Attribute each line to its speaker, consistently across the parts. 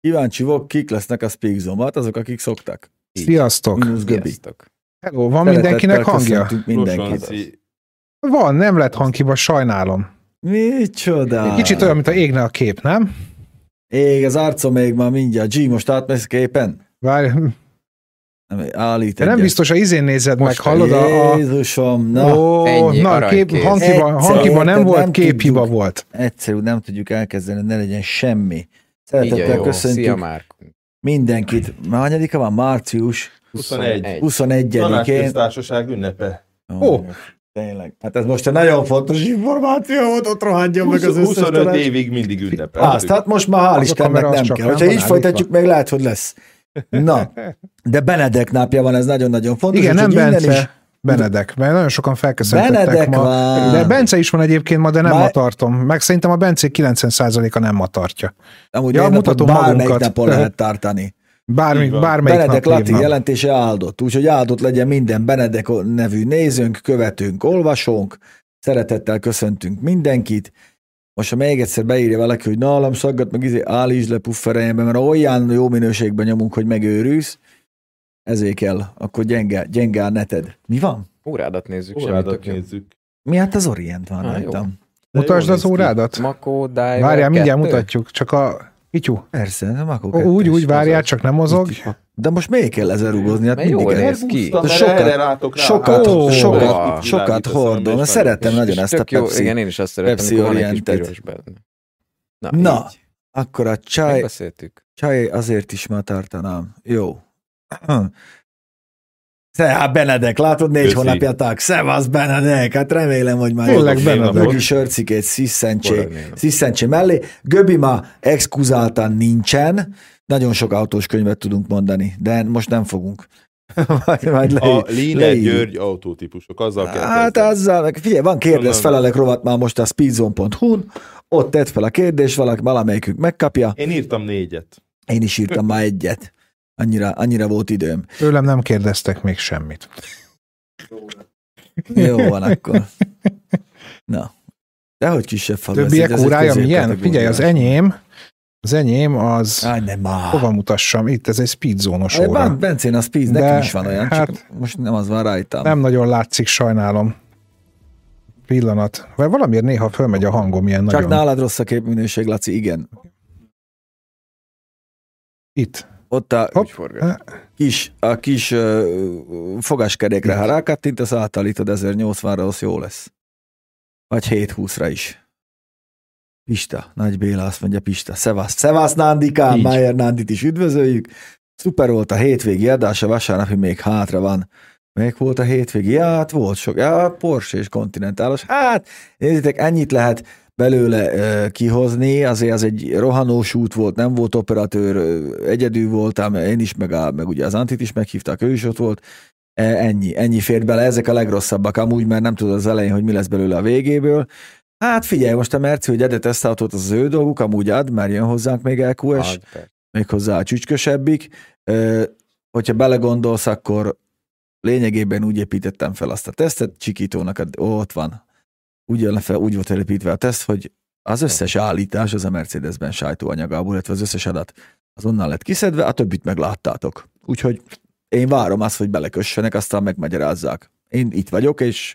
Speaker 1: Kíváncsi vagyok, kik lesznek a Speak zone azok, akik szoktak.
Speaker 2: Sziasztok!
Speaker 1: Minusz Göbi.
Speaker 3: Sziasztok.
Speaker 2: Hello, van
Speaker 1: Szeretettel
Speaker 2: mindenkinek hangja?
Speaker 1: köszöntünk Mindenkit.
Speaker 3: Lusanci,
Speaker 2: Van, nem lett hangkiba, sajnálom.
Speaker 1: Micsoda!
Speaker 2: Kicsit olyan, mint a égne a kép, nem?
Speaker 1: Ég, az arcom még már mindjárt. G, most átmész képen?
Speaker 2: Várj,
Speaker 1: Nem, állít
Speaker 2: te nem
Speaker 1: egyet.
Speaker 2: biztos, a izén nézed meg,
Speaker 3: Most a
Speaker 2: hallod? A, a,
Speaker 1: Jézusom, na, oh.
Speaker 2: Ó,
Speaker 3: Ennyi,
Speaker 2: na,
Speaker 3: aranykész.
Speaker 2: kép, hanghiba,
Speaker 1: Egyszer
Speaker 2: hanghiba nem
Speaker 1: érted,
Speaker 2: volt,
Speaker 1: nem
Speaker 2: képhiba
Speaker 1: tudjuk. Hát
Speaker 2: volt.
Speaker 1: egyszerű, nem tudjuk elkezdeni, ne legyen semmi.
Speaker 3: így a
Speaker 1: Szeretettel
Speaker 3: jó. Szia
Speaker 1: köszöntjük
Speaker 3: Márk.
Speaker 1: mindenkit. Már hanyadika van? Március
Speaker 4: 21.
Speaker 3: Egy.
Speaker 1: 21-én.
Speaker 4: Tanácsköztársaság ünnepe.
Speaker 2: Ó.
Speaker 1: Tényleg. Hát ez most egy nagyon fontos információ volt, ott rohadjon meg
Speaker 4: 20,
Speaker 1: az összes
Speaker 4: 25
Speaker 1: tanács.
Speaker 4: évig mindig ünnepel.
Speaker 1: Azt, hát most már hál'
Speaker 2: Az a
Speaker 1: Istennek
Speaker 2: kamera, az
Speaker 1: nem
Speaker 2: csak
Speaker 1: kell.
Speaker 2: fenn
Speaker 1: Hogyha
Speaker 2: van
Speaker 1: így
Speaker 2: állítva.
Speaker 1: folytatjuk, meg lehet, hogy lesz. Na, de Benedek napja van, ez nagyon-nagyon fontos.
Speaker 2: Igen, nem
Speaker 1: úgyhogy innen is-
Speaker 2: Bence, Benedek, mert nagyon sokan felköszöntettek
Speaker 1: Benedek
Speaker 2: ma.
Speaker 1: van.
Speaker 2: De Bence is van egyébként ma, de nem
Speaker 1: Már-
Speaker 2: ma tartom. Meg szerintem a Bence 90%-a nem ma tartja.
Speaker 1: Amúgy
Speaker 2: Ja,
Speaker 1: ja, mutatom
Speaker 2: mutatom
Speaker 1: bármelyik
Speaker 2: magunkat.
Speaker 1: napon lehet tartani.
Speaker 2: Bármi,
Speaker 4: Így van.
Speaker 2: bármelyik
Speaker 1: Benedek
Speaker 2: nap
Speaker 1: Latin
Speaker 2: hívnám.
Speaker 1: jelentése áldott, úgyhogy áldott legyen minden Benedek nevű nézőnk, követőnk, olvasónk. Szeretettel köszöntünk mindenkit. Most ha még egyszer beírja valaki, hogy nálam szaggat, meg izé, állítsd le puffereljembe, mert olyan jó minőségben nyomunk, hogy megőrülsz, ezért kell, akkor gyenge, gyenge a neted. Mi van?
Speaker 3: Órádat nézzük. semmi
Speaker 4: Órádat
Speaker 3: tök jó.
Speaker 4: nézzük.
Speaker 1: Mi hát az orient van
Speaker 3: Á,
Speaker 1: rajtam.
Speaker 4: De
Speaker 2: Mutasd
Speaker 4: jól néz
Speaker 2: az
Speaker 4: ki.
Speaker 2: órádat.
Speaker 3: Makó, Diver
Speaker 2: Várjál, mindjárt
Speaker 3: kettő?
Speaker 2: mutatjuk, csak a... Kityu,
Speaker 1: Persze, nem akkor
Speaker 2: úgy,
Speaker 1: kettős.
Speaker 2: úgy várjál, csak nem mozog.
Speaker 1: De most miért kell ezzel rugózni? Hát
Speaker 3: Mert jó
Speaker 1: mindig
Speaker 3: lesz.
Speaker 1: el-
Speaker 3: Nézd ki.
Speaker 4: Elbúztam, mert
Speaker 1: Sokat-
Speaker 4: erre rátok rá.
Speaker 1: Sokat,
Speaker 2: Ó,
Speaker 1: sokat,
Speaker 3: wow.
Speaker 1: sokat
Speaker 4: Világít a szemem,
Speaker 1: hordom.
Speaker 4: és
Speaker 1: Én Szeretem
Speaker 4: van.
Speaker 1: nagyon
Speaker 3: És
Speaker 1: ezt a
Speaker 3: tök jó,
Speaker 1: Pepsi.
Speaker 3: igen, én is azt szeretem,
Speaker 1: Pepsi
Speaker 3: amikor van egy kis
Speaker 1: oriented.
Speaker 3: piros benne. Na,
Speaker 1: Na.
Speaker 3: így.
Speaker 1: Akkor a csaj,
Speaker 3: Megbeszéltük.
Speaker 1: csaj azért is ma tartanám. Jó. Szehá hát Benedek, látod, négy
Speaker 4: Köszi.
Speaker 1: hónapja tag. Szevasz Benedek, hát remélem, hogy már
Speaker 2: Tényleg
Speaker 1: jó.
Speaker 2: Benedek.
Speaker 1: Löki sörcikét sziszentsék,
Speaker 3: Boldog néven.
Speaker 1: sziszentsék mellé. Göbi ma exkuzáltan nincsen, nagyon sok autós könyvet tudunk mondani, de most nem fogunk. majd, majd le,
Speaker 5: A Líne
Speaker 1: leírjuk.
Speaker 5: György autótípusok, azzal kell
Speaker 1: Hát
Speaker 5: kezdeni.
Speaker 1: azzal, meg figyelj, van kérdez,
Speaker 5: Onnan-
Speaker 1: felelek rovat már most a speedzone.hu-n, ott tett fel a kérdés, valaki, valamelyikük megkapja,
Speaker 4: Én írtam négyet.
Speaker 1: én is írtam már egyet. Annyira, annyira volt időm.
Speaker 2: Tőlem nem kérdeztek még semmit.
Speaker 1: Jó van akkor. Na. Dehogy kisebb falu. ez így
Speaker 2: Többiek
Speaker 1: azért
Speaker 2: órája milyen?
Speaker 1: középkategóriás.
Speaker 2: Figyelj, az enyém, az enyém az,
Speaker 1: Aj, nem már.
Speaker 2: hova mutassam, itt ez egy speedzónos óra.
Speaker 1: Ah. Van, Bencén a speed,
Speaker 2: De
Speaker 1: nekem is van olyan, csak
Speaker 2: hát-
Speaker 1: most nem az van rajtam.
Speaker 2: Nem nagyon látszik, sajnálom. Pillanat. Vagy valamiért néha fölmegy a hangom ilyen
Speaker 1: csak
Speaker 2: nagyon.
Speaker 1: nálad rossz a képminőség, Laci, igen.
Speaker 2: Itt.
Speaker 1: Ott a
Speaker 2: Hopp.
Speaker 3: Úgy forgat.
Speaker 1: kis, a kis ö, fogaskerékre, ha rákattintasz, átállítod 1080-ra, az jó lesz. Vagy 720-ra is. Pista, Nagy Béla azt mondja, Pista, szevasz, szevasz Nándikám,
Speaker 2: Így.
Speaker 1: Mayer Nándit is üdvözöljük. Szuper volt a hétvégi adás, a vasárnapi még hátra van. Még volt a hétvégi? Ja, hát volt sok. Ja, Porsche és kontinentálos. Hát, nézzétek, ennyit lehet belőle ö, kihozni, azért az egy rohanós út volt, nem volt operatőr, ö, egyedül voltam, én is, meg, a, meg ugye az Antit is meghívták, ő is ott volt, E, ennyi, ennyi fért bele, ezek a legrosszabbak amúgy, mert nem tudod az elején, hogy mi lesz belőle a végéből. Hát figyelj, most a Merci, hogy Edet ezt az az ő dolguk, amúgy ad, mert jön hozzánk még LQS
Speaker 3: Hát, persze.
Speaker 1: méghozzá a csücskösebbik. Ö, Hogyha belegondolsz, akkor lényegében úgy építettem fel azt a tesztet, Csikítónak a, ó, ott van. Úgy, jön fel, úgy volt elépítve a teszt, hogy az összes állítás az a Mercedesben sajtóanyagából, illetve az összes adat azonnal lett kiszedve, a többit megláttátok. Úgyhogy én várom azt, hogy belekössenek, aztán megmagyarázzák. Én itt vagyok, és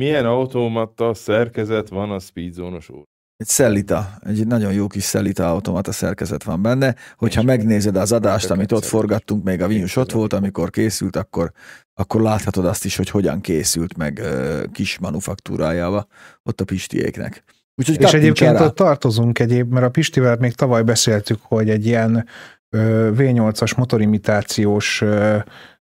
Speaker 5: Milyen automata szerkezet van a speedzónos óra?
Speaker 1: egy szellita, egy nagyon jó kis szellita automata szerkezet van benne, hogyha megnézed az adást,
Speaker 3: Tök
Speaker 1: amit ott
Speaker 3: egyszerű.
Speaker 1: forgattunk, még a Vinus ott
Speaker 3: Egyszerű.
Speaker 1: volt, amikor készült, akkor, akkor láthatod azt is, hogy hogyan készült meg ö, kis manufaktúrájával ott a pistiéknek. Úgyhogy
Speaker 2: És egyébként
Speaker 1: rá.
Speaker 2: ott tartozunk egyéb, mert a Pistivel még tavaly beszéltük, hogy egy ilyen ö, V8-as motorimitációs ö,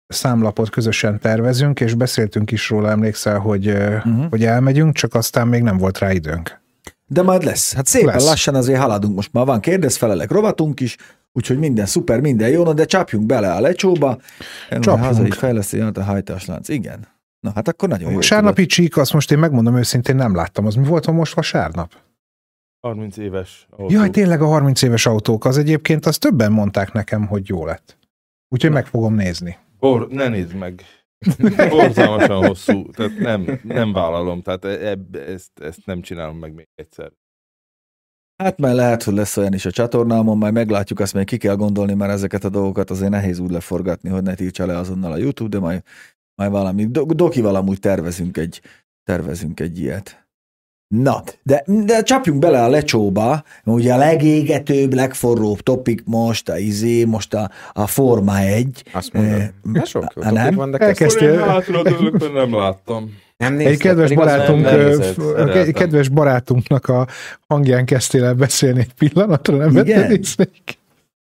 Speaker 2: számlapot közösen tervezünk, és beszéltünk is róla, emlékszel, hogy, ö,
Speaker 1: Mhm.
Speaker 2: hogy elmegyünk, csak aztán még nem volt rá időnk.
Speaker 1: De majd lesz. Hát szépen lesz.
Speaker 2: Lesz.
Speaker 1: lassan azért haladunk. Most már van kérdezfelelek rovatunk is, úgyhogy minden szuper, minden jó, na, de csapjunk bele a lecsóba.
Speaker 2: Csapjunk.
Speaker 1: Csapjunk. Hazai fejlesztő jön a hajtáslánc. Igen. Na hát akkor nagyon jó.
Speaker 2: Vasárnapi csík, azt most én megmondom őszintén, nem láttam. Az mi volt ma most vasárnap?
Speaker 5: 30 éves autó.
Speaker 2: Jaj, tényleg a 30 éves autók, az egyébként, azt többen mondták nekem, hogy jó lett. Úgyhogy meg fogom nézni.
Speaker 5: Bor, ne nézd meg. Borzalmasan hosszú, tehát nem, nem vállalom, tehát e- ebb- ezt, ezt nem csinálom meg még egyszer.
Speaker 1: Hát már lehet, hogy lesz olyan is a csatornámon, majd meglátjuk, azt még ki kell gondolni, mert ezeket a dolgokat azért nehéz úgy leforgatni, hogy ne tiltsa le azonnal a YouTube, de majd, majd valami, do- dokival amúgy tervezünk egy, tervezünk egy ilyet. Na, de, de csapjunk bele a lecsóba, mert ugye a legégetőbb, legforróbb topik most a izé, most a, a Forma 1.
Speaker 3: Azt mondod.
Speaker 1: Eh,
Speaker 3: Hát sok jó
Speaker 1: hát
Speaker 3: topik
Speaker 1: nem.
Speaker 3: van, de
Speaker 2: Elkezd-
Speaker 3: kezd.
Speaker 5: Ezt
Speaker 2: Ezt-
Speaker 5: Akkor én hátra dőlök, mert nem láttam.
Speaker 3: Nem
Speaker 2: Egy kedves,
Speaker 3: pedig azt
Speaker 2: barátunk,
Speaker 3: nem
Speaker 5: nem
Speaker 2: ö,
Speaker 5: nézed,
Speaker 2: f- ö,
Speaker 5: szeretem.
Speaker 2: egy kedves barátunknak a hangján kezdtél el beszélni egy pillanatra, nem
Speaker 1: Igen?
Speaker 2: vetted észre?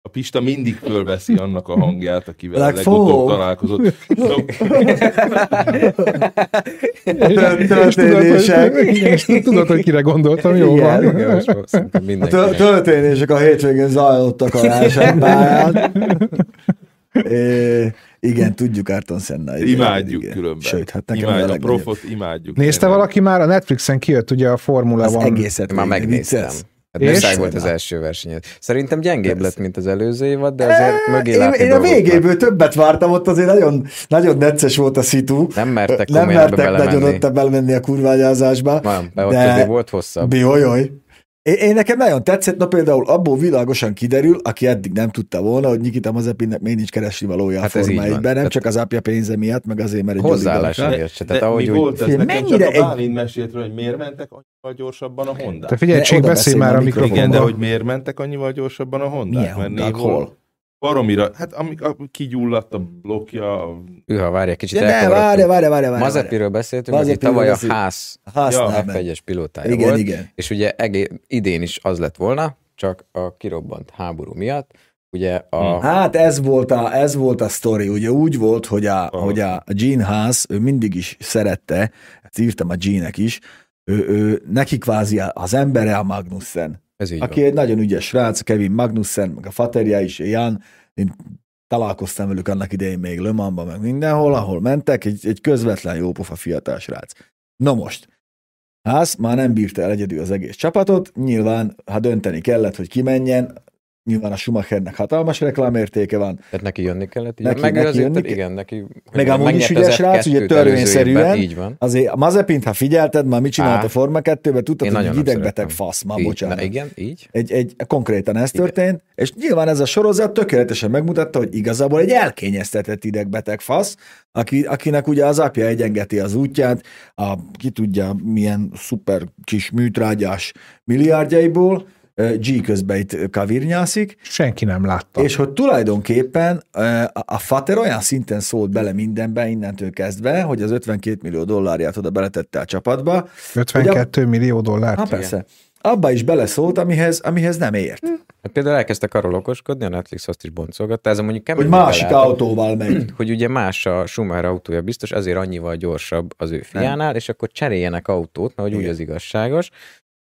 Speaker 5: A Pista mindig fölveszi annak a hangját, akivel
Speaker 1: Like
Speaker 5: legutóbb
Speaker 1: fog.
Speaker 5: találkozott. No,
Speaker 2: És tudod,
Speaker 1: Történések.
Speaker 2: hogy- igen, és tudod, hogy kire gondoltam, jó
Speaker 1: Igen.
Speaker 2: van.
Speaker 3: Igen, most már szerintem
Speaker 1: A
Speaker 3: mindenki
Speaker 1: tö- történések a hétvégén zajlottak a versenypályán. É, igen, tudjuk Árton Senna. igen,
Speaker 5: imádjuk
Speaker 1: igen.
Speaker 5: különben.
Speaker 1: Sőt, hát nekem
Speaker 5: Imádjuk,
Speaker 1: a
Speaker 5: a
Speaker 1: legnagyobb.
Speaker 5: profot imádjuk.
Speaker 2: Nézte
Speaker 5: Tényleg.
Speaker 2: valaki már? A Netflixen kijött ugye a Formula
Speaker 1: Az
Speaker 2: van.
Speaker 1: egészet
Speaker 3: Én Már
Speaker 1: végig
Speaker 3: megnéztem.
Speaker 1: viccelsz.
Speaker 3: Hát
Speaker 2: És?
Speaker 3: muszáj volt az első versenyed. Szerintem gyengébb
Speaker 1: Persze. Hát,
Speaker 3: lett, mint az előző évad, de azért mögé
Speaker 1: én,
Speaker 3: látni
Speaker 1: én a
Speaker 3: dolgok
Speaker 1: végéből többet vártam, ott azért nagyon, nagyon necces volt a szitu.
Speaker 3: Nem mertek
Speaker 1: Nem
Speaker 3: komolyan ebbe
Speaker 1: mertek
Speaker 3: belemenni.
Speaker 1: nagyon ott belemenni a kurványázásba.
Speaker 3: Nem, de ott
Speaker 1: De-
Speaker 3: azért volt hosszabb.
Speaker 1: Biholyoj. Én, én nekem nagyon tetszett, na például abból világosan kiderül, aki eddig nem tudta volna, hogy Nikita Mazepinnek még nincs keresni valója
Speaker 3: Hát
Speaker 1: a
Speaker 3: ez
Speaker 1: Forma
Speaker 3: így van.
Speaker 1: 1-ben, nem
Speaker 3: Tehát-
Speaker 1: csak az apja pénze miatt, meg azért, mert egy
Speaker 3: Hozzáállás
Speaker 1: oligarcha.
Speaker 3: miatt se. Tehát
Speaker 5: De
Speaker 3: ahogy
Speaker 5: mi
Speaker 3: úgy...
Speaker 5: volt ez
Speaker 1: Figyelj,
Speaker 5: nekem? Csak
Speaker 1: mennyire
Speaker 5: a
Speaker 1: egy-
Speaker 5: Bálint mesélt róla, hogy miért mentek annyival gyorsabban a Honda?
Speaker 2: Te figyelj,
Speaker 1: Ne,
Speaker 2: Csík,
Speaker 1: oda
Speaker 2: beszélj
Speaker 1: beszélj
Speaker 2: már
Speaker 1: már
Speaker 2: a
Speaker 1: a mikrofonba.
Speaker 5: Igen,
Speaker 2: mikrofonba.
Speaker 5: de hogy miért mentek annyival gyorsabban a Honda?
Speaker 1: Milyen Hondák? Hol?
Speaker 5: Baromira, hát amik, a, kigyulladt a blokja, a-
Speaker 3: Hűha, várj, egy kicsit
Speaker 1: Ja, ne, várj,
Speaker 3: elkavarodtunk.
Speaker 1: várj, várj, várj.
Speaker 3: Mazepiről beszéltünk, aki
Speaker 1: Mazepiről
Speaker 3: tavaly a
Speaker 1: beszél-
Speaker 3: ház
Speaker 1: Használ meg.
Speaker 3: F1-es pilótája
Speaker 1: Igen,
Speaker 3: volt,
Speaker 1: igen.
Speaker 3: és ugye egé- idén is az lett volna, csak a kirobbant háború miatt, Ugye a...
Speaker 1: Hát ez volt a, ez volt a sztori. Ugye úgy volt, hogy a, oh. hogy a Gene Haas, ő mindig is szerette, ezt írtam a Gene-nek is, ő, ő, neki kvázi az embere a Magnussen,
Speaker 3: Ez így
Speaker 1: aki
Speaker 3: van.
Speaker 1: egy nagyon ügyes srác, Kevin Magnussen, meg a faterja is, Jan, én találkoztam velük annak idején még Le Mansban, meg mindenhol, ahol mentek, egy, egy közvetlen jópofa fiatal srác. Na most, Ház már nem bírta el egyedül az egész csapatot, nyilván, ha dönteni kellett, hogy kimenjen, nyilván a Schumachernek hatalmas reklámértéke van,
Speaker 3: Tehát neki jönni kellett. Így
Speaker 1: Neki-
Speaker 3: neki, meg ő
Speaker 1: neki
Speaker 3: azért,
Speaker 1: jönni
Speaker 3: tehát
Speaker 1: kell.
Speaker 3: igen, neki... hogy
Speaker 1: Meg amúgy is
Speaker 3: megnyerte
Speaker 1: ügyes
Speaker 3: az
Speaker 1: srác, ugye
Speaker 3: F2-t előző évben,
Speaker 1: törvényszerűen.
Speaker 3: Így van.
Speaker 1: Azért a Mazepint, ha figyelted, már mit csinált
Speaker 3: Á.
Speaker 1: a Forma 2-ben, tudtad,
Speaker 3: Én
Speaker 1: hogy
Speaker 3: nagyon
Speaker 1: egy
Speaker 3: nem
Speaker 1: idegbeteg
Speaker 3: szeretem.
Speaker 1: fasz, már
Speaker 3: Így,
Speaker 1: bocsánat.
Speaker 3: Na, igen, így.
Speaker 1: Egy, egy, konkrétan ez
Speaker 3: Igen.
Speaker 1: történt, és nyilván ez a sorozat tökéletesen megmutatta, hogy igazából egy elkényeztetett idegbeteg fasz, aki, akinek ugye az apja egyengeti az útját, a, ki tudja milyen szuper kis műtrágyás milliárdjaiból, ö, G közben itt kavirnyászik,
Speaker 2: Senki nem látta.
Speaker 1: és hogy tulajdonképpen ö, a- a Fater olyan szinten szólt bele mindenbe innentől kezdve, hogy az 52 millió dollárját oda beletette a csapatba.
Speaker 2: 52 millió dollár.
Speaker 1: Hát persze. Abba is beleszólt, amihez, amihez nem ért.
Speaker 3: Hát például elkezdtek arról okoskodni, a Netflix azt is boncolgatta, ez amúgy kemény.
Speaker 1: Hogy másik
Speaker 3: beleáll,
Speaker 1: autóval megy.
Speaker 3: Hogy ugye más a Schumacher autója biztos, ezért annyival gyorsabb az ő fiánál, és akkor cseréljenek autót, mert hogy úgy
Speaker 1: Igen.
Speaker 3: az igazságos.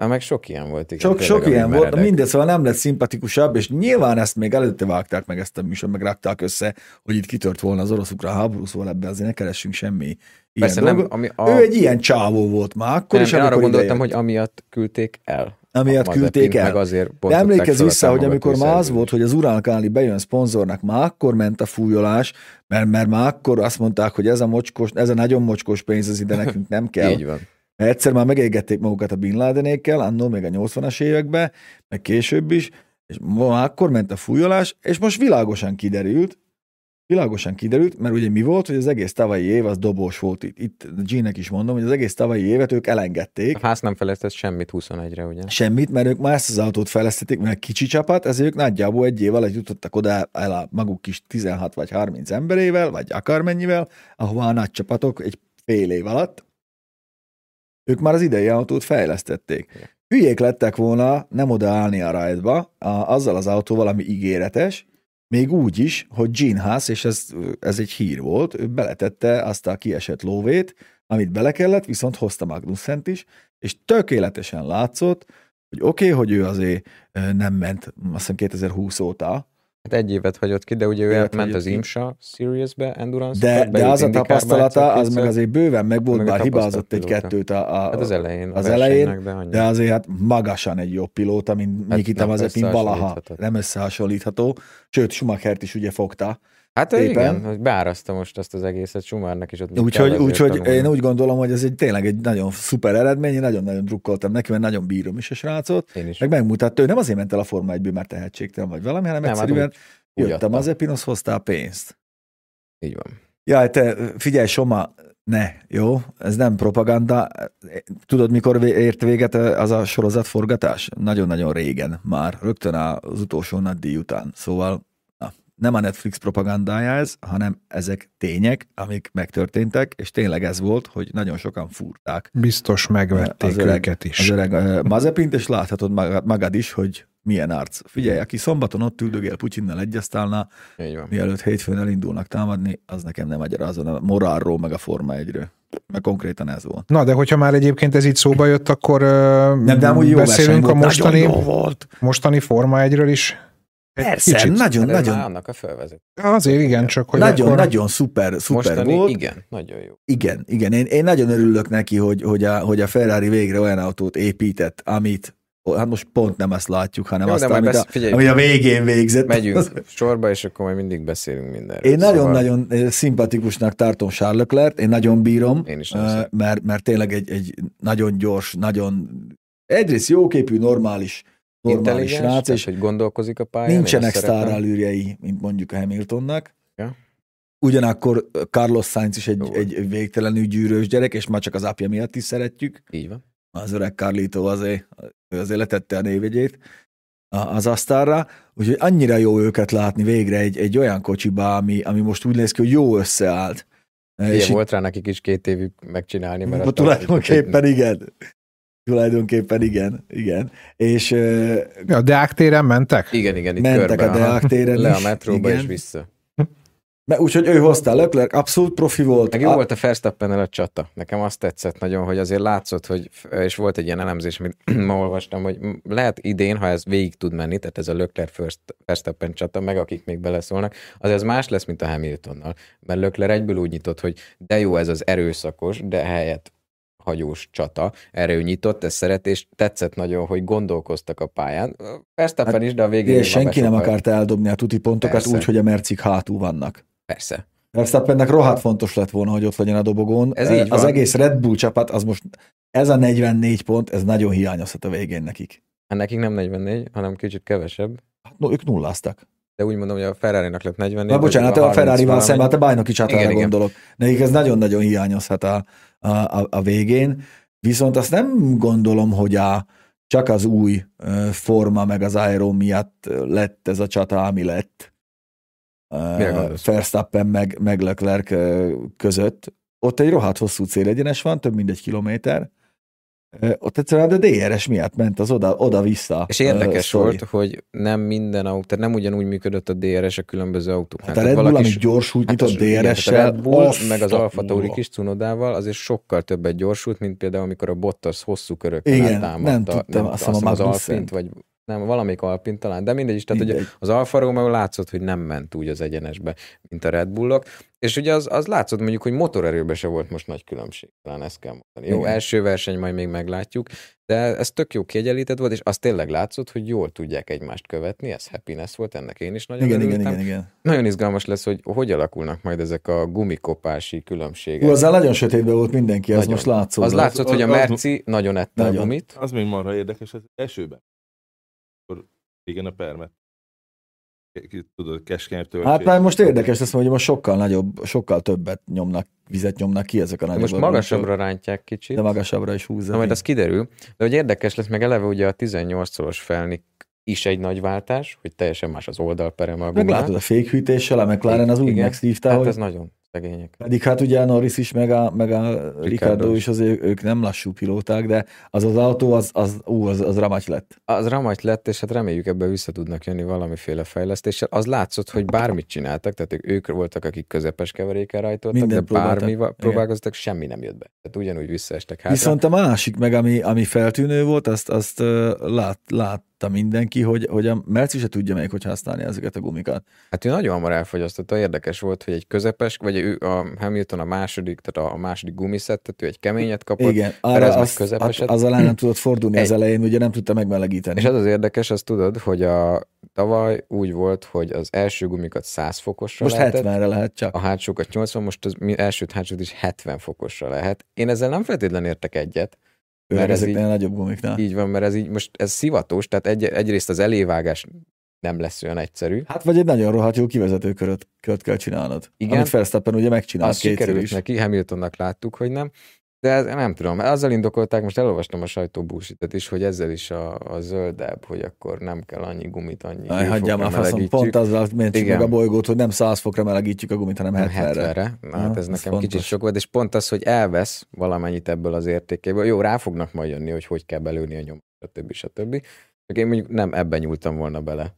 Speaker 3: Hát meg sok ilyen volt. Igen,
Speaker 1: Sok,
Speaker 3: tényleg,
Speaker 1: sok
Speaker 3: ami
Speaker 1: ilyen volt, de
Speaker 3: meredek.
Speaker 1: mindez szóval nem lett szimpatikusabb, és nyilván ezt még előtte vágták meg ezt a műsor, meg rakták össze, hogy itt kitört volna az oroszokra háború, szóval ebbe azért ne keressünk semmi ilyen
Speaker 3: Persze nem,
Speaker 1: dolgot.
Speaker 3: ami a...
Speaker 1: Ő egy ilyen csávó volt már akkor
Speaker 3: nem,
Speaker 1: is,
Speaker 3: én arra
Speaker 1: amikor
Speaker 3: gondoltam,
Speaker 1: idejött.
Speaker 3: hogy amiatt küldték el.
Speaker 1: Amiatt
Speaker 3: A Mazepint,
Speaker 1: küldték el.
Speaker 3: Meg azért
Speaker 1: De
Speaker 3: bontották
Speaker 1: emlékezz
Speaker 3: fel a
Speaker 1: vissza, hogy amikor
Speaker 3: támogatói
Speaker 1: már az
Speaker 3: szerződést.
Speaker 1: volt, hogy az Uralkáli bejön szponzornak, már akkor ment a fújolás, mert, mert már akkor azt mondták, hogy ez a, mocskos, ez a nagyon mocskos pénz, az ide nekünk nem kell.
Speaker 3: Így van.
Speaker 1: Mert egyszer már megégették magukat a Bin Ladenékkel, annó még a 80-as években, meg később is, és ma akkor ment a fújolás, és most világosan kiderült, világosan kiderült, mert ugye mi volt, hogy az egész tavalyi év az dobós volt itt. Itt G-nek is mondom, hogy az egész tavalyi évet ők elengedték,
Speaker 3: A ház nem feleztett semmit 21-re, ugye?
Speaker 1: semmit, mert ők már ezt az autót fejlesztették, mert kicsi csapat, ezért ők nagyjából egy év alatt jutottak oda el a maguk kis 16 vagy 30 emberével, vagy akármennyivel, ahová a nagy csapatok egy fél év alatt. Ők már az idei autót fejlesztették. Hülyék lettek volna nem odaállni a rajtba a, azzal az autóval, ami ígéretes, még úgy is, hogy Gene Haas, és ez, ez egy hír volt, ő beletette azt a kiesett lóvét, amit bele kellett, viszont hozta Magnussent is, és tökéletesen látszott, hogy oké, okay, hogy ő azért ö, nem ment, azt hiszem 2020 óta,
Speaker 3: Hát egy évet hagyott ki, de ugye ő
Speaker 1: Évet
Speaker 3: ment
Speaker 1: hagyott
Speaker 3: az
Speaker 1: ki.
Speaker 3: IMSA Series-be, endurance
Speaker 1: de, de az a tapasztalata, az meg azért bőven meg volt,
Speaker 3: Meg a
Speaker 1: bár hibázott egy
Speaker 3: tapasztalt
Speaker 1: kettőt a, a,
Speaker 3: Hát az elején. a
Speaker 1: az elején,
Speaker 3: versenynek, de annyi.
Speaker 1: de azért hát magasan egy jobb pilóta, mint
Speaker 3: Hát
Speaker 1: hát Nikita
Speaker 3: nem
Speaker 1: Mazepin valaha.
Speaker 3: összehasonlítható.
Speaker 1: Nem összehasonlítható. Sőt, Schumachert is ugye fogta.
Speaker 3: Hát
Speaker 1: szépen.
Speaker 3: igen, hogy beárazta most azt az egészet Schumernek is ott. mit kell
Speaker 1: Úgyhogy,
Speaker 3: azért
Speaker 1: úgyhogy
Speaker 3: tanulni.
Speaker 1: én úgy gondolom, hogy ez egy tényleg egy nagyon szuper eredmény, én nagyon-nagyon drukkoltam neki, mert nagyon bírom is a srácot.
Speaker 3: Én is.
Speaker 1: Meg megmutatta, ő nem azért ment el a Forma 1 mert tehetségtelen vagy valami, hanem
Speaker 3: Nem, hát
Speaker 1: egyszerűen
Speaker 3: úgy- úgy
Speaker 1: jött a
Speaker 3: adta.
Speaker 1: Mazepinhoz, hoztál pénzt.
Speaker 3: Így van.
Speaker 1: Jaj, te figyelj, Soma, ne, jó? Ez nem propaganda. Tudod, mikor vé- ért véget eh, az a sorozat forgatás? Nagyon-nagyon régen már, rögtön az utolsó nagy díj után. Szóval na, nem a Netflix propagandája ez, hanem ezek tények, amik megtörténtek, és tényleg ez volt, hogy nagyon sokan fúrták
Speaker 2: Biztos megvették
Speaker 1: Az öreg-
Speaker 2: őket is.
Speaker 1: az öreg ö, Mazepint, és láthatod magad, magad is, hogy milyen arc. Figyelj, aki szombaton ott üldögél Putyinnal egyeztálna,
Speaker 3: Így van.
Speaker 1: mielőtt hétfőn elindulnak támadni, az nekem nem magyarázol, a morálról, meg a Forma 1 mert konkrétan ez volt.
Speaker 2: Na, de hogyha már egyébként ez így szóba jött, akkor
Speaker 1: Nem,
Speaker 2: nem,
Speaker 1: de amúgy jó verseny
Speaker 2: beszélünk a
Speaker 1: volt,
Speaker 2: mostani,
Speaker 1: nagyon jó volt.
Speaker 2: mostani Forma 1-ről is. Egy
Speaker 1: Persze,
Speaker 2: kicsit.
Speaker 1: nagyon,
Speaker 3: Hát ez már
Speaker 1: nagyon,
Speaker 3: annak a felvezet.
Speaker 2: Azért igen, csak hogy
Speaker 1: nagyon,
Speaker 2: akkor
Speaker 1: nagyon szuper, szuper
Speaker 3: Mostani,
Speaker 1: volt.
Speaker 3: igen, nagyon jó.
Speaker 1: Igen, igen. Én, én nagyon örülök neki, hogy, hogy, a, hogy a Ferrari végre olyan autót épített, amit hát most pont nem ezt látjuk, hanem
Speaker 3: Jó,
Speaker 1: azt,
Speaker 3: de majd
Speaker 1: amit,
Speaker 3: besz...
Speaker 1: a,
Speaker 3: figyelj,
Speaker 1: amit a végén végzett.
Speaker 3: megyünk sorba, és akkor majd mindig beszélünk mindenről. Szóval
Speaker 1: Én nagyon-nagyon eh, szimpatikusnak tartom Charles Leclerc, én nagyon bírom,
Speaker 3: Én is nem
Speaker 1: eh,
Speaker 3: szeretem.
Speaker 1: mert, mert tényleg egy, egy nagyon gyors, nagyon egyrészt jóképű, normális, normális
Speaker 3: normális
Speaker 1: srác, és
Speaker 3: hogy gondolkozik a pályán. én
Speaker 1: nincsenek
Speaker 3: azt szeretem.
Speaker 1: sztárrelőrjei, mint mondjuk a Hamiltonnak.
Speaker 3: Ja.
Speaker 1: Ugyanakkor Carlos Sainz is egy,
Speaker 3: Jó.
Speaker 1: egy végtelenül gyűrős gyerek, és már csak az apja miatt is szeretjük
Speaker 3: Így van.
Speaker 1: az öreg Carlito azért, ő azért letette a névjegyét a- az asztalra, úgyhogy annyira jó őket látni végre egy, egy olyan kocsiba, ami, ami most úgy néz ki, hogy jó összeállt.
Speaker 3: Ilyen
Speaker 1: így-
Speaker 3: volt rá nekik is két évig megcsinálni, mert
Speaker 1: tulajdonképpen igen. Tulajdonképpen igen, igen. És ö,
Speaker 2: Ja, a Deák téren mentek?
Speaker 3: Igen, igen, itt
Speaker 1: mentek
Speaker 3: körbe.
Speaker 1: a Deák téren
Speaker 3: Le a
Speaker 1: is,
Speaker 3: metróba
Speaker 1: igen.
Speaker 3: és vissza.
Speaker 1: Mert úgyhogy ő hozta Leclerc, abszolút profi volt.
Speaker 3: Meg jó
Speaker 1: A-
Speaker 3: volt a verstappen a csata. Nekem azt tetszett nagyon, hogy azért látszott, hogy, és volt egy ilyen elemzés, amit ma olvastam, hogy lehet idén, ha ez végig tud menni, tehát ez a Leclerc first, Verstappen csata, meg akik még beleszólnak, az ez más lesz, mint a Hamiltonnal. Mert Leclerc egyből úgy nyitott, hogy de jó ez az erőszakos, de helyett hagyós csata, erre ő nyitott, ezt szeret, és tetszett nagyon, hogy gondolkoztak a pályán. Verstappen is, de a végén...
Speaker 1: És
Speaker 3: nyilván
Speaker 1: Hát senki nem
Speaker 3: besokalt.
Speaker 1: akart eldobni a tuti pontokat
Speaker 3: Persze.
Speaker 1: úgy, hogy a mercik hátul vannak.
Speaker 3: Persze.
Speaker 1: Verstappennek rohadt fontos lett volna, hogy ott legyen a dobogón.
Speaker 3: Ez
Speaker 1: Eh,
Speaker 3: így
Speaker 1: az
Speaker 3: van.
Speaker 1: egész Red Bull csapat, az most ez a 44 pont, ez nagyon hiányozhat a végén nekik.
Speaker 3: Hát nekik nem 44, hanem kicsit kevesebb.
Speaker 1: Hát, no, ők nulláztak.
Speaker 3: De úgy mondom, hogy a Ferrari-nak lett 44.
Speaker 1: Na bocsánat,
Speaker 3: vagy
Speaker 1: a Ferrari-val
Speaker 3: 30
Speaker 1: szemben, hát
Speaker 3: valamennyi.
Speaker 1: a bajnoki
Speaker 3: Igen,
Speaker 1: csatára
Speaker 3: igen.
Speaker 1: gondolok. Nekik ez nagyon-nagyon hiányozhat a, a, a, a végén, viszont azt nem gondolom, hogy a, csak az új ö, forma meg az aero miatt ö, lett ez a csata, ami lett
Speaker 3: Mire
Speaker 1: ö,
Speaker 3: gondolsz?
Speaker 1: Verstappen meg, meg Leclerc ö, között. Ott egy rohadt hosszú célegyenes van, több mint egy kilométer. Ö, Ott egyszerűen a DRS miatt ment az oda- oda-vissza.
Speaker 3: És érdekes
Speaker 1: ö, sztori.
Speaker 3: volt, hogy nem minden autó, tehát nem ugyanúgy működött a DRS a különböző autóknál.
Speaker 1: Hát a
Speaker 3: Tehát
Speaker 1: Red Bull,
Speaker 3: valaki
Speaker 1: amit
Speaker 3: s-
Speaker 1: gyorsult,
Speaker 3: hát
Speaker 1: nyitott
Speaker 3: az- igen, tehát
Speaker 1: DRS-sel,
Speaker 3: A Red Bull,
Speaker 1: azt
Speaker 3: meg az
Speaker 1: a
Speaker 3: Alfa Tauri
Speaker 1: kurva.
Speaker 3: kis cunodával azért sokkal többet gyorsult, mint például amikor a Bottas hosszú körökkel
Speaker 1: Igen,
Speaker 3: támadta.
Speaker 1: nem tudtam, azt hiszem a
Speaker 3: az
Speaker 1: Magnussen.
Speaker 3: Alpint, vagy nem, valamelyik Alpint talán, de mindegy is, tehát hogy
Speaker 1: Mindegy.
Speaker 3: az Alfa Romeo látszott, hogy nem ment úgy az egyenesbe, mint a Red Bullok, és ugye az, az látszott mondjuk, hogy motorerőben se volt most nagy különbség, talán ezt kell mondani. Jó,
Speaker 1: Igen.
Speaker 3: első verseny majd még meglátjuk, de ez tök jó kiegyenlített volt, és azt tényleg látszott, hogy jól tudják egymást követni, ez happiness volt, ennek én is nagyon
Speaker 1: Igen, igen,
Speaker 3: örültem.
Speaker 1: igen, igen.
Speaker 3: Nagyon izgalmas lesz, hogy hogy alakulnak majd ezek a gumikopási
Speaker 1: Ú,
Speaker 3: különbségek.
Speaker 1: azzal nagyon sötétben volt mindenki, ez
Speaker 3: Nagyon.
Speaker 1: most látszódott.
Speaker 3: az látszott,
Speaker 5: az-
Speaker 3: hogy a
Speaker 5: az-
Speaker 3: Merci nagyon ette
Speaker 1: Nagyon.
Speaker 3: a gumit.
Speaker 5: Az még marha érdekes, az esőben. Akkor igen, a permet. Ki- ki- Tudod, keskeny töltség.
Speaker 1: Hát már most érdekes lesz, hogy most sokkal nagyobb, sokkal többet nyomnak, vizet nyomnak ki ezek a nagyobb.
Speaker 3: Most
Speaker 1: ablakok,
Speaker 3: magasabbra rántják kicsit.
Speaker 1: De magasabbra is húzza.
Speaker 3: Na majd az kiderül. De hogy érdekes lesz, meg eleve ugye a 18-szoros felnik is egy nagy váltás, hogy teljesen más az oldalperem a
Speaker 1: Meg
Speaker 3: gumnál.
Speaker 1: látod, a fékhűtéssel a McLaren az úgy
Speaker 3: Igen.
Speaker 1: megszívta,
Speaker 3: Hát
Speaker 1: hogy...
Speaker 3: ez nagyon szegények.
Speaker 1: Pedig hát ugye a Norris is, meg a, meg a Ricardo
Speaker 3: Ricardo
Speaker 1: is, azért ők nem lassú pilóták, de az az autó, az, az, ú, az, az ramagy lett.
Speaker 3: Az ramagy lett, és hát reméljük ebben vissza tudnak jönni valamiféle fejlesztéssel. Az látszott, hogy bármit csináltak, tehát ők- ők voltak, akik közepes keveréken rajtoltak,
Speaker 1: Mindent
Speaker 3: de bármival
Speaker 1: próbáltak.
Speaker 3: próbálkoztak, semmi nem jött be. Tehát ugyanúgy visszaestek hátra.
Speaker 1: Viszont a másik, meg ami, ami feltűnő volt, azt, azt ö, lát, látta mindenki, hogy, hogy a Merci se tudja még, hogy használni ezeket a gumikat.
Speaker 3: Hát ő nagyon hamar elfogyasztotta, érdekes volt, hogy egy közepes, vagy ő, a Hamilton a második, tehát a második gumiszettet, ő egy keményet kapott,
Speaker 1: Igen,
Speaker 3: Perez
Speaker 1: arra
Speaker 3: meg
Speaker 1: azt, az,
Speaker 3: közepeset.
Speaker 1: azzal el nem tudott fordulni az
Speaker 3: Egy.
Speaker 1: elején, ugye nem tudta megmelegíteni.
Speaker 3: És az az érdekes, azt tudod, hogy a tavaly úgy volt, hogy az első gumikat 100 fokosra
Speaker 1: Most
Speaker 3: lehetett,
Speaker 1: 70-re lehet csak.
Speaker 3: a hátsókat 80, most az mi- elsőt, hátsót is 70 fokosra lehet. Én ezzel nem feltétlenül értek egyet,
Speaker 1: Főleg
Speaker 3: mert ez
Speaker 1: ezeknél nagyobb gumiknál.
Speaker 3: így van, mert ez így most ez szivatos, tehát egy, egyrészt az elévágás nem lesz olyan egyszerű.
Speaker 1: Hát vagy egy nagyon rohadt jó kivezető köröt, köröt kell csinálnod.
Speaker 3: Igen.
Speaker 1: Amit Verstappen ugye
Speaker 3: Na,
Speaker 1: megcsinált
Speaker 3: az
Speaker 1: kétszer
Speaker 3: sikerült
Speaker 1: is.
Speaker 3: neki, Hamiltonnak láttuk, hogy nem. De ez, nem tudom, azzal indokolták, most elolvastam a sajtóbúsítat is, hogy ezzel is a, a zöldebb, hogy akkor nem kell annyi gumit, annyi
Speaker 1: Aj, hagyjam
Speaker 3: hőfokra
Speaker 1: a faszom,
Speaker 3: melegítjük.
Speaker 1: pont azzal mentjük
Speaker 3: Igen.
Speaker 1: meg a bolygót, hogy nem 100 fokra melegítjük a gumit, hanem
Speaker 3: Nem
Speaker 1: 70-re.
Speaker 3: 70-re. Na,
Speaker 1: Na,
Speaker 3: hát
Speaker 1: ez
Speaker 3: ez nekem
Speaker 1: fontos.
Speaker 3: kicsit sok volt, és pont az, hogy elvesz valamennyit ebből az értékéből. Jó, rá fognak majd jönni, hogy hogy kell belőni a nyomat, stb. stb. Csak én mondjuk nem ebben nyúltam volna bele.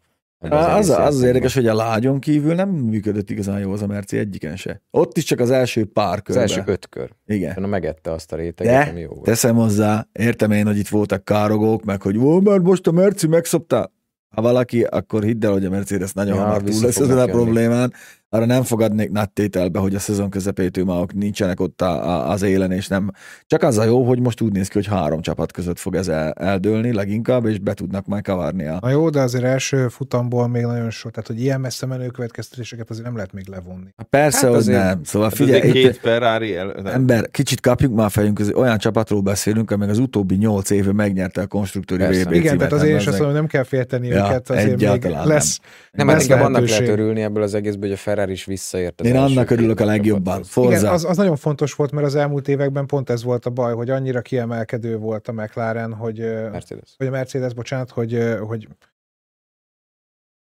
Speaker 3: Ebbe
Speaker 1: Á, Az,
Speaker 3: egész
Speaker 1: az, az
Speaker 3: játékba.
Speaker 1: érdekes, hogy a lágyon kívül nem működött igazán jó az a merci egyiken se. Ott is csak az első pár
Speaker 3: Az
Speaker 1: körben.
Speaker 3: első öt kör.
Speaker 1: Igen.
Speaker 3: Na, megette azt a réteget,
Speaker 1: De
Speaker 3: ami jó volt.
Speaker 1: Teszem hozzá, értem én, hogy itt voltak károgók, meg hogy ó, mert most a merci megszopta. Ha valaki, akkor hidd el, hogy a Mercedes nagyon
Speaker 3: Ja,
Speaker 1: ja, hamar túl
Speaker 3: vissza
Speaker 1: lesz
Speaker 3: fognak
Speaker 1: ezen a
Speaker 3: jönni.
Speaker 1: problémán. Arra nem fogadnék nagy tételbe, hogy a szezon közepétől már ok- nincsenek ott a, a, az élen, és nem. Csak az a jó, hogy most úgy néz ki, hogy három csapat között fog ez el, eldőlni leginkább, és be tudnak már kavarni a...
Speaker 2: Na jó, de azért első futamból még nagyon sok, tehát hogy ilyen messze menő következtetéseket azért nem lehet még levonni.
Speaker 1: Persze,
Speaker 3: Hát
Speaker 1: hogy
Speaker 3: azért-
Speaker 1: nem. Szóval
Speaker 5: Hát Figyelj,
Speaker 1: figyelj, itt,
Speaker 5: két Ferrari el... nem.
Speaker 1: ember, kicsit kapjunk már a fejünk közé. Olyan csapatról beszélünk, amely az utóbbi nyolc évben megnyerte a konstruktőri
Speaker 3: Persze.
Speaker 1: VB
Speaker 3: Légy
Speaker 2: Igen, tehát azért is azt
Speaker 1: címet,
Speaker 2: mondom, nem kell félteni
Speaker 1: Ja,
Speaker 2: őket, azért még
Speaker 1: egyáltalán nem.
Speaker 2: lesz.
Speaker 3: Nem,
Speaker 2: lesz
Speaker 3: hát inkább annak
Speaker 2: lehetőség.
Speaker 3: lehet örülni ebből az egészből, hogy a Ferrari is visszaért az
Speaker 1: Én
Speaker 3: első
Speaker 1: annak
Speaker 3: két
Speaker 1: örülök a legjobban.
Speaker 3: csapathoz.
Speaker 1: Forza.
Speaker 2: Igen, az, az nagyon fontos volt, mert az elmúlt években pont ez volt a baj, hogy annyira kiemelkedő volt a McLaren, hogy, ö,
Speaker 3: Mercedes.
Speaker 2: vagy a Mercedes, bocsánat, hogy, ö, hogy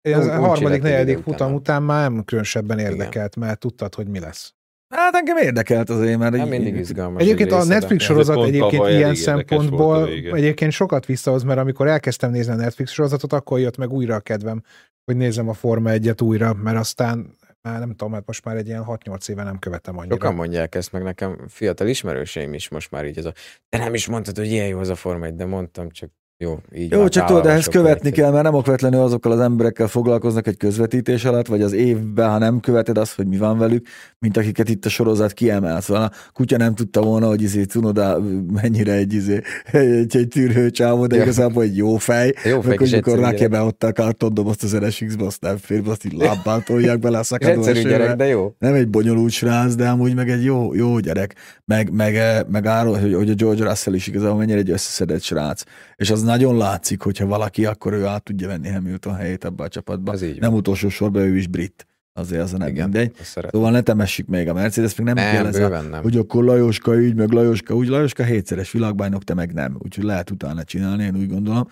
Speaker 3: Úgy-
Speaker 2: az
Speaker 3: úgy
Speaker 2: a harmadik,
Speaker 3: csinálták
Speaker 2: negyedik
Speaker 3: ide
Speaker 2: futam
Speaker 3: utána.
Speaker 2: után már nem különösebben érdekelt, mert tudtad, hogy mi lesz.
Speaker 1: Hát engem érdekelt azért, mert
Speaker 3: Hát
Speaker 1: így-
Speaker 3: mindig izgalmas.
Speaker 2: Egyébként
Speaker 3: egy
Speaker 2: a
Speaker 3: része, de-
Speaker 2: Netflix
Speaker 5: hát Ez
Speaker 2: sorozat
Speaker 5: pont
Speaker 2: egyébként
Speaker 5: tavaly
Speaker 2: ilyen
Speaker 5: elég érdekes volt
Speaker 2: szempontból
Speaker 5: a vége.
Speaker 2: egyébként sokat visszahoz, mert amikor elkezdtem nézni a Netflix sorozatot, akkor jött meg újra a kedvem, hogy nézem a Forma egyet újra, mert aztán már nem tudom, hát most már egy ilyen 6-8 éve nem követem annyira.
Speaker 3: Sokan mondják ezt, meg nekem fiatal ismerőseim is most már így ez a... De nem is mondtad, hogy ilyen jó az a Forma 1, de mondtam, csak jó, így
Speaker 1: Jó,
Speaker 3: van,
Speaker 1: csak tudod,
Speaker 3: vállalom
Speaker 1: ehhez
Speaker 3: sokkal
Speaker 1: követni
Speaker 3: egyszerűbb.
Speaker 1: kell, mert nem okvetlenül azokkal az emberekkel foglalkoznak egy közvetítés alatt, vagy az évben, ha nem követed azt, hogy mi van velük, mint akiket itt a sorozat kiemelt. Szóval a kutya nem tudta volna, hogy izé Cunoda mennyire egy, izé, egy, egy tűrő csávó, de
Speaker 3: Ja.
Speaker 1: igazából egy jó fej.
Speaker 3: Jó
Speaker 1: Meg
Speaker 3: fej
Speaker 1: hogy
Speaker 3: kis
Speaker 1: mikor
Speaker 3: egyszerű gyerek.
Speaker 1: rákebe ott a kartondobozt az NSX-be, azt nem fér, be, azt így lábbal tolják bele a
Speaker 3: Kis
Speaker 1: szakadó
Speaker 3: egyszerű gyerek,
Speaker 1: esőbe.
Speaker 3: de jó.
Speaker 1: Nem egy bonyolult srác, de amúgy meg egy jó, jó gyerek. Meg, meg, eh, meg arról, hogy, hogy a George Russell is igazából mennyire egy összeszedett srác. És az nagyon látszik, hogyha valaki, akkor ő át tudja venni Hamilton helyét ebbe a csapatba.
Speaker 3: Az így van.
Speaker 1: nem utolsó sorban ő is brit. Azért az a nem
Speaker 3: Igen.
Speaker 1: mindegy.
Speaker 3: Azt szeretem.
Speaker 1: Szóval ne temessük még a Mercedes, még nem, nem kell
Speaker 3: Nem,
Speaker 1: ez a
Speaker 3: bőven nem.
Speaker 1: hogy akkor Lajoska így, meg Lajoska úgy, Lajoska hétszeres világbajnok, te meg nem. Úgyhogy lehet utána csinálni, én úgy gondolom.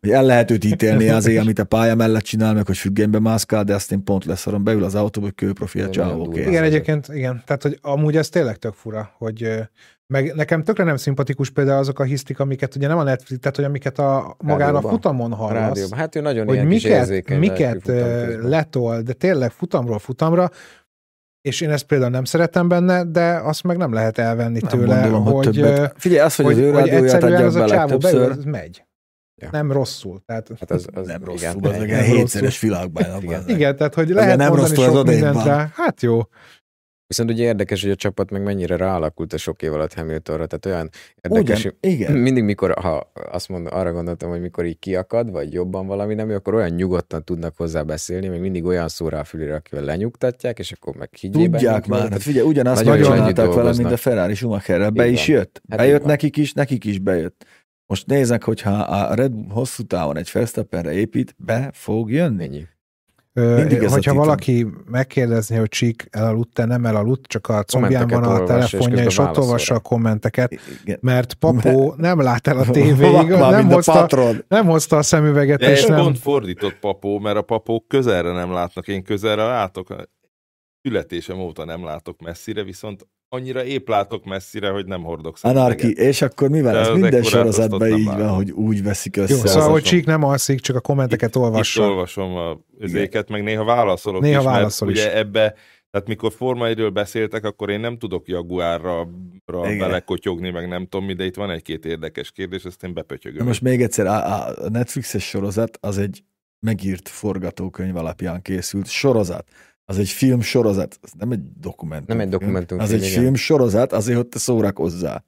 Speaker 1: Hogy el lehet őt ítélni azért, amit a pálya mellett csinál, meg hogy függénybe mászkál, de azt én pont leszarom, beül az autóba, hogy kőprofi a
Speaker 3: Ez
Speaker 1: csávó
Speaker 3: nagyon durva.
Speaker 1: kész.
Speaker 2: Igen,
Speaker 3: az
Speaker 2: egyébként, igen. Tehát, hogy amúgy ez tényleg tök fura, hogy ö, meg nekem tökre nem szimpatikus például azok a hisztik, amiket ugye nem a Netflix, tehát, hogy amiket a magán a
Speaker 3: Rádióban.
Speaker 2: futamon
Speaker 3: A
Speaker 2: hallasz,
Speaker 3: rádióban. Hát ő nagyon
Speaker 2: hogy
Speaker 3: ilyen kis
Speaker 2: miket,
Speaker 3: érzékeny.
Speaker 2: miket
Speaker 3: lelkű
Speaker 2: ö,
Speaker 3: futamközben.
Speaker 2: letol, de tényleg futamról futamra, és én ezt például nem szeretem benne, de azt meg nem lehet elvenni
Speaker 1: Nem
Speaker 2: tőle,
Speaker 1: gondolom, hogy
Speaker 2: hogy,
Speaker 1: többet.
Speaker 2: ö,
Speaker 1: Figyelj, az, hogy,
Speaker 2: hogy,
Speaker 1: az ő
Speaker 2: hogy
Speaker 1: rádióját
Speaker 2: egyszerűen
Speaker 1: adják
Speaker 2: az
Speaker 1: be
Speaker 2: a csávó beül,
Speaker 1: legtöbbször,
Speaker 2: az megy.
Speaker 3: Ja.
Speaker 2: Nem rosszul. Tehát,
Speaker 3: Hát az, az
Speaker 1: nem
Speaker 3: igen,
Speaker 1: rosszul, az meg
Speaker 3: egy-
Speaker 2: nem
Speaker 1: egy
Speaker 2: rosszul.
Speaker 1: hétszeres világbajnok.
Speaker 3: Igen.
Speaker 1: az meg.
Speaker 2: igen, tehát hogy
Speaker 1: Azért
Speaker 2: lehet
Speaker 1: Hát nem
Speaker 2: mondani
Speaker 1: rosszul, az
Speaker 2: sok
Speaker 1: odébb
Speaker 2: mindent
Speaker 1: van.
Speaker 2: rá. Hát jó.
Speaker 3: Viszont ugye érdekes, hogy a csapat meg mennyire ráalakult a sok év alatt Hamiltonra, tehát olyan érdekes,
Speaker 1: Ugyan, igen.
Speaker 3: mindig mikor, ha azt mondom, arra gondoltam, hogy mikor így kiakad, vagy jobban valami nem, jó, akkor olyan nyugodtan tudnak hozzá beszélni, még mindig olyan szórá a fülére, akivel lenyugtatják, és akkor meg higgyében.
Speaker 1: Tudják már, hát figyelj, ugyanazt
Speaker 3: Nagyon
Speaker 1: nagyon
Speaker 2: jól
Speaker 1: csinálták
Speaker 3: együtt
Speaker 1: vele, mint
Speaker 3: dolgoznak.
Speaker 1: a Ferrari Schumacherrel. Be
Speaker 3: Így
Speaker 1: is
Speaker 3: van.
Speaker 1: jött.
Speaker 3: Hát így
Speaker 1: Bejött
Speaker 3: van.
Speaker 1: nekik is, nekik is bejött. Most nézek, hogyha a Red Bull hosszú távon egy Verstappenre épít, be fog jönni.
Speaker 3: Ennyi.
Speaker 2: Ö,
Speaker 1: Mindig ez a
Speaker 2: hogyha
Speaker 1: titom.
Speaker 2: valaki megkérdezni, hogy Csík elaludt-e, nem elaludt, csak a combján van a
Speaker 3: Kommenteket olvas, és
Speaker 2: telefonja,
Speaker 3: közben
Speaker 2: és ott
Speaker 3: válaszol
Speaker 2: olvassa
Speaker 3: rá.
Speaker 2: a kommenteket,
Speaker 1: Igen.
Speaker 2: mert papó nem lát el a tévéig,
Speaker 1: Vakma,
Speaker 2: nem
Speaker 1: mint a
Speaker 2: hozta,
Speaker 1: patron.
Speaker 2: nem hozta a szemüveget,
Speaker 5: De
Speaker 2: és
Speaker 5: ez
Speaker 2: nem.
Speaker 5: pont fordított papó, mert a papók közelre nem látnak, én közelre látok. Születésem óta nem látok messzire, viszont annyira épp látok messzire, hogy nem hordok
Speaker 1: Anarki, és akkor mi van?
Speaker 5: De
Speaker 1: Ez
Speaker 5: az
Speaker 1: minden
Speaker 5: ekkorát
Speaker 1: sorozatban
Speaker 5: osztottam
Speaker 1: így
Speaker 5: már.
Speaker 1: van, hogy úgy veszik össze.
Speaker 2: Jó,
Speaker 1: az
Speaker 2: szóval, hogy
Speaker 5: olvasom.
Speaker 2: Csík nem alszik, csak a kommenteket
Speaker 5: Itt
Speaker 2: olvassa.
Speaker 5: olvasom a üzéket, meg néha válaszolok
Speaker 2: Néha
Speaker 5: is,
Speaker 2: válaszol
Speaker 5: mert
Speaker 2: is.
Speaker 5: ugye ebbe, tehát mikor Forma 1-ről beszéltek, akkor én nem tudok Jaguárra
Speaker 1: Igen.
Speaker 5: ra belekotyogni, meg nem tudom mi, de itt van egy-két érdekes kérdés, ezt én
Speaker 1: Na
Speaker 5: bepötyögöm.
Speaker 1: Most még egyszer, a, a Netflixes sorozat az egy megírt forgatókönyv alapján készült sorozat. Az egy film sorozat, ez nem egy dokumentum.
Speaker 3: Nem egy dokumentumfilm,
Speaker 1: Az egy
Speaker 3: igen.
Speaker 1: film sorozat, azért hogy te szórakozzál.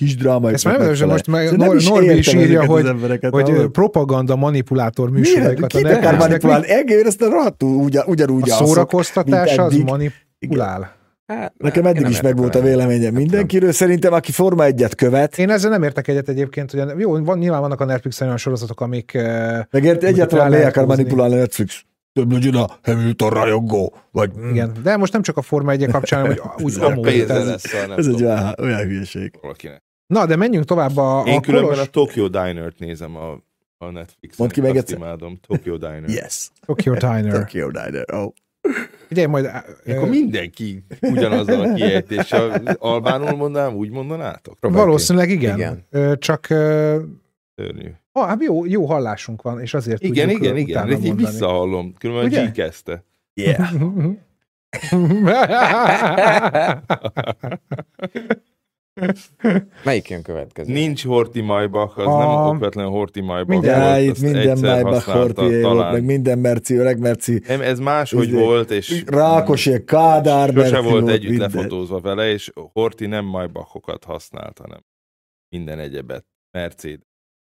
Speaker 1: Kis drámai.
Speaker 2: Ezt már nem tudom,
Speaker 1: megfelel.
Speaker 2: most meg
Speaker 1: Szóval nem
Speaker 2: Nor- Norbi is
Speaker 1: értem
Speaker 2: írja,
Speaker 1: ezeket az
Speaker 2: hogy,
Speaker 1: embereket,
Speaker 2: hogy
Speaker 1: hallod?
Speaker 2: ö, propaganda manipulátor
Speaker 1: Miért?
Speaker 2: műsorokat a
Speaker 1: Kit akar
Speaker 2: Netflixnek.
Speaker 1: manipulálni? Egér, ezt a rohadtul ugyan- ugyanúgy
Speaker 2: A
Speaker 1: alszok.
Speaker 2: szórakoztatás
Speaker 1: mint
Speaker 2: az
Speaker 1: eddig.
Speaker 2: manipulál.
Speaker 3: Hát, nem,
Speaker 1: Nekem
Speaker 3: én
Speaker 1: eddig
Speaker 3: nem Hát
Speaker 1: is
Speaker 3: értek
Speaker 1: megvolt a
Speaker 3: vele.
Speaker 1: véleményem mindenkiről. Szerintem, aki Forma egyet követ,
Speaker 2: Én ezzel nem értek egyet egyébként, hogy a- jó, van, nyilván vannak a Netflixen olyan sorozatok, amik ö,
Speaker 1: meg ért-
Speaker 2: Mondjuk
Speaker 1: egyáltalán
Speaker 2: rá
Speaker 1: le
Speaker 2: lehet
Speaker 1: akar
Speaker 2: húzni.
Speaker 1: manipulálni a Netflix. Több legyen a Hamilton rajongó. Vagy
Speaker 2: Igen, de most nem csak a Forma 1 kapcsán, hanem hogy úgy
Speaker 1: Ez
Speaker 5: Mert
Speaker 2: amúgy.
Speaker 5: pénze
Speaker 1: ez-
Speaker 5: lesz, a nem
Speaker 1: Ez egy
Speaker 5: tudom,
Speaker 1: olyan, olyan hülyeség.
Speaker 5: valakinek.
Speaker 2: Na, de menjünk tovább a, a
Speaker 5: Én különben
Speaker 2: Kolos
Speaker 5: a Tokyo Diner-t nézem a, a Netflixen.
Speaker 1: Mondd ki meg
Speaker 5: Azt
Speaker 1: egyszer.
Speaker 5: imádom, Tokyo Diner.
Speaker 1: Yes.
Speaker 2: Tokyo Diner.
Speaker 1: Tokyo Diner. Oh.
Speaker 2: Ugye majd...
Speaker 5: Akkor
Speaker 2: ö,
Speaker 5: mindenki ugyanazzal a kiejtéssel albánul mondanám, úgy mondanátok?
Speaker 3: Próbálj ki.
Speaker 2: Valószínűleg igen.
Speaker 3: Igen.
Speaker 2: Ö, Csak ö,
Speaker 5: Szörnyű.
Speaker 2: ah, hát jó, jó hallásunk van, és azért
Speaker 5: Igen,
Speaker 2: tudjuk
Speaker 5: igen,
Speaker 2: ö,
Speaker 5: igen,
Speaker 2: utána
Speaker 5: ezt így
Speaker 2: mondani.
Speaker 5: visszahallom, különben
Speaker 2: Ugye?
Speaker 5: G kezdte.
Speaker 1: Yeah.
Speaker 3: Melyik jön következő?
Speaker 5: Nincs Horti Maybach, az
Speaker 2: A-
Speaker 5: nem okvetlen Horti Maybach
Speaker 2: Minden-
Speaker 5: volt,
Speaker 1: Ja, itt
Speaker 5: azt
Speaker 1: minden
Speaker 5: egyszer
Speaker 1: Maybach
Speaker 5: használta
Speaker 1: Hortier volt,
Speaker 5: talán.
Speaker 1: meg minden merci, öreg merci.
Speaker 5: Nem, ez máshogy
Speaker 1: Izé,
Speaker 5: volt, és
Speaker 1: Rákosi, Kádár merci
Speaker 5: sose volt együtt
Speaker 1: minden.
Speaker 5: lefotózva vele, és Horti nem Maybachokat használt, hanem minden egyebet. Mercedes.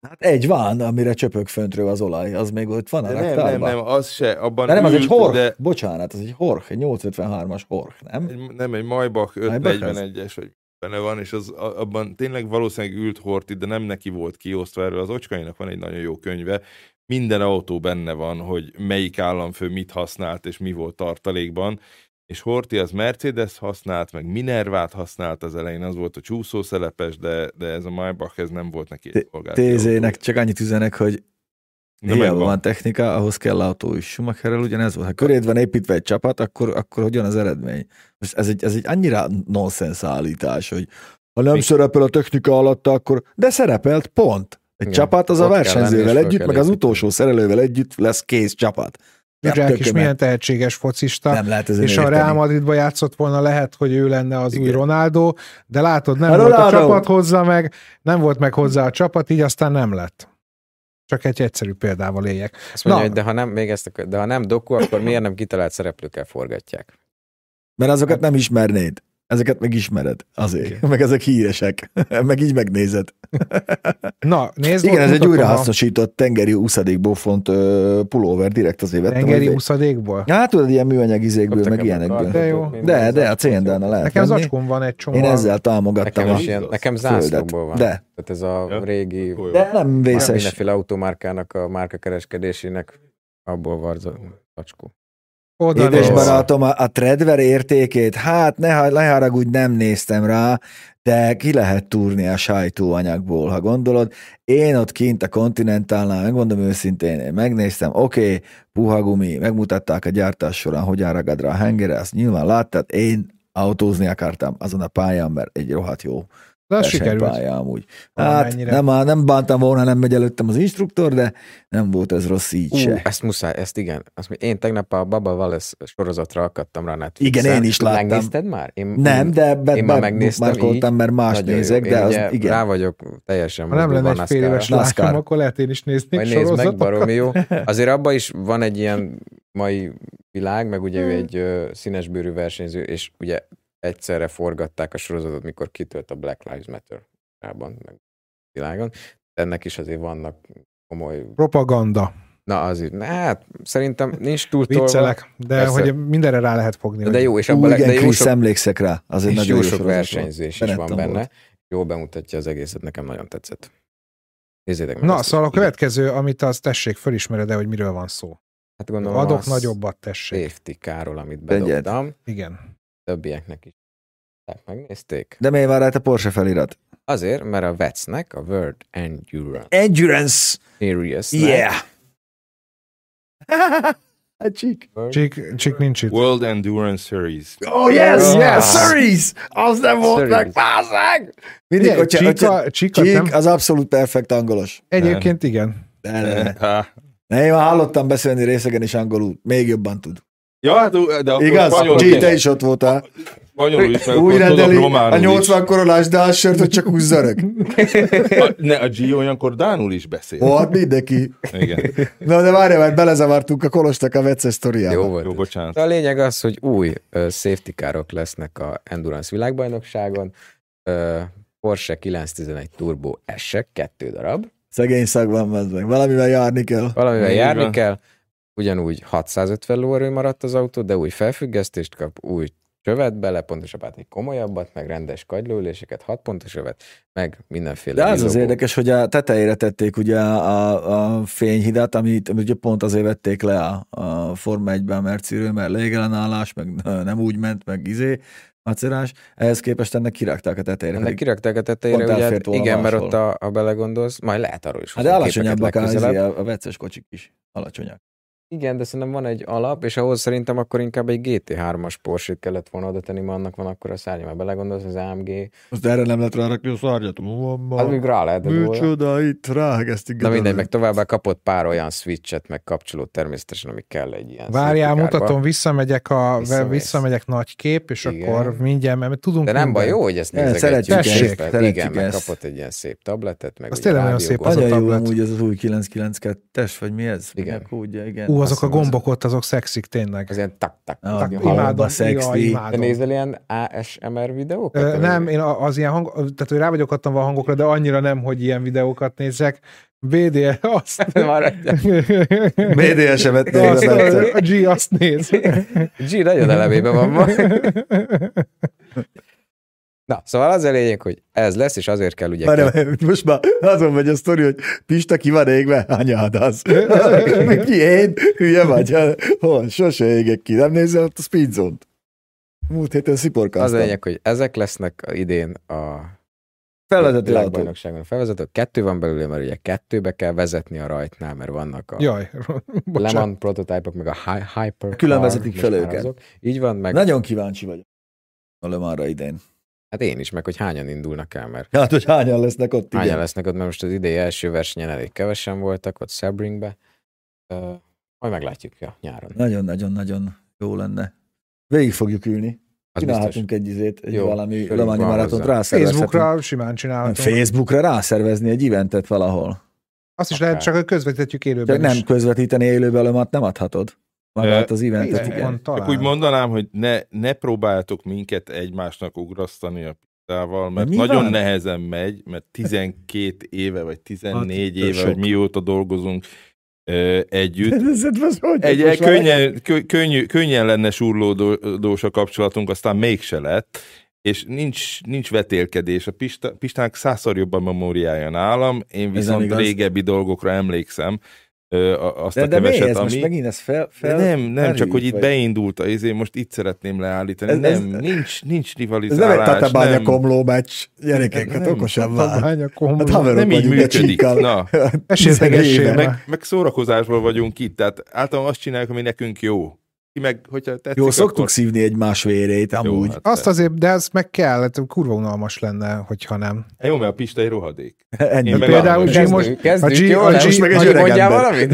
Speaker 1: Hát egy van, amire csöpök föntről az olaj, az még ott van a
Speaker 5: De nem, nem,
Speaker 1: raktárban.
Speaker 5: nem, az se, abban
Speaker 1: De nem, az egy
Speaker 5: ült,
Speaker 1: horch,
Speaker 5: de
Speaker 1: bocsánat, az egy horch, egy 853-as horch, nem?
Speaker 5: egy, nem egy Maybach
Speaker 1: Maybach az?
Speaker 5: 541-es, vagy benne van, és az, a- abban tényleg valószínűleg ült Horti, de nem neki volt kiosztva erről. Az Ocskainak van egy nagyon jó könyve, minden autó benne van, hogy melyik államfő mit használt, és mi volt tartalékban, és Horti az Mercedes használt, meg Minervát használt az elején, az volt a csúszószelepes, de, de ez a Maybach, ez nem volt neki egy szolgálati autó.
Speaker 1: Tézének csak annyit üzenek, hogy
Speaker 5: De
Speaker 1: Hiába
Speaker 5: megvan.
Speaker 1: van technika, ahhoz kell autó is. Schumacherrel ugyanez volt. Ha köréd van építve egy csapat, akkor, akkor hogyan az eredmény? Most ez egy, ez egy annyira nonsens állítás, hogy ha nem
Speaker 5: Mi-
Speaker 1: szerepel a technika alatta, akkor... De szerepelt, pont. Egy
Speaker 3: Igen,
Speaker 1: csapat az a
Speaker 3: ott kell lenni, és
Speaker 1: versenyzővel
Speaker 3: föl
Speaker 1: együtt,
Speaker 3: kell
Speaker 1: meg az
Speaker 3: építeni.
Speaker 1: utolsó szerelővel együtt lesz kész csapat.
Speaker 2: Zsák is
Speaker 1: Tökömet.
Speaker 2: milyen tehetséges focista,
Speaker 1: Nem lehet ezen
Speaker 2: és ha a
Speaker 1: érteni.
Speaker 2: Real Madridba játszott volna, lehet, hogy ő lenne az új
Speaker 1: Igen.
Speaker 2: Ronaldo, de látod, nem
Speaker 1: A
Speaker 2: volt a
Speaker 1: Ronaldo!
Speaker 2: csapat hozzá meg, nem volt meg hozzá a csapat, így aztán nem lett. Csak egy egyszerű példával éljek.
Speaker 3: Azt mondja,
Speaker 2: Na.
Speaker 3: hogy de ha nem, még ezt, a- de ha nem doku, akkor miért nem kitalált szereplőkkel forgatják?
Speaker 1: Mert azokat nem ismernéd. Ezeket meg ismered. Azért. Meg ezek híresek. meg így megnézed.
Speaker 2: Na, nézd,
Speaker 1: Igen,
Speaker 2: ott
Speaker 1: ez egy
Speaker 2: mutatom a
Speaker 1: újrahasznosított tengeri úszadékból font ö, pulóver, direkt azért vettem.
Speaker 2: tengeri
Speaker 1: hogy-
Speaker 2: úszadékból.
Speaker 1: Hát tudod, ilyen műanyag izékből, meg
Speaker 3: Kaptak-e
Speaker 1: ilyenekből.
Speaker 3: kartot,
Speaker 2: jó.
Speaker 3: minden
Speaker 1: De, de a
Speaker 3: zacskót?
Speaker 1: cndn -nál lehet
Speaker 2: Nekem
Speaker 1: venni.
Speaker 2: zacskón van egy csomó.
Speaker 1: Én ezzel támogattam
Speaker 3: Nekem,
Speaker 1: a
Speaker 3: is ilyen, nekem
Speaker 1: földet.
Speaker 3: zászlókból van. De.
Speaker 1: De,
Speaker 3: Tehát ez a
Speaker 5: Ja.
Speaker 3: régi,
Speaker 5: Akkor jó.
Speaker 1: de nem vészes.
Speaker 3: mindenféle automárkának, a márkakereskedésének abból varza zacskó.
Speaker 2: Oda
Speaker 1: Édes
Speaker 2: néz.
Speaker 3: néz. barát.
Speaker 1: barátom, a, a Tredver értékét, hát ne, ha- ne haragudj, nem néztem rá, de ki lehet túrni a sajtóanyagból, ha gondolod. Én ott kint a Continentálnál, megmondom őszintén, én megnéztem, oké, okay, puha gumi, megmutatták a gyártás során, hogyan ragad rá a hengere, azt nyilván láttad, én autózni akartam azon a pályán, mert egy rohadt jó
Speaker 2: De az sikerült.
Speaker 1: versenypálya amúgy. Hát
Speaker 2: Valamennyire.
Speaker 1: nem, nem bántam volna, nem megy előttem az instruktor, de nem volt ez rossz így
Speaker 3: Ú,
Speaker 1: se.
Speaker 3: ezt muszáj, ezt igen. Azt mondja, én tegnap a Baba Wallace sorozatra akadtam rá Netflixen.
Speaker 1: Igen, én is láttam.
Speaker 3: Megnézted már? Én,
Speaker 1: Nem, de be,
Speaker 3: én már megnéztem
Speaker 1: megnéztem, mert más
Speaker 3: Nagyon jó.
Speaker 1: nézek,
Speaker 3: Én
Speaker 1: de az,
Speaker 3: ugye
Speaker 1: igen.
Speaker 3: Rá vagyok teljesen.
Speaker 2: Ha nem
Speaker 3: mozdulva
Speaker 2: lenne egy fél
Speaker 3: NASCAR-ra.
Speaker 2: éves
Speaker 1: NASCAR.
Speaker 2: lányom, akkor lehet én is néznék
Speaker 3: Majd nézd meg,
Speaker 2: sorozatokat.
Speaker 3: baromi jó. Azért abban is van egy ilyen mai világ, meg ugye ő
Speaker 2: Hmm.
Speaker 3: egy ö, színesbőrű versenyző, és ugye egyszerre forgatták a sorozatot, mikor kitölt a Black Lives Matter rában, meg világon. Ennek is azért vannak komoly...
Speaker 2: Propaganda.
Speaker 3: Na azért, na, hát szerintem nincs túl tolva,
Speaker 2: Viccelek. De
Speaker 3: Persze.
Speaker 2: hogy mindenre rá lehet fogni.
Speaker 3: de
Speaker 2: hogy-
Speaker 3: jó, és
Speaker 1: Ú,
Speaker 3: abban le-
Speaker 1: igen,
Speaker 3: de jó
Speaker 1: Krisz,
Speaker 3: sok,
Speaker 1: emlékszek rá. Az egy
Speaker 3: és
Speaker 1: nagyon
Speaker 3: jó sok
Speaker 1: sorozat
Speaker 3: versenyzés is
Speaker 1: Benetton
Speaker 3: van benne.
Speaker 1: volt.
Speaker 3: Jól bemutatja az egészet, nekem nagyon tetszett. Nézzétek meg.
Speaker 2: Na,
Speaker 3: ezt.
Speaker 2: szóval a
Speaker 3: Igen.
Speaker 2: következő, amit az tessék, fölismered hogy miről van szó.
Speaker 3: Hát gondolom
Speaker 2: Adok
Speaker 3: az
Speaker 2: nagyobbat, tessék.
Speaker 3: safety káról, amit
Speaker 1: Vegyed.
Speaker 3: bedobtam.
Speaker 2: Igen.
Speaker 3: többieknek is. Tehát megnézték?
Speaker 1: De miért van rajta Porsche felirat?
Speaker 3: Azért, mert a VETS-nek, a World Endurance
Speaker 1: Endurance!
Speaker 3: series
Speaker 1: E- Yeah! Hát csík.
Speaker 2: Csik, csik nincs itt.
Speaker 5: World Endurance Series.
Speaker 1: Oh yes,
Speaker 3: Ah.
Speaker 1: yes, series! Az nem volt
Speaker 3: Series.
Speaker 1: meg, pázzák! Mindig,
Speaker 2: Ugye,
Speaker 1: hogyha, hogyha,
Speaker 2: Csika, csika, nem?
Speaker 1: csík, az abszolút perfekt angolos.
Speaker 2: Egyébként igen.
Speaker 1: De, de, de.
Speaker 5: Há.
Speaker 1: Ne, én már hallottam beszélni részegen is angolul, még jobban tud.
Speaker 5: Ja, hát, de akkor
Speaker 1: Igaz?
Speaker 5: spanyolul
Speaker 1: G, te
Speaker 5: is-
Speaker 1: is ott voltál.
Speaker 5: spanyolul is, meg
Speaker 1: Úgy
Speaker 5: ott tudok
Speaker 1: rendeli a
Speaker 5: románul is.
Speaker 1: 80 korolás dásört, hogy csak úgy zörög.
Speaker 5: A- Ne, a G olyankor Dánul is beszél.
Speaker 1: Volt hát mindenki.
Speaker 5: Igen.
Speaker 1: Na de várjál, mert belezavartunk a kolostak a vecces sztoriába.
Speaker 3: Jó volt.
Speaker 5: Jó, bocsánat.
Speaker 3: De a lényeg az, hogy új ö, safety károk lesznek a Endurance világbajnokságon. Ö, Porsche 911 Turbo S-ek, kettő darab.
Speaker 1: Szegény szakban van meg. Valamivel járni kell.
Speaker 3: Valamivel
Speaker 5: Így
Speaker 3: járni
Speaker 5: van.
Speaker 3: kell. Ugyanúgy 650 lóerő maradt az autó, de új felfüggesztést kap, új csövet bele, pontosabbat egy komolyabbat, meg rendes kagylóüléseket, 6 pontos övet, meg mindenféle
Speaker 1: De az az
Speaker 3: villogó.
Speaker 1: érdekes, hogy a tetejére tették ugye a, a fényhidat, amit amit ugye pont azért vették le a, a Forma 1-ben, mert szírő, mert légellenállás, meg nem úgy ment, meg izé, macerás. Ehhez képest ennek kirágták a tetejére.
Speaker 3: Ennek
Speaker 1: pedig.
Speaker 3: kirakták a tetejére,
Speaker 1: pont
Speaker 3: ugye, hát
Speaker 1: elfért volna
Speaker 3: igen, mert ott,
Speaker 1: máshol.
Speaker 3: a, ha belegondolsz, majd lehet arról is.
Speaker 1: Hát de
Speaker 3: hozunk képeket
Speaker 1: alacsonyabbak a,
Speaker 3: legközelebb.
Speaker 1: izé, a, a vecces kocsik is. Alacsonyak.
Speaker 3: Igen, de szerintem van egy alap, és ahhoz szerintem akkor inkább egy GT3-as porsche kellett volna oda tenni, mert annak van akkor a szárnya, mert belegondolsz, az AMG,
Speaker 1: Most erre nem lehet rárakni a szárnyat. Van
Speaker 3: az még
Speaker 1: már.
Speaker 3: rá lehetett volna.
Speaker 1: Micsoda, itt ráhegeztik.
Speaker 3: Na mindegy, meg továbbá kapott pár olyan switchet, meg kapcsolót természetesen, ami kell egy ilyen
Speaker 2: Várjál,
Speaker 3: safety car-ba.
Speaker 2: mutatom, visszamegyek a
Speaker 3: Visszamész.
Speaker 2: visszamegyek nagy kép, és
Speaker 3: Igen.
Speaker 2: akkor mindjárt, mert tudunk
Speaker 3: De nem baj,
Speaker 2: mindent.
Speaker 3: jó, hogy ezt
Speaker 1: Igen,
Speaker 3: nézegetjük.
Speaker 1: szeretjük
Speaker 2: ezt,
Speaker 3: Tessék,
Speaker 1: szeretjük
Speaker 3: Igen, meg
Speaker 1: ezt.
Speaker 3: kapott egy ilyen szép tabletet, meg
Speaker 2: Az
Speaker 3: ugye
Speaker 2: tényleg nagyon
Speaker 3: rádiógond-
Speaker 2: szép az a
Speaker 1: Nagyon jó
Speaker 2: tablet.
Speaker 1: amúgy ez az új 992-es, vagy mi ez?
Speaker 3: Igen.
Speaker 1: Minek úgy, igen.
Speaker 2: Ú,
Speaker 3: Azt
Speaker 2: azok a
Speaker 3: hiszem, az-
Speaker 2: gombok ott, azok szexik tényleg.
Speaker 3: Az ilyen tak-tak.
Speaker 1: Ah,
Speaker 2: Tak,
Speaker 1: jó.
Speaker 2: imádom,
Speaker 1: Halomba
Speaker 2: jaj,
Speaker 1: szexi.
Speaker 3: Te
Speaker 2: imádom.
Speaker 3: nézel ilyen ASMR videókat?
Speaker 2: Ö,
Speaker 3: vagy-
Speaker 2: Nem, én a- az ilyen hang, tehát hogy rá vagyok adtam a hangokra, de annyira nem, hogy ilyen videókat nézek. BDL, azt...
Speaker 3: Már-
Speaker 1: BDS-emet
Speaker 2: azt
Speaker 1: nézem egyszer.
Speaker 2: a G azt néz.
Speaker 3: G nagyon elevében van ma. Na, szóval az a lényeg, hogy ez lesz, és azért kell ugye...
Speaker 1: Várj, várj, most már azon megy a sztori, hogy Pista ki van égve, anyád az. ki én? Hülye vagy? Hol? Sose égek ki. Nem nézel ott a speed zone-t? Múlt héten
Speaker 3: az a
Speaker 1: sziporkáztam.
Speaker 3: lényeg, hogy ezek lesznek idén a
Speaker 1: Felvezető autó.
Speaker 3: világbajnokságon a felvezető. Kettő van belőle, mert ugye kettőbe kell vezetni a rajtnál, mert vannak a
Speaker 2: Jaj,
Speaker 3: Le
Speaker 2: bocsánat.
Speaker 3: Mans prototypok, meg a hi- Hyper.
Speaker 1: Külön vezetik fel őket.
Speaker 3: Így van, meg
Speaker 1: Nagyon kíváncsi vagyok. A Le Mansra idén.
Speaker 3: hát én is, meg hogy hányan indulnak el, mert
Speaker 1: Hát, hogy hányan lesznek ott, igen.
Speaker 3: hányan lesznek ott, mert most az idei első versenyen elég kevesen voltak, ott Sebringbe. Uh, majd meglátjuk ja, nyáron.
Speaker 1: Nagyon-nagyon-nagyon jó lenne. Végig fogjuk ülni.
Speaker 3: Az biztos.
Speaker 1: Csinálhatunk egy izét, egy
Speaker 3: Jó,
Speaker 1: jó, valami
Speaker 3: fölünk
Speaker 1: Lemányi
Speaker 3: van
Speaker 1: maratont
Speaker 3: hozzá.
Speaker 1: rászervezhetünk.
Speaker 2: Facebookra simán csinálhatunk.
Speaker 1: Facebookra rászervezni egy eventet valahol.
Speaker 2: Azt is lehet,
Speaker 3: Akár.
Speaker 2: csak hogy közvetítjük
Speaker 1: Csak
Speaker 2: élőben
Speaker 1: nem
Speaker 2: is.
Speaker 1: közvetíteni élőben, mert nem adhatod. Magát
Speaker 5: Ö,
Speaker 1: az eventet,
Speaker 2: Facebookon
Speaker 1: igen.
Speaker 5: Csak
Speaker 2: talán.
Speaker 5: úgy mondanám, hogy ne, ne próbáltok minket egymásnak ugrasztani a pizzával, mert
Speaker 1: mi
Speaker 5: nagyon
Speaker 1: van?
Speaker 5: nehezen megy, mert 12 éve, vagy 14
Speaker 1: Hát,
Speaker 5: éve,
Speaker 1: sok.
Speaker 5: vagy mióta dolgozunk ö, együtt.
Speaker 1: Ez- ez most hogy
Speaker 5: Egy,
Speaker 1: most
Speaker 5: egy
Speaker 1: már-
Speaker 5: könnyen, kö, könnyű, könnyen lenne surlódós a kapcsolatunk, aztán mégse lett, és nincs, nincs vetélkedés. A Pista, Pistának százszor jobban memóriája nálam, én viszont
Speaker 1: igaz.
Speaker 5: régebbi dolgokra emlékszem, ö, a- azt
Speaker 1: De,
Speaker 5: a
Speaker 1: de mi
Speaker 5: keveset,
Speaker 1: ez?
Speaker 5: ami...
Speaker 1: Most megint ez fel...
Speaker 5: De
Speaker 1: fel
Speaker 5: nem, nem, csak hogy itt
Speaker 1: felhűlt, vagy-
Speaker 5: beindult a izé, most itt szeretném leállítani.
Speaker 1: Ez-
Speaker 5: Ez,
Speaker 1: ez-
Speaker 5: nem, ez,
Speaker 1: Ez
Speaker 5: nincs, nincs
Speaker 1: nem egy
Speaker 5: rivalizálás.
Speaker 1: tatabánya komló meccs. Gyerekek, hát
Speaker 5: Nem,
Speaker 1: okosabb vár.
Speaker 2: Tatabány, akkor homlok.
Speaker 1: Hát haverok
Speaker 5: nem így
Speaker 1: vagyunk egy
Speaker 5: működik.
Speaker 1: csíkkal.
Speaker 5: Na,
Speaker 2: Esélytegessél
Speaker 1: Meg-
Speaker 2: már.
Speaker 5: meg, meg szórakozásból vagyunk itt, tehát általában azt csináljuk, ami nekünk jó. Ki meg, hogyha tetszik,
Speaker 1: Jó, szoktuk
Speaker 5: akkor...
Speaker 1: szívni egymás vérét, amúgy.
Speaker 5: hát
Speaker 2: Azt
Speaker 5: persze.
Speaker 2: azért, de ezt meg kell, hát kurva unalmas lenne, hogyha nem.
Speaker 5: Jó, mert a Pista egy rohadék.
Speaker 1: Ennyi.
Speaker 5: hát Én meg-
Speaker 2: Például G
Speaker 5: Kezdünk,
Speaker 2: most,
Speaker 3: kezdünk,
Speaker 2: a G,
Speaker 3: jó
Speaker 2: a
Speaker 3: lesz?
Speaker 2: G,
Speaker 1: Most meg egy
Speaker 2: a-
Speaker 1: öreg
Speaker 3: Mondjál
Speaker 1: ember.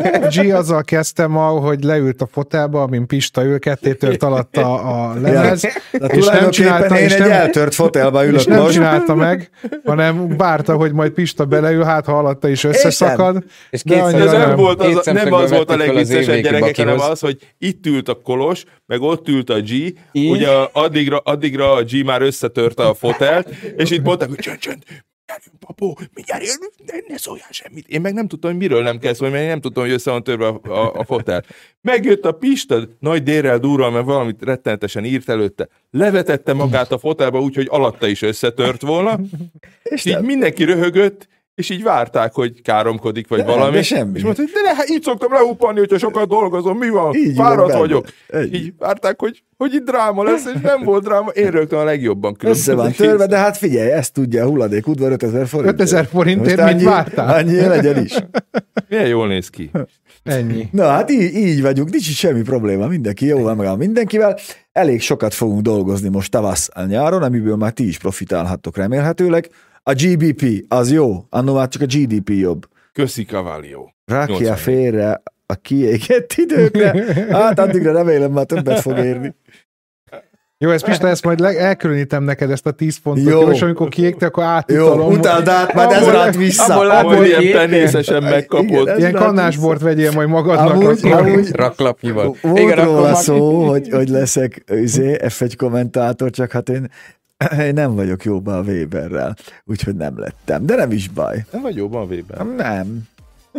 Speaker 3: valamit?
Speaker 2: G azzal kezdtem ma, hogy leült a fotelba, amin Pista ül, ketté tört alatta a lemez,
Speaker 1: De
Speaker 2: és nem
Speaker 1: tulajdonképpen
Speaker 2: csinálta,
Speaker 1: én
Speaker 2: és
Speaker 1: egy
Speaker 2: nem,
Speaker 1: eltört fotelba
Speaker 2: és
Speaker 1: ülök
Speaker 2: nem
Speaker 1: most.
Speaker 2: csinálta meg, hanem várta, hogy majd Pista beleül, hát ha alatta is összeszakad.
Speaker 3: És
Speaker 2: De
Speaker 3: kétszer-
Speaker 2: annyira
Speaker 5: Ez
Speaker 2: Ja,
Speaker 5: nem,
Speaker 2: nem.
Speaker 5: volt az, nem
Speaker 3: szemszögből
Speaker 5: az volt a
Speaker 3: vettük fel az
Speaker 5: legviccesebb
Speaker 3: évvégi
Speaker 5: gyerekek, hanem
Speaker 3: bakihoz.
Speaker 5: az, hogy itt ült a kolos, meg ott ült a G,
Speaker 3: Így.
Speaker 5: ugye addigra, addigra a G már összetörte a fotelt, és itt mondták, hogy csönd, csönd, gyerünk, papó, mindjárt jön, ne, ne szóljál semmit. Én meg nem tudtam, hogy miről nem kell szólni, mert én nem tudtam, hogy össze van törve a, a, a fotel. Megjött a Pista, nagy dérrel durral, mert valamit rettenetesen írt előtte. Levetette magát a fotelba úgy, hogy alatta is összetört volna, és így mindenki röhögött, és így várták, hogy káromkodik, vagy
Speaker 1: De nem,
Speaker 5: valami.
Speaker 1: de semmi.
Speaker 5: És mondta, hogy de ne, hát így szoktam leuppanni, hogyha sokat dolgozom, mi van,
Speaker 1: Így
Speaker 5: így
Speaker 1: ülök
Speaker 5: fáradt
Speaker 1: benne.
Speaker 5: vagyok.
Speaker 1: Ennyi.
Speaker 5: Így várták, hogy, hogy itt dráma lesz, és nem volt dráma, én rögtön a legjobban
Speaker 1: Össze
Speaker 5: különböző.
Speaker 1: van törve, de hát figyelj, ezt tudja a hulladék udvar 5000 forint.
Speaker 2: 5000 forintért mit vártál?
Speaker 1: Annyi legyen is.
Speaker 5: Milyen jól néz ki.
Speaker 2: Ennyi.
Speaker 1: Na hát így, így vagyunk, nincs is semmi probléma, mindenki jó van magam mindenkivel. Elég sokat fogunk dolgozni most tavasz nyáron, amiből már ti is profitálhattok remélhetőleg. A GBP az jó, annó már csak a GDP jobb.
Speaker 5: Köszi, Cavallio.
Speaker 1: Rákja
Speaker 5: 80.
Speaker 1: félre a kiégett időkre, hát addigra remélem már többet fog érni.
Speaker 2: Jó, ezt Pista, ezt majd le- elkülönítem neked ezt a 10 pontot,
Speaker 1: Jó.
Speaker 2: jó. és amikor kiégte, akkor
Speaker 1: Jó,
Speaker 2: átutalom.
Speaker 1: utáld át, majd ez
Speaker 2: Abból-
Speaker 1: rád vissza.
Speaker 3: abból
Speaker 5: Abból
Speaker 3: Abból
Speaker 5: ilyen
Speaker 3: így-
Speaker 5: penészesen megkapott.
Speaker 1: Igen, ez
Speaker 2: Ilyen
Speaker 1: rád
Speaker 2: kannásbort vegyél majd magadnak.
Speaker 1: Amúgy,
Speaker 2: akkor-
Speaker 1: amúgy
Speaker 3: Raklapival.
Speaker 1: volt
Speaker 3: Igen,
Speaker 1: Igen,
Speaker 3: akkor
Speaker 1: róla
Speaker 3: már-
Speaker 1: szó, hogy, hogy leszek izé, F1 kommentátor, csak hát én, én nem vagyok jóban a Weberrel, úgyhogy nem lettem. De nem is baj.
Speaker 5: Nem vagy jobban Weber?
Speaker 1: Nem.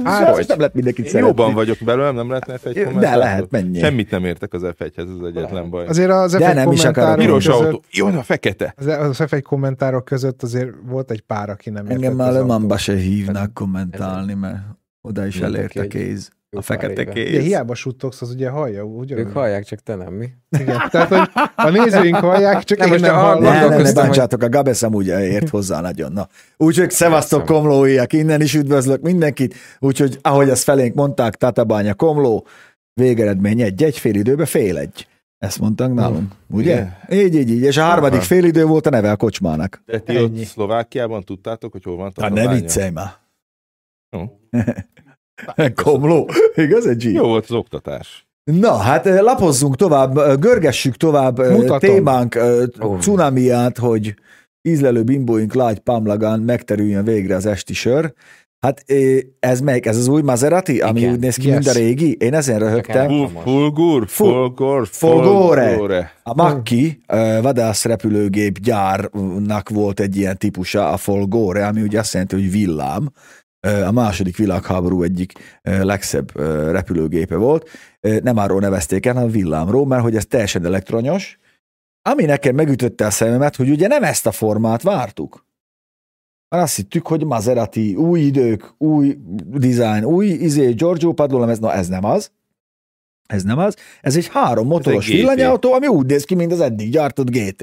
Speaker 2: Á,
Speaker 1: Hát,
Speaker 2: hogy?
Speaker 1: nem lett mindenkit
Speaker 5: Én
Speaker 1: szeretni.
Speaker 5: jobban vagyok belőlem, nem lehetne F1
Speaker 1: De
Speaker 5: kommentátor?
Speaker 1: lehet, menjél.
Speaker 5: Semmit nem értek az F1-hez, ez egyetlen baj.
Speaker 2: Azért az
Speaker 1: De
Speaker 2: F1
Speaker 1: nem is akarok.
Speaker 2: kommentárok
Speaker 5: Piros
Speaker 2: között-
Speaker 5: autó. Jó, na fekete.
Speaker 2: Az, E- az F1 kommentárok között azért volt egy pár, aki nem
Speaker 1: Engem
Speaker 2: értett
Speaker 1: már
Speaker 2: az
Speaker 1: Lömanba
Speaker 2: autót.
Speaker 1: se hívnak kommentálni, mert oda is
Speaker 3: Mindenki
Speaker 1: elért a
Speaker 3: egy
Speaker 1: kéz.
Speaker 3: jó
Speaker 1: A
Speaker 3: pár
Speaker 1: fekete
Speaker 3: éve.
Speaker 2: Ugye,
Speaker 1: kéz.
Speaker 2: hiába suttogsz, az ugye hallja, ugye?
Speaker 3: Ők hallják, csak te nem, mi?
Speaker 2: Igen. Tehát, hogy a nézőink hallják, csak
Speaker 3: Nem,
Speaker 2: én
Speaker 3: most
Speaker 2: nem
Speaker 3: a-
Speaker 2: hallom.
Speaker 1: Ne, ne, ne
Speaker 3: Gondolkoztam, hogy-
Speaker 1: bántsátok, a Gabesz amúgy ért hozzá nagyon. Na. Úgyhogy szevasztok
Speaker 3: Persze.
Speaker 1: komlóiak, innen is üdvözlök mindenkit, úgyhogy ahogy ezt felénk mondták, Tatabánya komló, végeredmény egy, egy fél időbe fél egy. Ezt mondták nálunk, ugye? Így, így, így. És a harmadik fél idő volt a neve a kocsmának.
Speaker 5: De ti ott Szlovákiában tudtátok, hogy hol van
Speaker 1: Hát
Speaker 5: tatabánya?
Speaker 1: ne viccelj már.
Speaker 5: Jó.
Speaker 1: Komló. Igaz, egy G?
Speaker 5: Jó volt az oktatás.
Speaker 1: Na, hát eh, lapozzunk tovább, eh, görgessük tovább eh,
Speaker 2: Mutatom.
Speaker 1: témánk eh,
Speaker 3: Ó.
Speaker 1: cunamiát, hogy ízlelő bimbóink lágy pamlagán megterüljön végre az esti sör. Hát eh, ez melyik? Ez az új Maserati, ami
Speaker 3: Igen.
Speaker 1: úgy néz ki,
Speaker 2: Yes.
Speaker 1: mint a régi? Én ezen röhögtem.
Speaker 3: Csak
Speaker 5: Fu- Fulgur,
Speaker 1: Fu-
Speaker 5: fulgor,
Speaker 1: Folgore.
Speaker 5: folgore.
Speaker 1: A Makki eh, vadászrepülőgép gyárnak volt egy ilyen típusa, a Folgore, ami ugye azt jelenti, hogy villám. Eh, A második világháború egyik eh, legszebb eh, repülőgépe volt. Eh, Nem arról nevezték el, hanem villámról, mert hogy ez teljesen elektronyos. Ami nekem megütötte a szememet, hogy ugye nem ezt a formát vártuk. Már azt hittük, hogy Maserati, új idők, új design, új izé, Giorgio Padlólam, ez, na ez nem az. Ez nem az. Ez egy három motoros
Speaker 5: GT.
Speaker 1: villanyautó, ami úgy néz ki, mint az eddig gyártott GT.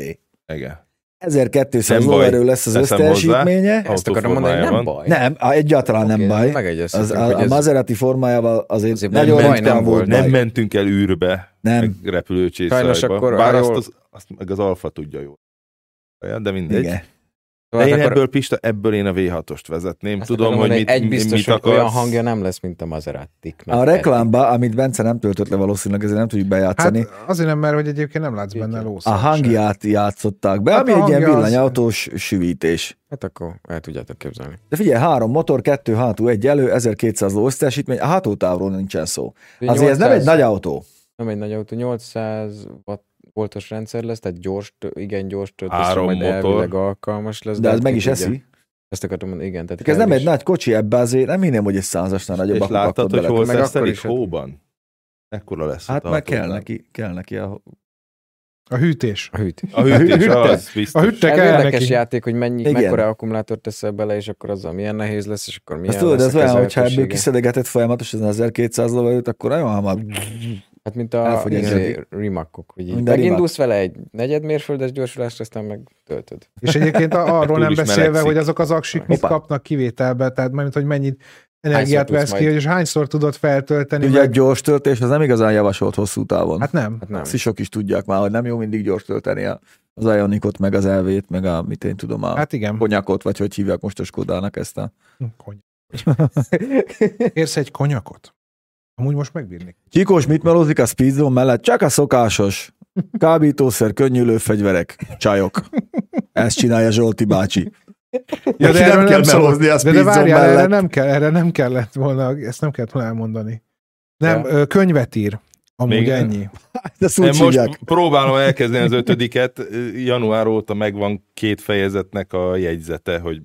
Speaker 5: Igen.
Speaker 1: 1200
Speaker 5: Nem baj,
Speaker 1: lóerő lesz az
Speaker 5: teszem
Speaker 1: összteljesítménye.
Speaker 3: Ezt akarom mondani, hogy nem
Speaker 5: Autóformájában.
Speaker 3: baj.
Speaker 1: Nem, á, egyáltalán
Speaker 3: Oké,
Speaker 1: nem baj.
Speaker 3: megegyeztünk,
Speaker 1: Az, a,
Speaker 3: hogy
Speaker 1: a
Speaker 3: ez-
Speaker 1: Maserati formájával azért,
Speaker 3: Azért nem
Speaker 1: nagyon
Speaker 3: baj,
Speaker 1: ritkán
Speaker 3: nem
Speaker 1: volt
Speaker 3: volt,
Speaker 1: baj.
Speaker 5: Nem mentünk el űrbe,
Speaker 1: Nem.
Speaker 5: meg
Speaker 3: Sajnos akkor
Speaker 5: repülőcsészájba. Bár
Speaker 3: arra
Speaker 5: azt,
Speaker 3: jól-
Speaker 5: az, azt meg az alfa tudja jól. Ja, De mindegy.
Speaker 1: Igen.
Speaker 5: De
Speaker 3: Szóval
Speaker 5: én
Speaker 3: akkor
Speaker 5: ebből, Pista, ebből én a V6-ost vezetném.
Speaker 3: azt
Speaker 5: Tudom,
Speaker 3: akarom
Speaker 5: hogy
Speaker 3: mondani,
Speaker 5: mit,
Speaker 3: egy biztos,
Speaker 5: mit
Speaker 3: hogy
Speaker 5: akarsz.
Speaker 3: olyan hangja nem lesz, mint a maserati
Speaker 1: A reklámba, amit Bence nem töltött le valószínűleg, ezért nem tudjuk bejátszani.
Speaker 2: Hát azért nem, mert hogy egyébként nem látsz
Speaker 3: Igen.
Speaker 2: benne lószat.
Speaker 1: a hangját játszották be,
Speaker 2: Hát
Speaker 1: ami
Speaker 2: a
Speaker 1: egy ilyen
Speaker 2: hangja az-
Speaker 1: villanyautós süvítés.
Speaker 3: Hát akkor el tudjátok képzelni.
Speaker 1: De figyelj, három motor, kettő hátú, egy elő, 1200 ló összesítmény, a hátultávról nincsen szó.
Speaker 3: Ugye
Speaker 1: Azért ez nem
Speaker 3: 800
Speaker 1: egy nagy autó.
Speaker 3: Nem egy nagy autó, 800 watt voltos rendszer lesz, tehát gyors, tö- igen gyors töltésre
Speaker 5: Három
Speaker 3: majd
Speaker 5: motor.
Speaker 3: elvileg alkalmas lesz.
Speaker 1: De ez
Speaker 3: hát
Speaker 1: meg
Speaker 3: ki
Speaker 1: is
Speaker 3: tudja.
Speaker 1: eszi.
Speaker 3: Ezt akartam mondani, igen. Tehát
Speaker 1: Csak ez
Speaker 3: kell
Speaker 1: nem egy
Speaker 3: is.
Speaker 1: nagy kocsi, ebbe azért nem hinném, hogy egy százasnál nagyobb
Speaker 5: És
Speaker 1: akut akkor
Speaker 5: láttad, hogy hol
Speaker 1: beleraknak.
Speaker 3: Meg akkor
Speaker 5: tesztelik
Speaker 3: is, hát-
Speaker 5: hóban? Ekkora lesz.
Speaker 1: Hát
Speaker 5: a
Speaker 1: meg
Speaker 5: tartó.
Speaker 1: kell neki, kell neki a
Speaker 2: A hűtés.
Speaker 3: A hűtés.
Speaker 5: A hűtés
Speaker 2: hűte.
Speaker 5: az
Speaker 2: A
Speaker 5: biztos.
Speaker 2: hűte
Speaker 3: Ez
Speaker 2: kell
Speaker 3: érdekes
Speaker 2: neki.
Speaker 3: játék, hogy mennyi,
Speaker 1: Igen.
Speaker 3: mekkora akkumulátort teszel bele, és akkor azzal milyen nehéz lesz, és akkor milyen
Speaker 1: Ezt tudod,
Speaker 3: lesz
Speaker 1: ez
Speaker 3: a
Speaker 1: olyan, hogyha
Speaker 3: kezelhetősége.
Speaker 1: ebből kiszedegetett folyamatosan 1200 lóerőt, akkor nagyon hamar.
Speaker 3: Hát mint a
Speaker 1: elfogy az
Speaker 3: izé,
Speaker 1: eddig.
Speaker 3: rimakkok, hogy így
Speaker 1: Mint a rimak.
Speaker 3: megindulsz vele egy negyed mérföldes gyorsulást, aztán meg töltöd.
Speaker 2: És egyébként a- arról
Speaker 5: Túl
Speaker 2: nem
Speaker 5: is
Speaker 2: beszélve,
Speaker 5: melegszik.
Speaker 2: hogy azok az aksik mit
Speaker 1: Hoppá.
Speaker 2: kapnak kivételbe, tehát mert hogy mennyit energiát
Speaker 3: tudsz
Speaker 2: vesz ki,
Speaker 3: majd?
Speaker 2: és hányszor tudod feltölteni.
Speaker 1: Ugye a
Speaker 2: Meg...
Speaker 1: gyors töltés az nem igazán javasolt hosszú távon. Hát,
Speaker 2: Hát nem.
Speaker 3: Hát nem.
Speaker 1: Azt is sok is tudják már, hogy nem jó mindig gyors tölteni a- az Ionicot, meg az elvét, meg a, mit én tudom, a hát,
Speaker 2: Hát igen.
Speaker 1: konyakot, vagy hogy hívják most a Skodának ezt a...
Speaker 2: Kony. Érsz egy konyakot? Amúgy most megbírni.
Speaker 1: Csíkos mit melózik a speedzone mellett? Csak a szokásos. Kábítószer, könnyűlő fegyverek, csajok. Ezt csinálja Zsolti bácsi.
Speaker 2: Ja,
Speaker 1: Neki
Speaker 2: de erről
Speaker 1: nem kell
Speaker 2: nem szabad.
Speaker 1: melózni a
Speaker 2: De, de
Speaker 1: speedzone
Speaker 2: várjál, erre
Speaker 1: mellett.
Speaker 2: nem, kell, erre nem kellett volna, ezt nem kellett volna elmondani. Nem,
Speaker 3: De.
Speaker 2: ö, könyvet ír. Amúgy
Speaker 5: Még-
Speaker 2: ennyi.
Speaker 1: De ezt úgy
Speaker 5: Én
Speaker 1: hívják.
Speaker 5: most próbálom elkezdeni az ötödiket, január óta megvan két fejezetnek a jegyzete, hogy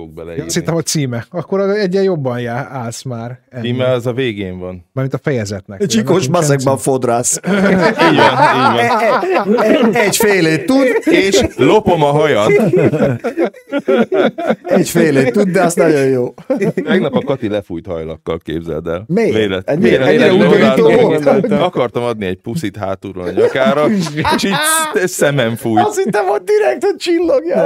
Speaker 5: fogok beleírni.
Speaker 2: Azt hittem a címe. Akkor az egyen jobban já, állsz már. Ennyi.
Speaker 5: Íme az a végén van.
Speaker 2: Mármint a fejezetnek.
Speaker 1: Csíkos
Speaker 2: Nincsen
Speaker 1: maszekban
Speaker 2: cím.
Speaker 1: fodrász.
Speaker 5: Így van, így van.
Speaker 1: e, Egy félét tud,
Speaker 5: És lopom a hajat.
Speaker 1: egy félét tud, de az nagyon jó.
Speaker 5: Tegnap a Kati lefújt hajlakkal, képzeld el.
Speaker 1: Miért?
Speaker 5: Vélet,
Speaker 1: Egy-
Speaker 5: vélet,
Speaker 1: ennyire
Speaker 5: vélet-
Speaker 1: undorító
Speaker 5: odaadtam.
Speaker 1: volt?
Speaker 5: Odaadtam. Akartam adni egy puszit hátulról a nyakára, és így sz- szemem fújt.
Speaker 1: Azt hittem, hogy direkt a csillogja.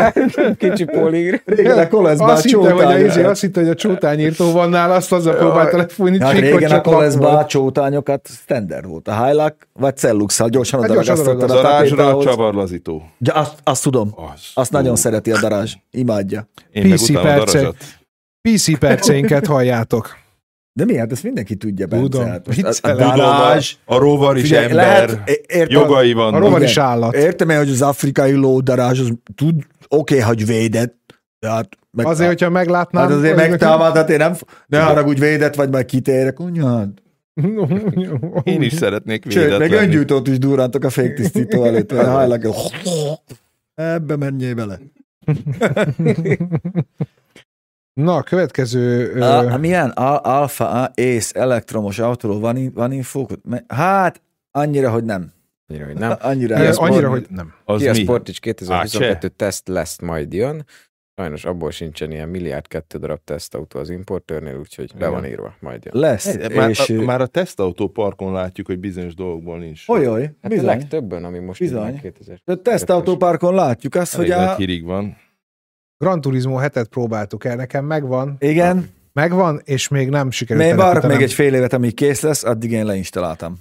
Speaker 3: Kicsi polír.
Speaker 1: Hát Régen a koleszbát
Speaker 2: Azt hittem, hogy a, izé,
Speaker 1: csótányokat.
Speaker 2: azt hittem, hogy a csótányírtó van nála, azt azzal próbálta lefújni.
Speaker 1: Ja,
Speaker 2: Csíkot
Speaker 1: Hát régen a
Speaker 2: csak kapott.
Speaker 1: koleszbát csótányokat standard volt. A hajlak vagy celluxal gyorsan
Speaker 2: Hát
Speaker 1: oda
Speaker 2: gyorsan
Speaker 1: ragasztottad
Speaker 5: Az
Speaker 1: a
Speaker 5: a rázsra a
Speaker 1: tapétához.
Speaker 5: csavarlazító.
Speaker 1: Ja, azt, azt tudom.
Speaker 5: Az.
Speaker 1: Azt nagyon
Speaker 5: Ú,
Speaker 1: szereti a darázs. Imádja.
Speaker 5: Én meg
Speaker 2: PC
Speaker 5: utálom a
Speaker 2: percek.
Speaker 5: darazsat.
Speaker 2: PC percénket halljátok.
Speaker 1: De mi? Hát ezt mindenki tudja, Bence.
Speaker 2: Tudom.
Speaker 1: Hát most a, a
Speaker 2: Viccelek.
Speaker 5: Tudom, a-
Speaker 1: darázs.
Speaker 5: A rovar is
Speaker 1: Figyelj,
Speaker 5: ember.
Speaker 1: lehet- é- értem-
Speaker 5: jogai vannak.
Speaker 2: A rovar
Speaker 1: Igen.
Speaker 2: is állat.
Speaker 1: Értem én, hogy az afrikai lódarázs, az tud, oké, hogy védett, de hát meg,
Speaker 2: Azért, hogyha meglátnám...
Speaker 1: hát azért
Speaker 2: hogy-
Speaker 1: megtámad, hát én nem, ne haragudj, védett vagy, majd kitérek, anyád.
Speaker 5: Én is szeretnék
Speaker 1: Sőt,
Speaker 5: védett
Speaker 1: meg
Speaker 5: lenni.
Speaker 1: öngyújtót is durrantok a féktisztító előtt, mert hajlak, ebbe menjél bele.
Speaker 2: Na, a következő... ö,
Speaker 1: A, milyen Al- Alfa A- Ace elektromos autóról van, in- van infók? Me- Hát, annyira, hogy nem.
Speaker 3: Annyira, hogy nem.
Speaker 1: Annyira,
Speaker 2: ö,
Speaker 1: hogy
Speaker 5: az
Speaker 2: Annyira,
Speaker 5: pont-
Speaker 2: hogy nem.
Speaker 5: Az
Speaker 3: Kia
Speaker 5: mi?
Speaker 3: Sportage 2022
Speaker 5: Á,
Speaker 3: teszt lesz, majd jön. Sajnos abból sincsen ilyen milliárd kettő darab tesztautó az importőrnél, úgyhogy be
Speaker 5: Igen.
Speaker 3: van írva, majd jön.
Speaker 1: lesz.
Speaker 5: E, Már,
Speaker 1: és,
Speaker 5: a, már a tesztautóparkon látjuk, hogy bizonyos dolgokból nincs.
Speaker 1: Olyoj,
Speaker 3: Hát a
Speaker 1: bizony.
Speaker 3: legtöbben, ami most
Speaker 1: Bizony.
Speaker 3: így már 2000.
Speaker 1: A tesztautóparkon látjuk azt,
Speaker 5: Elég
Speaker 1: hogy
Speaker 5: nagy
Speaker 1: a...
Speaker 5: hírig van.
Speaker 2: Gran Turismo hetet próbáltuk el, nekem megvan,
Speaker 1: Igen,
Speaker 2: megvan, és még nem sikerült
Speaker 1: még várok még
Speaker 2: telepítenem.
Speaker 1: egy fél évet, amíg kész lesz, addig én leinstaláltam.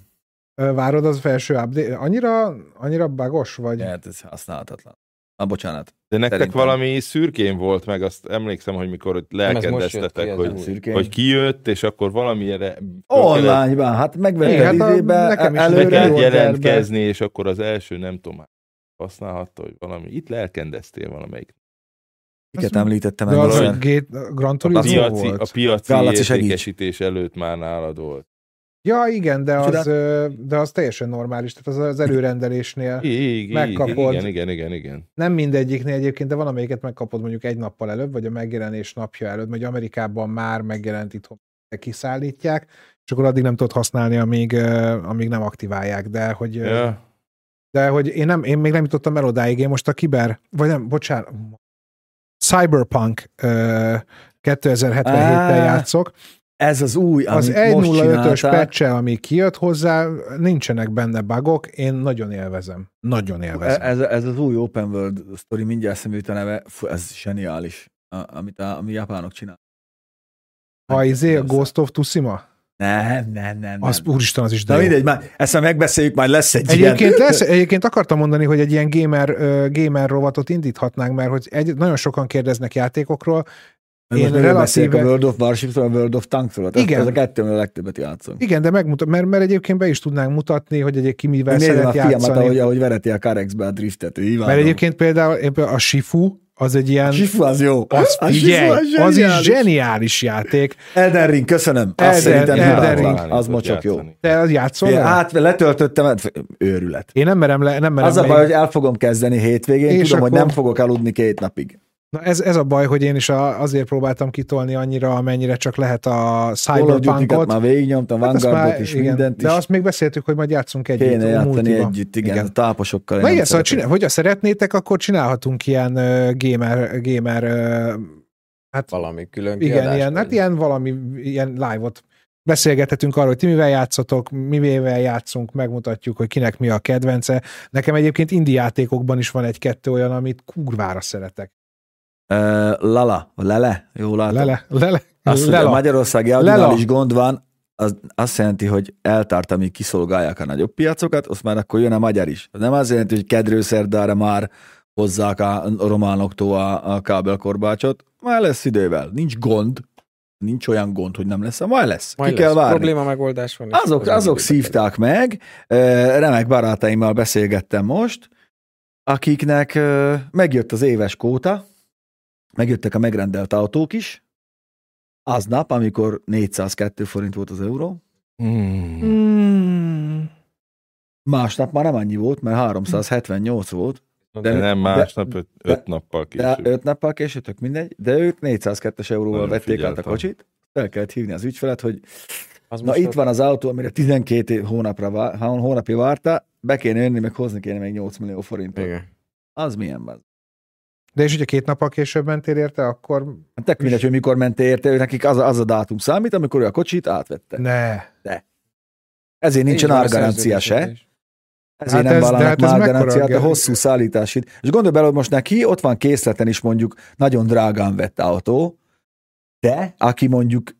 Speaker 2: Ö, Várod az felső update? Annyira, annyira bagos vagy?
Speaker 1: Hát ez használhatatlan. Na, bocsánat.
Speaker 5: De nektek
Speaker 1: Szerintem.
Speaker 5: valami szürkén volt meg, azt emlékszem, hogy mikor ott
Speaker 3: Nem, ez most jött ki,
Speaker 5: lelkedeztetek,
Speaker 3: ez
Speaker 5: hogy,
Speaker 3: új.
Speaker 1: Szürkén.
Speaker 5: hogy kijött, és akkor valamire
Speaker 1: Online-ban, hát
Speaker 2: Igen,
Speaker 1: megvetted
Speaker 2: hát a-
Speaker 1: időbe,
Speaker 2: nekem is
Speaker 5: be
Speaker 1: előre.
Speaker 2: Előre
Speaker 5: kell
Speaker 2: volt
Speaker 5: jelentkezni, és akkor az első nem tudom már használhatta, hogy valami. Itt lelkendeztél valamelyik.
Speaker 1: Kiket említettem
Speaker 2: De az
Speaker 1: először?
Speaker 2: a
Speaker 5: Valami.
Speaker 2: Gate, a Gran
Speaker 5: A
Speaker 2: Turismo
Speaker 5: piaci,
Speaker 2: volt.
Speaker 5: a piaci
Speaker 1: Gálaci segít.
Speaker 5: értékesítés előtt már nálad volt.
Speaker 2: Ja, igen, de
Speaker 1: Micsoda?
Speaker 2: az, ö, de az teljesen normális, tehát az az előrendelésnél.
Speaker 5: Igen,
Speaker 2: Megkapod.
Speaker 5: Igen, igen, igen, igen.
Speaker 2: Nem mindegyiknél egyébként, de valamelyiket megkapod mondjuk egy nappal előbb, vagy a megjelenés napja előtt, vagy Amerikában már megjelent itthon kiszállítják, és akkor addig nem tudod használni, amíg, ö, amíg nem aktiválják, de hogy, ö,
Speaker 5: Ja.
Speaker 2: de hogy én, nem, én még nem jutottam el odáig, én most a kiber, vagy nem, bocsánat, Cyberpunk ö, 2077-tel
Speaker 1: Á.
Speaker 2: játszok,
Speaker 1: Ez az új,
Speaker 2: Az
Speaker 1: amit most
Speaker 2: 1.05-ös
Speaker 1: csinálták.
Speaker 2: patch ami kijött hozzá, nincsenek benne bugok, én nagyon élvezem. Nagyon élvezem.
Speaker 1: Ez, ez az új Open World sztori, mindjárt eszembe jut a neve, Fú, ez zseniális, a- amit a, ami japánok csinálnak.
Speaker 2: ha izé a Ghost of Tsushima,
Speaker 1: Nem, nem, e, nem.
Speaker 2: az
Speaker 1: nem.
Speaker 2: úristen, az is de
Speaker 1: Na
Speaker 2: jó.
Speaker 1: mindegy, már, ezt már megbeszéljük, majd lesz egy ilyen.
Speaker 2: Egyébként, lesz, egyébként akartam mondani, hogy egy ilyen gamer, ö, gamer rovatot indíthatnánk, mert hogy egy, nagyon sokan kérdeznek játékokról.
Speaker 1: Mert most
Speaker 2: én
Speaker 1: miről beszélek a
Speaker 2: relatíve-
Speaker 1: World of Warships-ról, a World of Tanks-ról.
Speaker 2: Igen.
Speaker 1: Igen. Ez a kettőn a legtöbbet játszom.
Speaker 2: Igen, de megmutat, mert, mert egyébként be is tudnánk mutatni, hogy egyébként ki mivel
Speaker 1: Nézem a
Speaker 2: szeret
Speaker 1: fiamat,
Speaker 2: játszani.
Speaker 1: ahogy, ahogy vereti a Karexbe a driftet. Imádom.
Speaker 2: Mert egyébként például éppen a Sifu, az egy ilyen...
Speaker 1: Sifu az jó.
Speaker 2: Az,
Speaker 1: A Sifu
Speaker 2: figyelj, az is
Speaker 1: zseniális.
Speaker 2: zseniális játék.
Speaker 1: Elden Ring, köszönöm. Elden,
Speaker 2: Elden-
Speaker 1: Azt szerintem
Speaker 2: Elden
Speaker 1: hibátlan.
Speaker 2: Ring.
Speaker 1: Az mocsok jó.
Speaker 2: Te az játszol?
Speaker 1: Én
Speaker 2: vele?
Speaker 1: át letöltöttem, hát, őrület.
Speaker 2: Én nem merem le, nem merem
Speaker 1: Az a
Speaker 2: még-
Speaker 1: baj, hogy el fogom kezdeni hétvégén,
Speaker 2: És
Speaker 1: tudom, hogy
Speaker 2: akkor-
Speaker 1: nem fogok aludni két napig.
Speaker 2: Na ez, ez a baj, hogy én is a, azért próbáltam kitolni annyira, amennyire csak lehet a
Speaker 1: Call of Duty-kat
Speaker 2: Cyberpunkot.
Speaker 1: már végignyomtam,
Speaker 2: Hát azt
Speaker 1: Vanguardot
Speaker 2: már-
Speaker 1: is,
Speaker 2: igen.
Speaker 1: mindent is.
Speaker 2: De azt még beszéltük, hogy majd játszunk együtt.
Speaker 1: Kéne játszani
Speaker 2: multiba.
Speaker 1: együtt, igen, a táposokkal. én
Speaker 2: Na
Speaker 1: nem
Speaker 2: igen, szóval
Speaker 1: szeretek.
Speaker 2: csinál, hogyha szeretnétek, akkor csinálhatunk ilyen uh, gamer, gamer uh, hát
Speaker 3: Valami külön
Speaker 2: igen,
Speaker 3: kiadást,
Speaker 2: ilyen,
Speaker 3: vagy-
Speaker 2: hát ilyen valami, ilyen live-ot beszélgethetünk arról, hogy ti mivel játszotok, mivel játszunk, megmutatjuk, hogy kinek mi a kedvence. Nekem egyébként indie játékokban is van egy-kettő olyan, amit kurvára szeretek.
Speaker 1: Ö, Lala, vagy Lele, jól látom.
Speaker 2: Lele, lele,
Speaker 1: Azt, hogy Hát a
Speaker 2: lela.
Speaker 1: magyarországi
Speaker 2: Lela.
Speaker 1: audinális gond van, az azt jelenti, hogy eltárt, amíg kiszolgálják a nagyobb piacokat, azt már akkor jön a magyar is. Az Nem azt jelenti, hogy kedrőszerdára már hozzák a románoktól a, a kábelkorbácsot, már lesz idővel. Nincs gond, nincs olyan gond, hogy nem lesz, majd lesz.
Speaker 3: Majd
Speaker 1: Ki kell
Speaker 3: lesz.
Speaker 1: várni.
Speaker 3: Probléma megoldás van. és
Speaker 1: Azok,
Speaker 3: akkor
Speaker 1: azok
Speaker 3: mindig bekerül.
Speaker 1: szívták meg, Ö, remek barátaimmal beszélgettem most, akiknek ö, megjött az éves kóta, megjöttek a megrendelt autók is, aznap, amikor 402 forint volt az euró,
Speaker 5: Hmm.
Speaker 2: Mm.
Speaker 1: másnap már nem annyi volt, mert 378 volt,
Speaker 5: De nem másnap, öt,
Speaker 1: de-
Speaker 5: öt nappal
Speaker 1: de
Speaker 5: később.
Speaker 1: öt nappal később, tök mindegy, de ők 402-es euróval
Speaker 5: Nagyon
Speaker 1: vették át a
Speaker 5: figyeltem. hát-
Speaker 1: kocsit, fel kellett hívni az ügyfelet, hogy
Speaker 3: Az
Speaker 1: Na
Speaker 3: most
Speaker 1: itt
Speaker 3: ott-
Speaker 1: van az autó, amire 12 év hónapra vá- há- hónapja várta, be kéne jönni, meg hozni kéne még 8 millió forintot. Igen.
Speaker 3: Igen.
Speaker 1: Az milyen van?
Speaker 2: De és hogyha két nappal később mentél érte, akkor
Speaker 1: Hát Tök mindegy, hogy mikor ment érte, ő nekik az, a- az a dátum számít, amikor ő a kocsit átvette.
Speaker 2: ne.
Speaker 1: Ezért nincsen
Speaker 3: Így van, a
Speaker 1: árgarancia se,
Speaker 3: szerződés is.
Speaker 1: ezért
Speaker 2: Hát
Speaker 1: nem
Speaker 2: ez- de
Speaker 1: vállalnak
Speaker 2: hát ez
Speaker 1: már
Speaker 2: mekkora
Speaker 1: garanciát a
Speaker 2: ger-
Speaker 1: hosszú szállításit. És gondolj bele, hogy most neki ott van készleten is mondjuk nagyon drágán vett autó, de aki mondjuk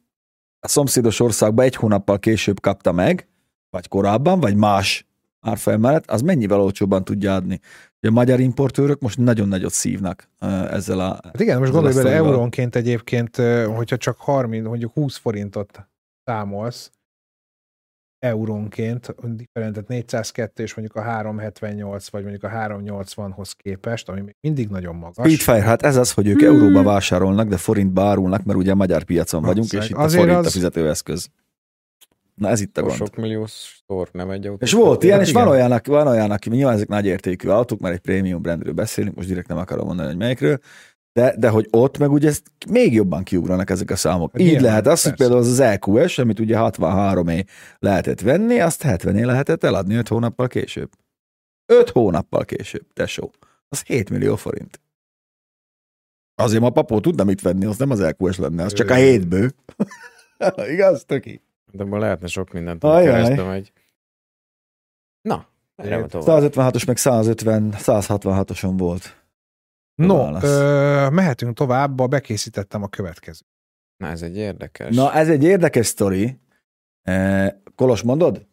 Speaker 1: a szomszédos országban egy hónappal később kapta meg, vagy korábban, vagy más árfolyam mellett, az mennyivel olcsóbban tudja adni. Ugye A magyar importőrök most nagyon nagyot szívnak ö, ezzel a...
Speaker 2: Hát igen, most
Speaker 1: Ezzel
Speaker 2: gondolj
Speaker 1: a
Speaker 2: bele
Speaker 1: sztorival.
Speaker 2: eurónként egyébként, ö, hogyha csak 30, mondjuk 20 forintot számolsz eurónként, differentet 402 és mondjuk a 378 vagy mondjuk a 380-hoz képest, ami még mindig nagyon magas.
Speaker 1: Speedfire, hát ez az, hogy ők
Speaker 2: Hmm.
Speaker 1: euróba vásárolnak, de forintba árulnak, mert ugye a magyar piacon vagyunk, és
Speaker 2: Valószínűleg.
Speaker 1: itt
Speaker 2: Azért
Speaker 1: a forint a
Speaker 2: az-
Speaker 1: fizetőeszköz. Na ez itt a
Speaker 3: Akkor
Speaker 1: gond.
Speaker 3: Sok millió szor, nem egy autó.
Speaker 1: És volt ilyen, és
Speaker 2: Hát, igen.
Speaker 1: van olyan, aki, van olyan, aki nyilván ezek nagy értékű autók, mert egy prémium brandről beszélünk, most direkt nem akarom mondani, hogy melyikről, de, de hogy ott meg ugye ezt még jobban kiugranak ezek a számok.
Speaker 2: Hát
Speaker 1: Így
Speaker 2: nyilván,
Speaker 1: lehet az, hogy
Speaker 2: persze.
Speaker 1: például az az EQS, amit ugye 63-é lehetett venni, azt 70-é lehetett eladni 5 hónappal később. 5 hónappal később, tesó. Az 7 millió forint. Azért ma papó tudna mit venni, az nem az EQS lenne, az csak a
Speaker 2: Ő.
Speaker 1: hétből. Igaz, töki?
Speaker 3: De abban lehetne sok mindent,
Speaker 1: Ajaj.
Speaker 3: ami keresztbe megy. Na, erre
Speaker 2: Egyébként
Speaker 3: tovább.
Speaker 1: 156-os meg 150, 166-oson volt.
Speaker 2: No,
Speaker 1: Válasz.
Speaker 2: ö, mehetünk tovább, a bekészítettem a következő.
Speaker 3: Na, ez egy érdekes.
Speaker 1: Na, ez egy érdekes sztori. Eh, Kolos, mondod?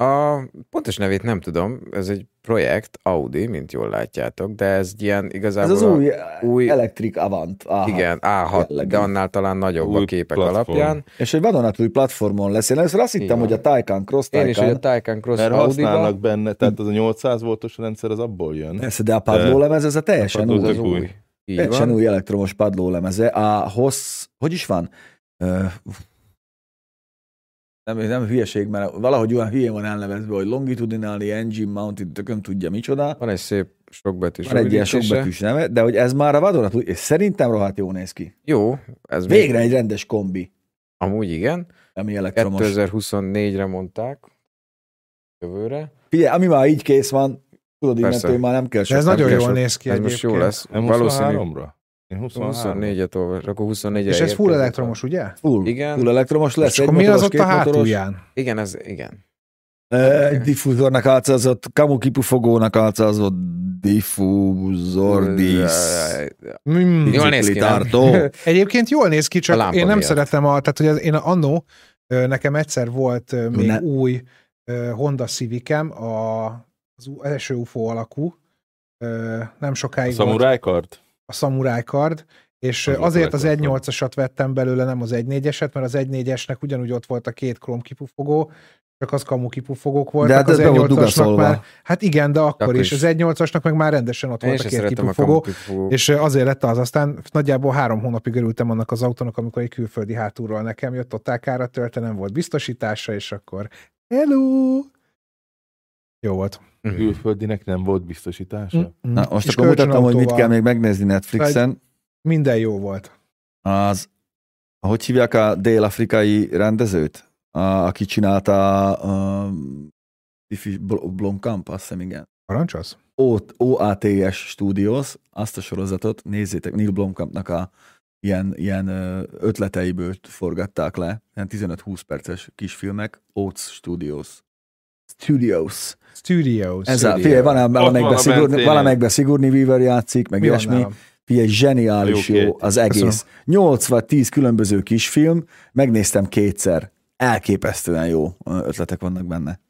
Speaker 3: A pontos nevét nem tudom, ez egy projekt, Audi, mint jól látjátok, de ez ilyen
Speaker 1: Ez
Speaker 3: igazából...
Speaker 1: az új, új
Speaker 3: új-
Speaker 1: Electric Avant. Aha.
Speaker 3: Igen, A6,
Speaker 1: jellegű.
Speaker 3: de annál talán nagyobb
Speaker 5: Új
Speaker 3: a képek
Speaker 5: platform.
Speaker 3: alapján.
Speaker 1: És egy vadonatúj platformon lesz. Én először azt hittem,
Speaker 3: van.
Speaker 1: hogy a Taycan Cross
Speaker 3: Én is, hogy a
Speaker 1: Taycan.
Speaker 3: Taycan Cross
Speaker 5: Mert
Speaker 3: Audi-ba,
Speaker 5: használnak benne, tehát az a 800 voltos rendszer az abból jön.
Speaker 1: Persze, de a padlólemez, ez a teljesen
Speaker 5: A padló
Speaker 1: új.
Speaker 5: tök
Speaker 3: új. Így
Speaker 1: Teljesen
Speaker 3: van.
Speaker 1: új elektromos padlólemeze. A hossz, hogy is van? Ö, nem, nem hülyeség, mert valahogy olyan hülyén van elnevezve, hogy longitudinali engine mounted, tököm tudja micsoda.
Speaker 3: Van egy szép sokbetűs
Speaker 1: Van egy ilyen
Speaker 3: rövidítése.
Speaker 1: sokbetűs neve, de hogy ez már a vadonatúj, és szerintem rohadt jól néz ki.
Speaker 3: Jó, ez még-
Speaker 1: Végre egy rendes kombi,
Speaker 3: Amúgy igen.
Speaker 1: ami elektromos.
Speaker 3: 2024-re mondták. Jövőre.
Speaker 1: Figyelj, ami már így kész van, tudod,
Speaker 3: Persze.
Speaker 1: innentől már nem kell
Speaker 2: De ez
Speaker 1: nem
Speaker 2: nagyon
Speaker 1: kell
Speaker 2: jól
Speaker 1: sok.
Speaker 2: néz ki
Speaker 3: Ez most jó
Speaker 2: egyébként.
Speaker 3: lesz.
Speaker 5: Nem
Speaker 3: Valószínű.
Speaker 5: 23-ra?
Speaker 6: Én 23.
Speaker 3: 24-et olvasok, akkor 24
Speaker 2: És ez full elektromos, ugye?
Speaker 1: Full.
Speaker 3: Igen.
Speaker 1: Full elektromos lesz.
Speaker 2: és akkor mi az
Speaker 1: motoros,
Speaker 2: ott a
Speaker 1: két motoros.
Speaker 2: hátulján?
Speaker 3: Igen, ez, igen.
Speaker 1: Ö, Egy diffúzornak álcázott, kamu kipufogónak álcázott diffúzor dísz.
Speaker 2: Mm.
Speaker 3: Jól néz ki, nem?
Speaker 1: Tartó.
Speaker 2: Egyébként jól néz ki,
Speaker 3: A
Speaker 2: csak
Speaker 3: lámpa
Speaker 2: én nem
Speaker 3: miatt.
Speaker 2: szeretem a, tehát hogy az, én a- annó, ö, nekem egyszer volt ö, még
Speaker 1: Ne.
Speaker 2: új ö, Honda Civicem, a, az ú- első UFO alakú, ö, nem sokáig volt
Speaker 6: Szamurájkard?
Speaker 2: a Samurai Card, és
Speaker 6: Az
Speaker 2: ö,
Speaker 6: volt a
Speaker 2: azért az
Speaker 6: legjobb.
Speaker 2: 1.8-asat vettem belőle, nem az 1.4-eset, mert az 1.4-esnek ugyanúgy ott volt a két krom kipufogó, csak az kamu kipufogók
Speaker 1: De
Speaker 2: voltak,
Speaker 1: hát
Speaker 2: az
Speaker 1: ez be volt
Speaker 2: 1.8-asnak már,
Speaker 1: dugaszolva.
Speaker 2: hát igen, de akkor,
Speaker 3: Akkor
Speaker 2: is,
Speaker 3: is.
Speaker 2: az 1.8-asnak meg már rendesen ott
Speaker 3: Én
Speaker 2: volt a
Speaker 3: sem
Speaker 2: két
Speaker 3: szeretem a
Speaker 2: kipufogó,
Speaker 3: kamukipufogó.
Speaker 2: és ö, azért lett az, aztán nagyjából három hónapig örültem annak az autónak, amikor egy külföldi hátulról nekem jött, ott ákára törte, nem volt biztosítása, és akkor hello! Jó volt.
Speaker 3: Mhm.
Speaker 6: Külföldinek nem volt
Speaker 3: Hm.
Speaker 6: biztosítása?
Speaker 2: Mm-mm.
Speaker 1: Szóval. Na, most
Speaker 2: Kis
Speaker 1: akkor mutatom, hogy mit
Speaker 2: kölcsönautóval
Speaker 1: kell még megnézni Netflixen.
Speaker 2: Minden jó volt.
Speaker 1: Az, hogy hívják a dél-afrikai rendezőt? A, aki csinálta a, a Fifi Bl- Blomkamp, azt hiszem, igen.
Speaker 2: Parancsolsz?
Speaker 1: O- OATS Studios, azt a sorozatot, nézzétek, Neil Blomkampnak a ilyen, ilyen ö, ötleteiből forgatták le, ilyen 15-20 perces kisfilmek, Oats Studios. Studios.
Speaker 2: Studios.
Speaker 1: Ez a,
Speaker 3: Studios.
Speaker 1: figyelj, van,
Speaker 6: van
Speaker 1: valamelyikben
Speaker 6: a
Speaker 1: Sigourney,
Speaker 6: Bencénél.
Speaker 1: valamelyikben Sigourney Weaver játszik, meg
Speaker 2: Mi van
Speaker 1: ilyesmi.
Speaker 2: nálam?
Speaker 1: Figyelj, zseniális
Speaker 6: A
Speaker 1: jó,
Speaker 6: jó
Speaker 1: jó
Speaker 6: két.
Speaker 1: az egész.
Speaker 2: Köszönöm.
Speaker 1: 8 vagy 10 különböző kisfilm, megnéztem kétszer. Elképesztően jó ö, ötletek vannak benne.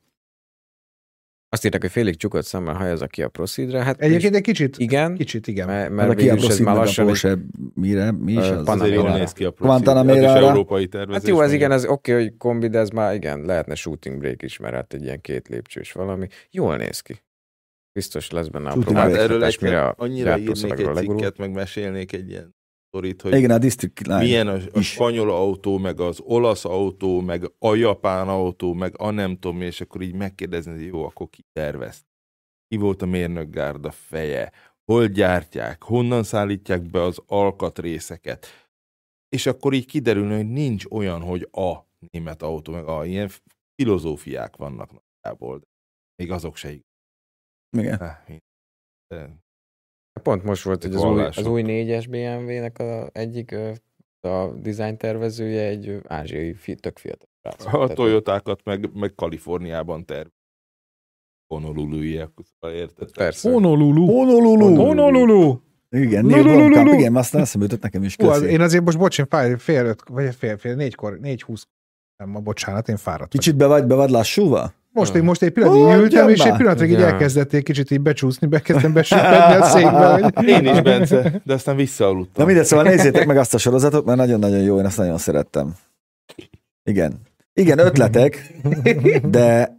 Speaker 3: Azt írták, hogy félig csukott szemmel hajazza ki a proszidra. Hát
Speaker 2: Egyébként egy kicsit,
Speaker 3: igen,
Speaker 2: kicsit igen.
Speaker 3: mert,
Speaker 1: Mert a
Speaker 3: mert végül is ez
Speaker 1: Kiabroszin
Speaker 3: már
Speaker 1: meg a
Speaker 3: lassan egy
Speaker 1: Porsche, mire, mi is
Speaker 3: Ö,
Speaker 1: az?
Speaker 3: Pan-
Speaker 6: Azért jól
Speaker 3: Panamera.
Speaker 6: néz ki a Az is
Speaker 1: Guantanamera-ra.
Speaker 6: európai tervezés.
Speaker 3: Hát jó, az
Speaker 6: meg-
Speaker 3: igen, az oké, okay, hogy kombi, de ez már igen, lehetne shooting break is, mert hát egy ilyen két lépcsős valami. Jól néz ki. Biztos lesz benne a
Speaker 1: Shooting
Speaker 3: próbálkozás,
Speaker 1: break.
Speaker 5: Hát erről egy,
Speaker 3: mire a
Speaker 5: annyira
Speaker 3: gyártószalagra
Speaker 5: írnék egy
Speaker 3: legurul.
Speaker 5: cikket, meg mesélnék egy ilyen sztorit, hogy
Speaker 1: Igen, a District Line.
Speaker 5: milyen a, a
Speaker 1: is.
Speaker 5: spanyol autó, meg az olasz autó, meg a japán autó, meg a nem tudom mi, és akkor így megkérdezni, hogy jó, akkor ki tervez? Ki volt a mérnökgárda feje? Hol gyártják? Honnan szállítják be az alkatrészeket? És akkor így kiderülne, hogy nincs olyan, hogy a német autó, meg a ilyen filozófiák vannak nagyjából. de Még azok se igazán.
Speaker 1: Igen.
Speaker 5: De-
Speaker 3: Pont most volt, hogy az új,
Speaker 5: Vallások.
Speaker 3: az új 4-es BMW-nek a egyik ö, a design tervezője egy ö, ázsiai fi, tök fiatal. srác.
Speaker 5: A
Speaker 3: Tehát,
Speaker 5: Toyotákat meg, meg Kaliforniában terv. Honolulu-iek, szóval érted?
Speaker 3: Persze.
Speaker 2: Honolulu.
Speaker 1: Honolulu.
Speaker 2: Honolulu.
Speaker 1: Igen, Neil
Speaker 2: Honolulu.
Speaker 1: Blomkamp, igen, aztán eszembe jutott nekem is.
Speaker 2: Hú, az,
Speaker 1: Köszi.
Speaker 2: én azért most, bocs, én fáj, fél öt, vagy fél, fél, négykor, négy húsz, nem, ma bocsánat, én fáradt vagyok.
Speaker 1: Kicsit be vagy, be vagy lassúva?
Speaker 2: Most még most egy pillanatig
Speaker 1: Ó,
Speaker 2: oh, ültem, és
Speaker 1: gyamba!
Speaker 2: egy pillanatig így
Speaker 3: Ja.
Speaker 2: elkezdették kicsit így becsúszni, bekezdtem besüppedni a székbe. Hogy...
Speaker 5: Én is, Bence, de aztán visszaaludtam.
Speaker 1: Na mindegy, szóval nézzétek meg azt a sorozatot, mert nagyon-nagyon jó, én azt nagyon szerettem. Igen. Igen, ötletek, de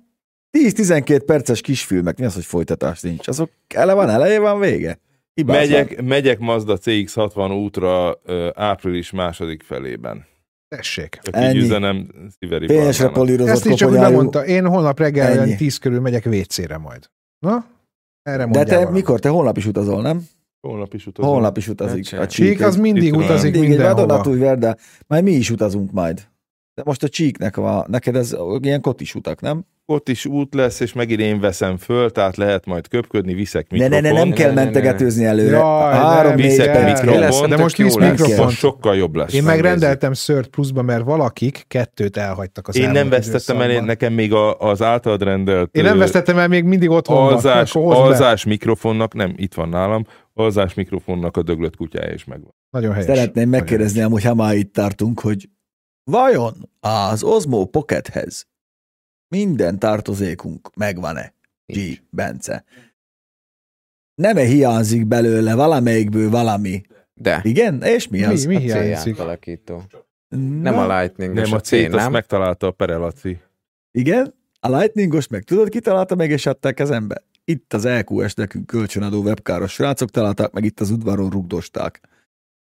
Speaker 1: 10-12 perces kisfilmek, mi az, hogy folytatás nincs? Azok ele van, eleje van, vége. Hibátlan.
Speaker 5: megyek, megyek Mazda CX-60 útra ö, április második felében.
Speaker 2: Tessék.
Speaker 5: Csak
Speaker 1: Ennyi.
Speaker 5: így üzenem Sziveri
Speaker 1: Fényesre
Speaker 5: Barnának.
Speaker 1: polírozott
Speaker 2: Ezt így csak úgy
Speaker 1: koponyájú.
Speaker 2: bemondta, én holnap reggel
Speaker 1: Ennyi.
Speaker 2: olyan tíz körül megyek WC-re majd. Na? Erre
Speaker 1: De
Speaker 2: mondjál
Speaker 1: te
Speaker 2: valamit.
Speaker 1: mikor? Te holnap is utazol, nem?
Speaker 5: Holnap is utazom.
Speaker 1: Holnap is utazik.
Speaker 3: Csík,
Speaker 1: A
Speaker 3: az
Speaker 2: Hát Csík az mindig
Speaker 5: Itt van.
Speaker 2: utazik
Speaker 1: Mindig egy
Speaker 2: mindenhova.
Speaker 1: vadonatúj verde, majd mi is utazunk majd. De most a csíknek van, neked ez ilyen kotis utak, nem?
Speaker 5: Ott is út lesz, és megint én veszem föl, tehát lehet majd köpködni, viszek
Speaker 1: Ne, ne,
Speaker 5: mikrofon.
Speaker 1: ne, nem
Speaker 3: Ne,
Speaker 1: kell
Speaker 3: ne, ne, ne.
Speaker 1: mentegetőzni előre.
Speaker 2: Jaj,
Speaker 1: Három,
Speaker 2: nem,
Speaker 1: négy
Speaker 5: Viszek
Speaker 2: kell.
Speaker 1: perc.
Speaker 2: Mi
Speaker 5: mikrofon.
Speaker 2: lesz?
Speaker 5: Mikrofont,
Speaker 2: De
Speaker 5: tök
Speaker 2: most
Speaker 5: jó
Speaker 2: visz
Speaker 5: lesz.
Speaker 1: mikrofont.
Speaker 5: Most sokkal jobb lesz.
Speaker 2: Én meg
Speaker 5: megnézzük.
Speaker 2: rendeltem Sört pluszba, mert valakik kettőt elhagytak az
Speaker 5: Én nem
Speaker 2: elmúlt
Speaker 5: vesztettem el, én-
Speaker 2: időszakban.
Speaker 5: nekem még a, az általad rendelt
Speaker 2: Én nem
Speaker 5: ö,
Speaker 2: vesztettem el, még mindig otthon van.
Speaker 5: alzás,
Speaker 2: Akkor hozd be.
Speaker 5: alzás mikrofonnak, nem, itt van nálam, alzás mikrofonnak a döglött kutyája is megvan.
Speaker 2: Nagyon helyes.
Speaker 1: Szeretném
Speaker 2: Nagyon
Speaker 1: megkérdezni, amúgy ha már itt tartunk, hogy vajon az Osmo Pockethez minden tartozékunk megvan-e? G.
Speaker 3: Nincs.
Speaker 1: Bence. Nem-e hiányzik belőle valamelyikből valami?
Speaker 3: De.
Speaker 1: Igen? És mi
Speaker 2: Mi-
Speaker 1: az?
Speaker 2: mi?
Speaker 3: a C
Speaker 2: hiányzik?
Speaker 3: átalakító.
Speaker 1: Na,
Speaker 3: Nem a lightning
Speaker 5: Nem, a
Speaker 3: a C,
Speaker 5: cét azt
Speaker 3: nem?
Speaker 5: megtalálta a Perelaci.
Speaker 1: Igen, a Lightningos meg tudod, ki találta meg, és adták kezembe? Itt az LQS nekünk kölcsönadó webkáros srácok találták, meg itt az udvaron rugdosták.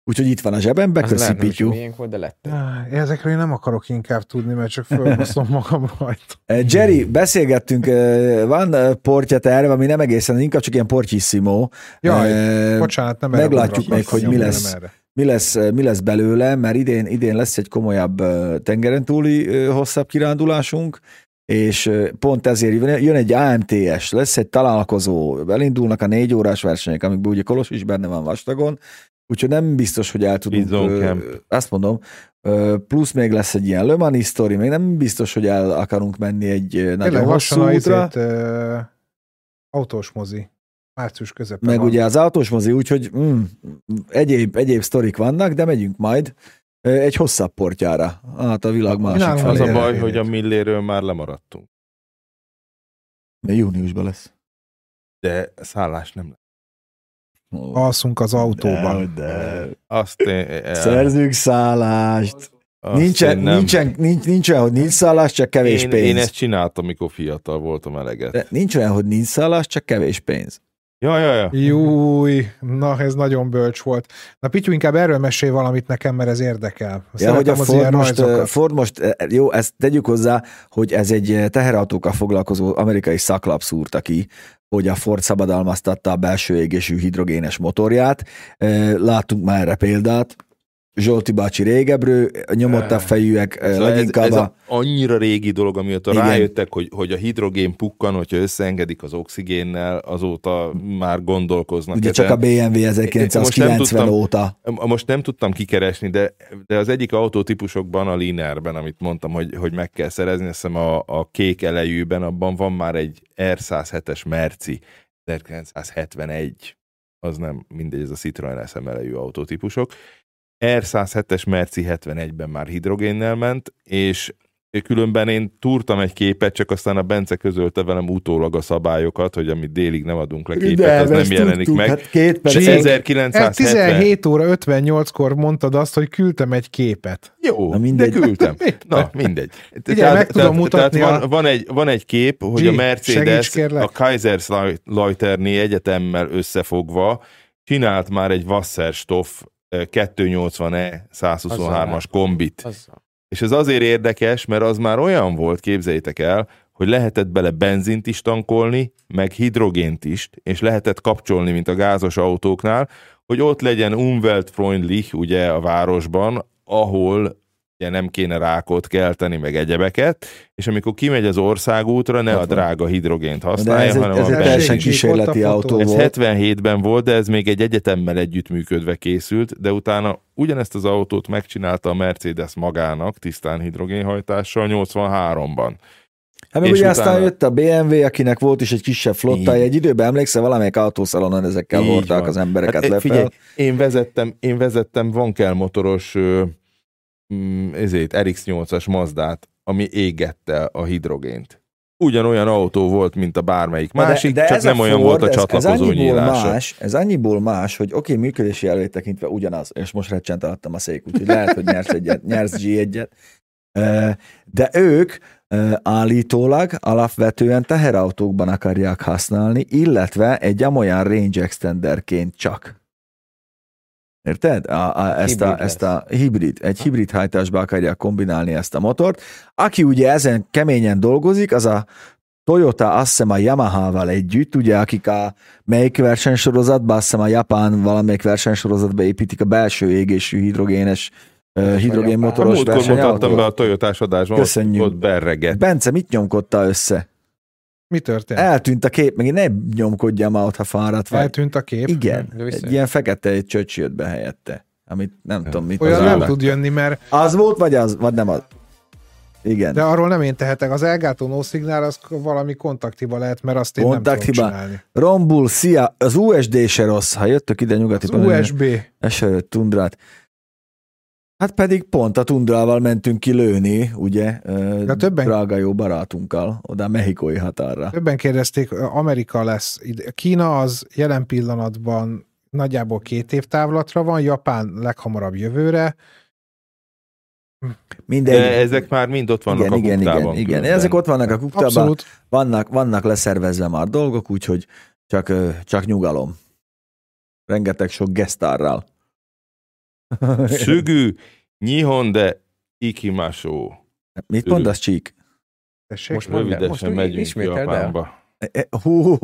Speaker 1: Úgyhogy itt van a zsebembe,
Speaker 3: Az
Speaker 1: köszi
Speaker 3: lehet, nem is
Speaker 1: Pityu.
Speaker 3: miénk volt, de lett.
Speaker 1: hát
Speaker 2: Áh, Ezekről én nem akarok inkább tudni, mert csak fölbaszom magam rajta.
Speaker 1: Eh, Jerry, beszélgettünk, eh, van eh, portja terve, ami nem egészen, inkább csak ilyen portissimo.
Speaker 2: Jaj,
Speaker 1: Eh,
Speaker 2: Bocsánat, nem
Speaker 1: meglátjuk
Speaker 2: erre
Speaker 1: még, hogy mi lesz. mi lesz, eh, mi lesz belőle, mert idén, idén lesz egy komolyabb ö, tengeren túli ö, hosszabb kirándulásunk, és ö, pont ezért jön- jön egy AMTS, lesz egy találkozó, elindulnak a négy órás versenyek, amikből ugye Kolos is benne van vastagon, Úgyhogy nem biztos, hogy el tudunk.
Speaker 5: Bízzunk,
Speaker 1: ö,
Speaker 5: Kemp.
Speaker 1: ö, Ezt mondom, ö, plusz még lesz egy ilyen Le Mans sztori, még nem biztos, hogy el akarunk menni egy ö, nagyon
Speaker 2: Tényleg izé, lassan
Speaker 1: hosszú
Speaker 2: a
Speaker 1: útra.
Speaker 2: izét, ö, autós mozi. Március közepén
Speaker 1: Meg
Speaker 2: van.
Speaker 1: ugye az autós mozi, úgyhogy mm, egyéb, egyéb sztorik vannak, de megyünk majd ö, egy hosszabb portjára. Hát a világ másik
Speaker 2: nálunk
Speaker 5: Az
Speaker 1: felé.
Speaker 5: a
Speaker 2: Elérhető.
Speaker 5: baj, hogy a milléről már lemaradtunk.
Speaker 1: Júniusban lesz.
Speaker 5: De szállás nem lesz.
Speaker 1: Ó,
Speaker 2: alszunk az autóban.
Speaker 1: De, de.
Speaker 5: Azt én, e-
Speaker 1: Szerzünk szállást.
Speaker 5: azt
Speaker 1: Nincsen,
Speaker 5: én nem.
Speaker 1: nincsen, nincs, nincs olyan, hogy nincs szállás, csak kevés
Speaker 5: én,
Speaker 1: pénz.
Speaker 5: én ezt csináltam, mikor fiatal voltam eleget.
Speaker 1: De nincs olyan, hogy nincs szállás, csak kevés pénz.
Speaker 5: Ja, ja, ja.
Speaker 2: Júj, na ez nagyon bölcs volt. Na Pityu, inkább erről mesél valamit nekem, mert ez érdekel.
Speaker 1: Ja, hogy a
Speaker 2: az ilyen
Speaker 1: Ford most, eh,
Speaker 2: rajzokat.
Speaker 1: Ford most, eh, jó, ezt tegyük hozzá, hogy ez egy eh, teherautókkal foglalkozó amerikai szaklap szúrta ki, hogy a Ford szabadalmaztatta a belső égésű hidrogénes motorját. Eh, Láttunk már erre példát. Zsolti bácsi régebről, nyomott a fejűek eh,
Speaker 5: Ez, a- ez,
Speaker 1: leginkább
Speaker 5: szóval ez
Speaker 1: a...
Speaker 5: a annyira régi dolog, amióta
Speaker 1: Igen.
Speaker 5: Igen. rájöttek, hogy, hogy a hidrogén pukkan, hogyha összeengedik az oxigénnel, azóta már gondolkoznak.
Speaker 1: Ugye
Speaker 5: ezen.
Speaker 1: csak a BMW
Speaker 5: Most nem
Speaker 1: 1990
Speaker 5: tudtam-
Speaker 1: óta.
Speaker 5: Most nem tudtam kikeresni, de, de az egyik autótípusokban, a Linerben, amit mondtam, hogy, hogy meg kell szerezni, azt hiszem a, a kék elejűben, abban van már egy R107-es Merci 1971. Az nem mindegy, ez a Citroen SM elejű autótípusok. R107-es Merci 71-ben már hidrogénnel ment, és különben én túrtam egy képet, csak aztán a Bence közölte velem utólag a szabályokat, hogy amit délig nem adunk le képet, az nem jelenik meg. Hát
Speaker 1: Hát két
Speaker 5: De
Speaker 1: perc.
Speaker 2: Csík.
Speaker 5: 1970.
Speaker 2: Ez 17 óra 58-kor mondtad azt, hogy küldtem egy képet.
Speaker 5: Jó,
Speaker 1: Na,
Speaker 5: Na
Speaker 1: mindegy.
Speaker 5: mindegy. de küldtem. Na, mindegy.
Speaker 2: Figyelj, meg tudom mutatni
Speaker 5: Tehát
Speaker 2: a-
Speaker 5: van, van, egy, van egy kép, hogy
Speaker 2: G,
Speaker 5: a
Speaker 2: segíts,
Speaker 5: Mercedes
Speaker 2: kérlek.
Speaker 5: a Kaiserslauterni Egyetemmel összefogva csinált már egy Wasserstoff eh, 280E 123-as kombit.
Speaker 3: Az,
Speaker 5: És ez azért érdekes, mert az már olyan volt, képzeljétek el, hogy lehetett bele benzint is tankolni, meg hidrogént is, és lehetett kapcsolni, mint a gázos autóknál, hogy ott legyen umweltfreundlich, ugye a városban, ahol ugye nem kéne rákot kelteni, meg egyebeket, és amikor kimegy az országútra,
Speaker 1: Ott
Speaker 5: ne a
Speaker 1: Hát van.
Speaker 5: drága hidrogént
Speaker 1: De
Speaker 5: használja,
Speaker 1: ez, egy-
Speaker 5: hanem
Speaker 1: ez egy
Speaker 5: a
Speaker 1: teljesen
Speaker 5: benzint.
Speaker 2: Tessék,
Speaker 1: kísérleti
Speaker 2: itt volt a fotó.
Speaker 1: autó
Speaker 5: Ez
Speaker 1: volt.
Speaker 5: 77-ben volt, de ez még egy egyetemmel együttműködve készült, de utána ugyanezt az autót megcsinálta a Mercedes magának, tisztán hidrogénhajtással 83-ban.
Speaker 1: Hát meg
Speaker 5: És
Speaker 1: ugye aztán
Speaker 5: utána-
Speaker 1: jött a BMW, akinek volt is egy kisebb flottája,
Speaker 5: Így.
Speaker 1: egy időben emlékszel, valamelyik autószalonon ezekkel
Speaker 5: Így
Speaker 1: hordták
Speaker 5: van.
Speaker 1: az embereket hát,
Speaker 5: eh,
Speaker 1: le
Speaker 5: figyelj,
Speaker 1: fel.
Speaker 5: én vezettem, én vezettem Van Kell motoros ö, mm, ezért RX-8-as Mazdát, ami égette a hidrogént. Ugyanolyan autó volt, mint a bármelyik másik, de, de csak
Speaker 1: ez a
Speaker 5: nem olyan volt a
Speaker 1: ez- ez
Speaker 5: csatlakozó
Speaker 1: annyiból
Speaker 5: nyílása.
Speaker 1: más, Ez annyiból más, hogy oké, okay, működési elvét tekintve ugyanaz, és most recsent adtam a szék, úgyhogy lehet, hogy nyersz egyet, nyersz G1-et. Eh, De ők eh, állítólag alapvetően teherautókban akarják használni, illetve egy amolyan range extenderként csak. Érted? A, a, ezt,
Speaker 3: Hibrid
Speaker 1: a,
Speaker 3: lesz.
Speaker 1: ezt a hibrid, egy hibrid hajtásba akarják kombinálni ezt a motort. Aki ugye ezen keményen dolgozik, az a Toyota azt hiszem a Yamaha-val együtt, ugye, akik a melyik versenysorozatban, azt hiszem a japán valamelyik versenysorozatban építik a belső égésű hidrogénes, ö,
Speaker 5: A
Speaker 1: hidrogénmotoros
Speaker 5: Hát, múltkor mutattam be
Speaker 1: versenyautót.
Speaker 5: a Toyotás adásban, ott,
Speaker 1: Köszönjük.
Speaker 5: ott berregett.
Speaker 1: Bence mit nyomkodta össze?
Speaker 2: Mi történt?
Speaker 1: Eltűnt a kép, meg ne nyomkodjam már ott, ha fáradt vagy.
Speaker 2: Eltűnt a kép.
Speaker 1: Igen,
Speaker 3: De vissza-
Speaker 1: egy ilyen fekete egy csöcs jött be helyette, amit nem tudom mit
Speaker 2: Olyan
Speaker 1: az
Speaker 2: nem
Speaker 1: állat.
Speaker 2: tud jönni, mert
Speaker 1: Az volt, vagy az, vagy nem az? Igen.
Speaker 2: de arról nem én tehetek. Az elgátó no szignál az valami kontaktiba lehet, mert azt én
Speaker 1: Kontaktiba.
Speaker 2: nem tudom csinálni.
Speaker 1: Rombul, szia, az USD se rossz, ha jöttök ide nyugati
Speaker 2: Az
Speaker 1: Pannonia-
Speaker 2: USB.
Speaker 1: eserőt tundrát. Hát pedig pont a tundrával mentünk ki lőni, ugye, ö,
Speaker 2: Ja, többen-
Speaker 1: drága jó barátunkkal, oda a mexikói határra.
Speaker 2: Többen kérdezték, Amerika lesz. ide- Kína az jelen pillanatban nagyjából két év távlatra van, Japán leghamarabb jövőre.
Speaker 1: Mindegy.
Speaker 5: De ezek már mind ott vannak
Speaker 1: igen,
Speaker 5: a
Speaker 1: igen, igen,
Speaker 5: kuktában
Speaker 1: igen.
Speaker 5: különben.
Speaker 1: Ezek ott vannak a kuktában,
Speaker 2: Abszolút.
Speaker 1: vannak, vannak leszervezve már dolgok, úgyhogy csak, ö, csak nyugalom. Rengeteg sok gesztárral.
Speaker 5: Szügű, Nihon de Ikimasó.
Speaker 1: Mit mondasz, Csík?
Speaker 2: Tessék?
Speaker 3: most
Speaker 5: Rövidesen
Speaker 3: most úgy
Speaker 5: megyünk
Speaker 3: ismételd el.
Speaker 5: Japánba.
Speaker 1: E, Hú,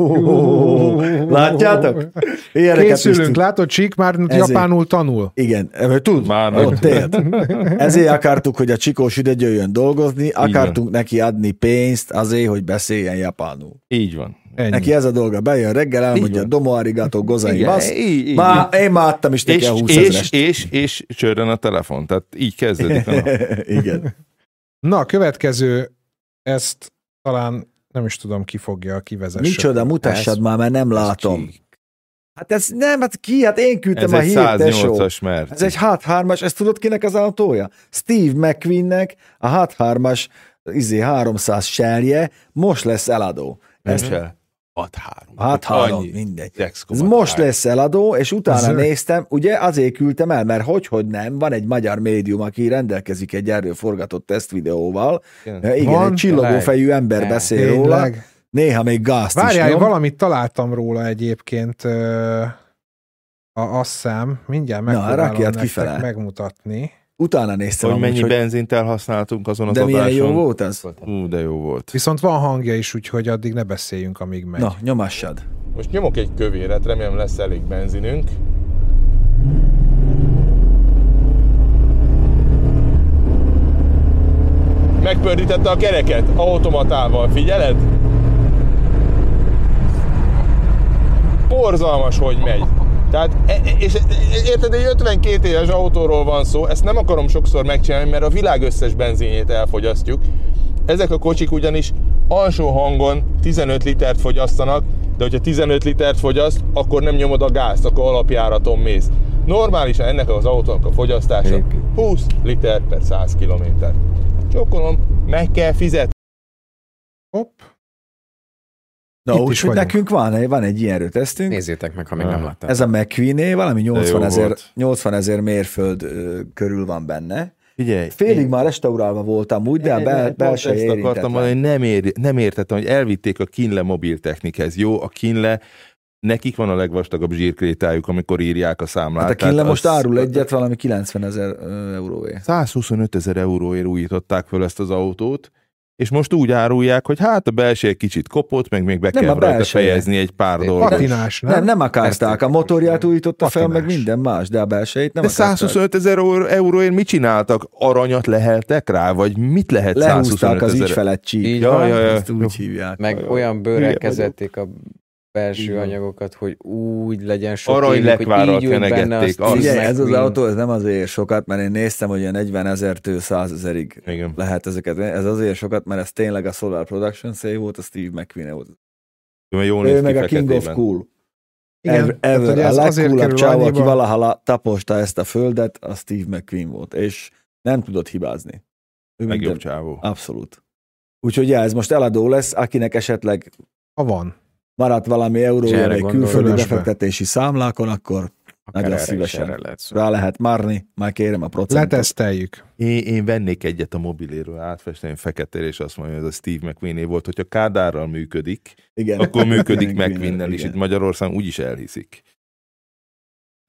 Speaker 1: látjátok? Ilyeneket is
Speaker 2: Készülünk,
Speaker 1: tud-
Speaker 2: látod, Csík már
Speaker 1: Ezért.
Speaker 2: japánul tanul.
Speaker 1: Igen, ő tud,
Speaker 5: Már
Speaker 1: Már
Speaker 5: nem
Speaker 1: ott élt. Ezért akartuk, hogy a csikós ide jöjjön dolgozni, akartunk neki adni pénzt azért, hogy beszéljen japánul.
Speaker 5: Így van.
Speaker 2: Ennyi.
Speaker 1: Neki ez a dolga, bejön reggel, elmondja
Speaker 5: van.
Speaker 1: domo arigato gozai
Speaker 5: Igen,
Speaker 1: masz.
Speaker 5: így- így-
Speaker 1: Már én már adtam is neki
Speaker 5: És,
Speaker 1: a 20
Speaker 5: és,
Speaker 1: ezerest.
Speaker 5: és, és csörren a telefon. Tehát így kezdődik a nap.
Speaker 1: Igen.
Speaker 2: Na, a következő, ezt talán nem is tudom, ki fogja, ki vezesse.
Speaker 1: Micsoda, mutassad már, mert nem látom. Hát ez nem, hát ki? Hát én
Speaker 5: Ez
Speaker 1: küldtem a
Speaker 5: egy
Speaker 1: hírt, tesó.
Speaker 5: 108-as mert.
Speaker 1: Ez egy H3-as, ezt tudod kinek az autója? Steve McQueennek a H3-as izé 300 selje most lesz eladó. Ezt
Speaker 5: Esel. 6-3.
Speaker 1: Hát három, mindegy. Ez most lesz eladó, és utána
Speaker 2: Ez-
Speaker 1: néztem, ugye azért küldtem el, mert hogy, hogy nem, van egy magyar médium, aki rendelkezik egy erről forgatott tesztvideóval. Igen,
Speaker 2: Van?
Speaker 1: igen egy csillogófejű ember
Speaker 3: Ne.
Speaker 1: beszél róla,
Speaker 2: Tényleg.
Speaker 1: néha még gázt
Speaker 2: Várjál,
Speaker 1: is
Speaker 2: én
Speaker 1: nyom.
Speaker 2: valamit találtam róla egyébként. ö, A asszám, mindjárt
Speaker 1: Na,
Speaker 2: megpróbálom
Speaker 1: rakjad
Speaker 2: nektek
Speaker 1: kifele.
Speaker 2: megmutatni.
Speaker 1: Utána néztem,
Speaker 5: Hogy
Speaker 1: amúgy,
Speaker 5: mennyi benzint elhasználtunk azon az
Speaker 1: de milyen jó
Speaker 5: adáson.
Speaker 1: volt ez?
Speaker 5: Ú, de jó volt.
Speaker 2: Viszont van hangja is, úgyhogy addig ne beszéljünk, amíg megy.
Speaker 1: Na, nyomassad.
Speaker 5: Most nyomok egy kövéret, remélem lesz elég benzinünk. Megpördítette a kereket automatával, figyeled? Borzalmas, hogy megy. Tehát, e- e- és e- e- érted, egy 52 éves autóról van szó, ezt nem akarom sokszor megcsinálni, mert a világ összes benzinjét elfogyasztjuk. Ezek a kocsik ugyanis alsó hangon 15 litert fogyasztanak, de hogyha 15 litert fogyaszt, akkor nem nyomod a gázt, akkor alapjáraton mész. Normálisan ennek az autónak a fogyasztása 20 liter per 100 km. Csókolom, meg kell fizetni.
Speaker 2: Hopp.
Speaker 1: Na,
Speaker 2: Itt is
Speaker 1: úgyhogy
Speaker 2: vagyunk.
Speaker 1: nekünk van, van egy ilyen tesztünk.
Speaker 3: Nézzétek meg, ha még nem láttátok.
Speaker 1: Ez a mcqueen valami
Speaker 5: hát. jó
Speaker 1: 80
Speaker 5: volt.
Speaker 1: ezer, 80 ezer mérföld ö, körül van benne.
Speaker 5: Figyelj,
Speaker 1: Félig már restaurálva voltam úgy, de a bel, belső
Speaker 5: ezt akartam
Speaker 1: érintetlen.
Speaker 5: mondani, hogy nem, ér, nem értettem, hogy elvitték a kínle mobil technikhez. Jó, a kínle, nekik van a legvastagabb zsírkrétájuk, amikor írják a számlát.
Speaker 1: Hát a
Speaker 5: Tehát
Speaker 1: Kinle most
Speaker 5: az-
Speaker 1: árul egyet valami 90 ezer euróért.
Speaker 5: 125 ezer euróért újították föl ezt az autót, és most úgy árulják, hogy hát a belső egy kicsit kopott, meg még be
Speaker 1: Nem,
Speaker 5: kell
Speaker 1: a
Speaker 5: rajta
Speaker 1: belseje.
Speaker 5: fejezni egy pár
Speaker 3: Én-
Speaker 1: Hát
Speaker 5: dolgot. De
Speaker 2: Patinás, nem?
Speaker 1: Nem, nem, akarták, a motorját újította fel,
Speaker 2: Patinás.
Speaker 1: meg minden más, de a belsejét nem akarták.
Speaker 5: 125 ezer euróért mit csináltak? Aranyat leheltek rá, vagy mit lehet
Speaker 1: Lehúzták
Speaker 5: 125
Speaker 1: az
Speaker 5: ezer?
Speaker 1: ügyfelet csík.
Speaker 3: Így
Speaker 5: Ja,
Speaker 3: van,
Speaker 5: ja, ja.
Speaker 1: Ezt úgy hívják.
Speaker 3: Meg
Speaker 5: Jaj,
Speaker 3: olyan bőrrel
Speaker 5: hülye
Speaker 3: kezelték a
Speaker 5: Így
Speaker 3: belső
Speaker 5: van.
Speaker 3: anyagokat, hogy úgy legyen sok
Speaker 5: Arany
Speaker 3: évük, hogy
Speaker 5: lekvárat
Speaker 3: így ülj benne
Speaker 5: kenegették,
Speaker 3: azt
Speaker 5: az-
Speaker 1: Ugye,
Speaker 3: meg
Speaker 1: ez az
Speaker 3: mind.
Speaker 1: autó, ez nem azért sokat, mert én néztem, hogy ilyen 40 ezer-től 100 ezerig
Speaker 5: Igen.
Speaker 1: lehet ezeket. Ez azért sokat, mert ez tényleg a Solar Production szé volt, a Steve McQueen volt.
Speaker 5: Mert Jól
Speaker 1: Ő
Speaker 5: néz
Speaker 1: meg
Speaker 5: ki
Speaker 1: a King of
Speaker 5: feketében.
Speaker 1: Cool.
Speaker 2: Igen,
Speaker 1: Ever,
Speaker 2: tehát,
Speaker 1: ever,
Speaker 2: hogy
Speaker 1: a
Speaker 2: ez azért
Speaker 1: legcoolabb
Speaker 2: kerül
Speaker 1: csáv, aki
Speaker 2: annyiba.
Speaker 1: valaha la- taposta ezt a földet, a Steve McQueen volt, és nem tudott hibázni. Ő
Speaker 5: Meg jobb
Speaker 1: minden,
Speaker 5: csávó.
Speaker 1: abszolút. Úgyhogy ja, ez most eladó lesz, akinek esetleg
Speaker 2: Ha van.
Speaker 1: maradt valami
Speaker 3: És
Speaker 1: eurója,
Speaker 3: erre
Speaker 1: vagy
Speaker 3: gondolok.
Speaker 1: külföldi
Speaker 2: Különösbe.
Speaker 1: befektetési számlákon, akkor
Speaker 3: Akár
Speaker 1: Nagyon
Speaker 3: erre is
Speaker 1: szívesen.
Speaker 3: erre lehet szó.
Speaker 1: rá lehet márni, már kérem a procentot.
Speaker 2: Leteszteljük.
Speaker 5: Én, én vennék egyet a mobiléről, átfesteném feketére, és azt mondja, hogy ez a Steve mcqueen volt. Hogyha Kádárral működik,
Speaker 1: Igen.
Speaker 5: akkor működik
Speaker 1: Igen,
Speaker 5: mcqueen is.
Speaker 1: igen.
Speaker 5: Itt Magyarországon úgyis elhiszik.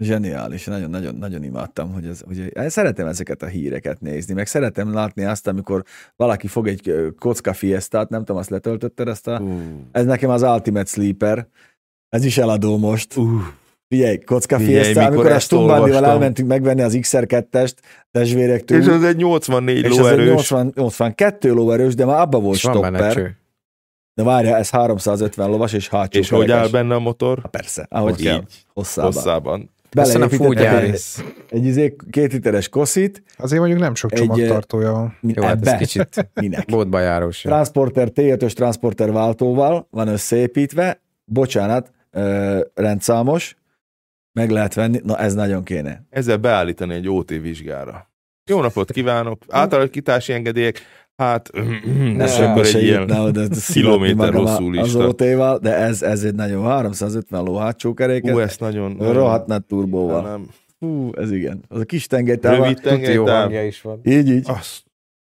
Speaker 1: Zseniális, nagyon-nagyon-nagyon imádtam, hogy ez, hogy én szeretem ezeket a híreket nézni, meg szeretem látni azt, amikor valaki fog egy ö, kocka fiesztát, nem tudom, azt letöltötted ezt a... Ez nekem az Ultimate Sleeper, ez is eladó most.
Speaker 5: Uh,
Speaker 1: Figyelj, kocka
Speaker 5: Figyelj,
Speaker 1: fiesztá, amikor
Speaker 5: mikor
Speaker 1: a
Speaker 5: ezt
Speaker 1: Stumbándival
Speaker 5: olvastam.
Speaker 1: elmentünk megvenni az XR2-est testvérektől,
Speaker 5: és az egy 84
Speaker 1: és az egy
Speaker 5: lóerős.
Speaker 1: 80, 82 lóerős, de már abba volt
Speaker 3: És van benne
Speaker 1: stopper.
Speaker 3: cső.
Speaker 1: De várja, ez 350 lovas és hátsó
Speaker 5: És hogy áll
Speaker 1: kerekes.
Speaker 5: benne a motor?
Speaker 1: Ha Persze, ahogy kell,
Speaker 5: Így,
Speaker 1: hosszában.
Speaker 5: hosszában.
Speaker 3: Aztán a
Speaker 1: Beleépítettek
Speaker 3: fúgyár
Speaker 1: egy-
Speaker 3: is.
Speaker 1: egy izé, két literes koszit,
Speaker 2: Azért mondjuk nem sok
Speaker 1: Egy, eh,
Speaker 2: csomagtartója van.
Speaker 1: mint
Speaker 3: Jó, hát ez
Speaker 1: ebbe.
Speaker 3: kicsit
Speaker 1: Minek?
Speaker 3: Bódba járós.
Speaker 1: Transporter T5-ös transporter váltóval van összeépítve, bocsánat, ö, rendszámos, meg lehet venni, na ez nagyon kéne.
Speaker 5: Ezzel beállítani egy OT vizsgára. Jó napot kívánok! Átalakítási engedélyek, hát
Speaker 1: Ez
Speaker 5: és
Speaker 1: semmi
Speaker 5: akkor
Speaker 1: se
Speaker 5: egy
Speaker 1: jutna
Speaker 5: ilyen...
Speaker 1: oda,
Speaker 5: kilométer
Speaker 1: magam
Speaker 5: hosszú
Speaker 1: Az
Speaker 5: lista.
Speaker 1: OT-val, de ez, ez egy nagyon 350 ló hátsó
Speaker 5: Hú,
Speaker 1: keréket,
Speaker 5: ezt nagyon...
Speaker 1: rohadt nagy turbóval.
Speaker 5: Nem.
Speaker 1: Hú, ez igen. Az a kis tengelytával.
Speaker 5: Rövid
Speaker 3: Jó
Speaker 5: tengelytáv.
Speaker 3: hangja is van.
Speaker 1: Így, így,
Speaker 5: Azt,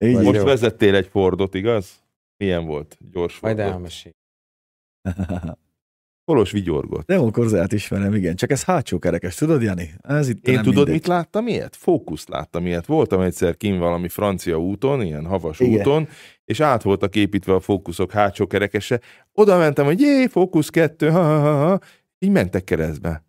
Speaker 1: így. így.
Speaker 5: Most
Speaker 3: Jó.
Speaker 5: vezettél egy Fordot, igaz? Milyen volt? Gyors
Speaker 3: Majd
Speaker 5: Fordot.
Speaker 3: elmesél.
Speaker 5: Kolos vigyorgott.
Speaker 1: Demo korzát ismerem, igen. Csak ez hátsó kerekes, tudod, Jani? Ez itt
Speaker 5: Én
Speaker 1: nem
Speaker 5: tudod,
Speaker 1: mindegy.
Speaker 5: mit láttam ilyet? Fókuszt láttam ilyet. Voltam egyszer kint valami francia úton, ilyen havas
Speaker 1: Igen.
Speaker 5: úton, és át voltak építve a fókuszok hátsó kerekese. Oda mentem, hogy jé, fókusz kettő, ha, ha, ha, ha. így mentek keresztbe.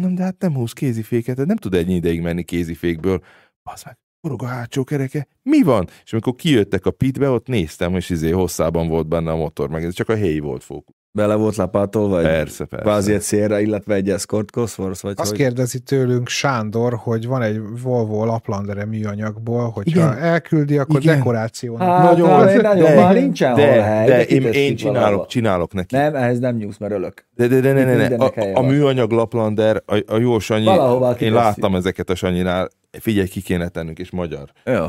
Speaker 5: Nem, de hát nem húz kéziféket, hát nem tud egy ideig menni kézifékből. Az meg, forog a hátsó kereke, mi van? És amikor kijöttek a pitbe, ott néztem, és izé hosszában volt benne a motor, meg ez csak a héj volt fókusz.
Speaker 1: Bele volt lapátolva egy
Speaker 5: Persze, persze.
Speaker 1: kvázi egy szélre, illetve egy Escort Cosworth, vagy
Speaker 2: Azt
Speaker 1: hogy...
Speaker 2: kérdezi tőlünk Sándor, hogy van egy Volvo laplandere műanyagból, hogyha
Speaker 5: Igen.
Speaker 2: elküldi, akkor
Speaker 5: Igen.
Speaker 2: dekorációnak.
Speaker 1: Hát,
Speaker 5: Nagyon
Speaker 1: nagyon,
Speaker 5: az-
Speaker 1: de, nagyon
Speaker 5: de-
Speaker 1: de, már nincsen hol
Speaker 5: De,
Speaker 1: hely.
Speaker 5: de én,
Speaker 1: kitesztik
Speaker 5: én
Speaker 1: valahova.
Speaker 5: csinálok, csinálok neki.
Speaker 1: Nem, ehhez nem nyúlsz, mert ölök.
Speaker 5: De, de, de, ne, ne, ne.
Speaker 1: Mindennek helye
Speaker 5: A, a
Speaker 1: van.
Speaker 5: műanyag laplander, a, a jó Sanyi,
Speaker 1: Valahová
Speaker 5: én
Speaker 1: kiteszi.
Speaker 5: láttam ezeket a Sanyinál, figyelj, ki kéne tennünk, és magyar.
Speaker 1: Jó.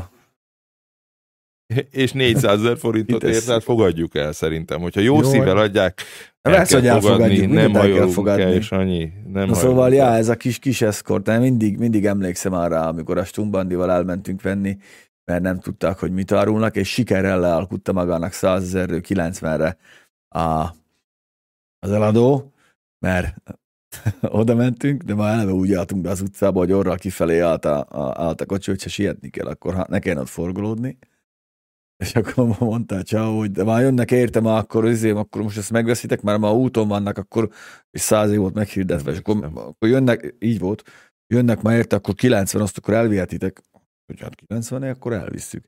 Speaker 5: És 400 ezer forintot
Speaker 1: Kiteszi.
Speaker 5: ért, tehát fogadjuk el szerintem. Hogyha jó,
Speaker 2: Jó.
Speaker 5: jó szívvel adják, el
Speaker 1: Lesz,
Speaker 5: kell
Speaker 1: hogy elfogadjuk,
Speaker 5: fogadni,
Speaker 1: mindent
Speaker 5: nem
Speaker 1: el kell
Speaker 5: hajolunk
Speaker 1: fogadni.
Speaker 5: el, és annyi. Nem
Speaker 1: Na szóval,
Speaker 5: hajolunk
Speaker 1: já,
Speaker 5: el.
Speaker 1: ez a kis kis eszkort, én mindig, mindig emlékszem arra, amikor a Stumbandival elmentünk venni, mert nem tudták, hogy mit árulnak, és sikerrel lealkutta magának 100 ezerről 90-re a, az eladó, mert oda mentünk, de már eleve úgy álltunk be az utcába, hogy orral kifelé állt a, a, állt a kocsi, hogyha sietni kell, akkor ha, ne kelljen ott forgolódni. És akkor mondta a csávó, hogy de már jönnek érte, már akkor, izém, akkor most ezt megveszitek, mert ma úton vannak, akkor és száz év volt meghirdetve, és akkor, akkor jönnek, így volt, jönnek már érte, akkor 90, azt akkor elvihetitek, hogy hát 90 akkor elvisszük.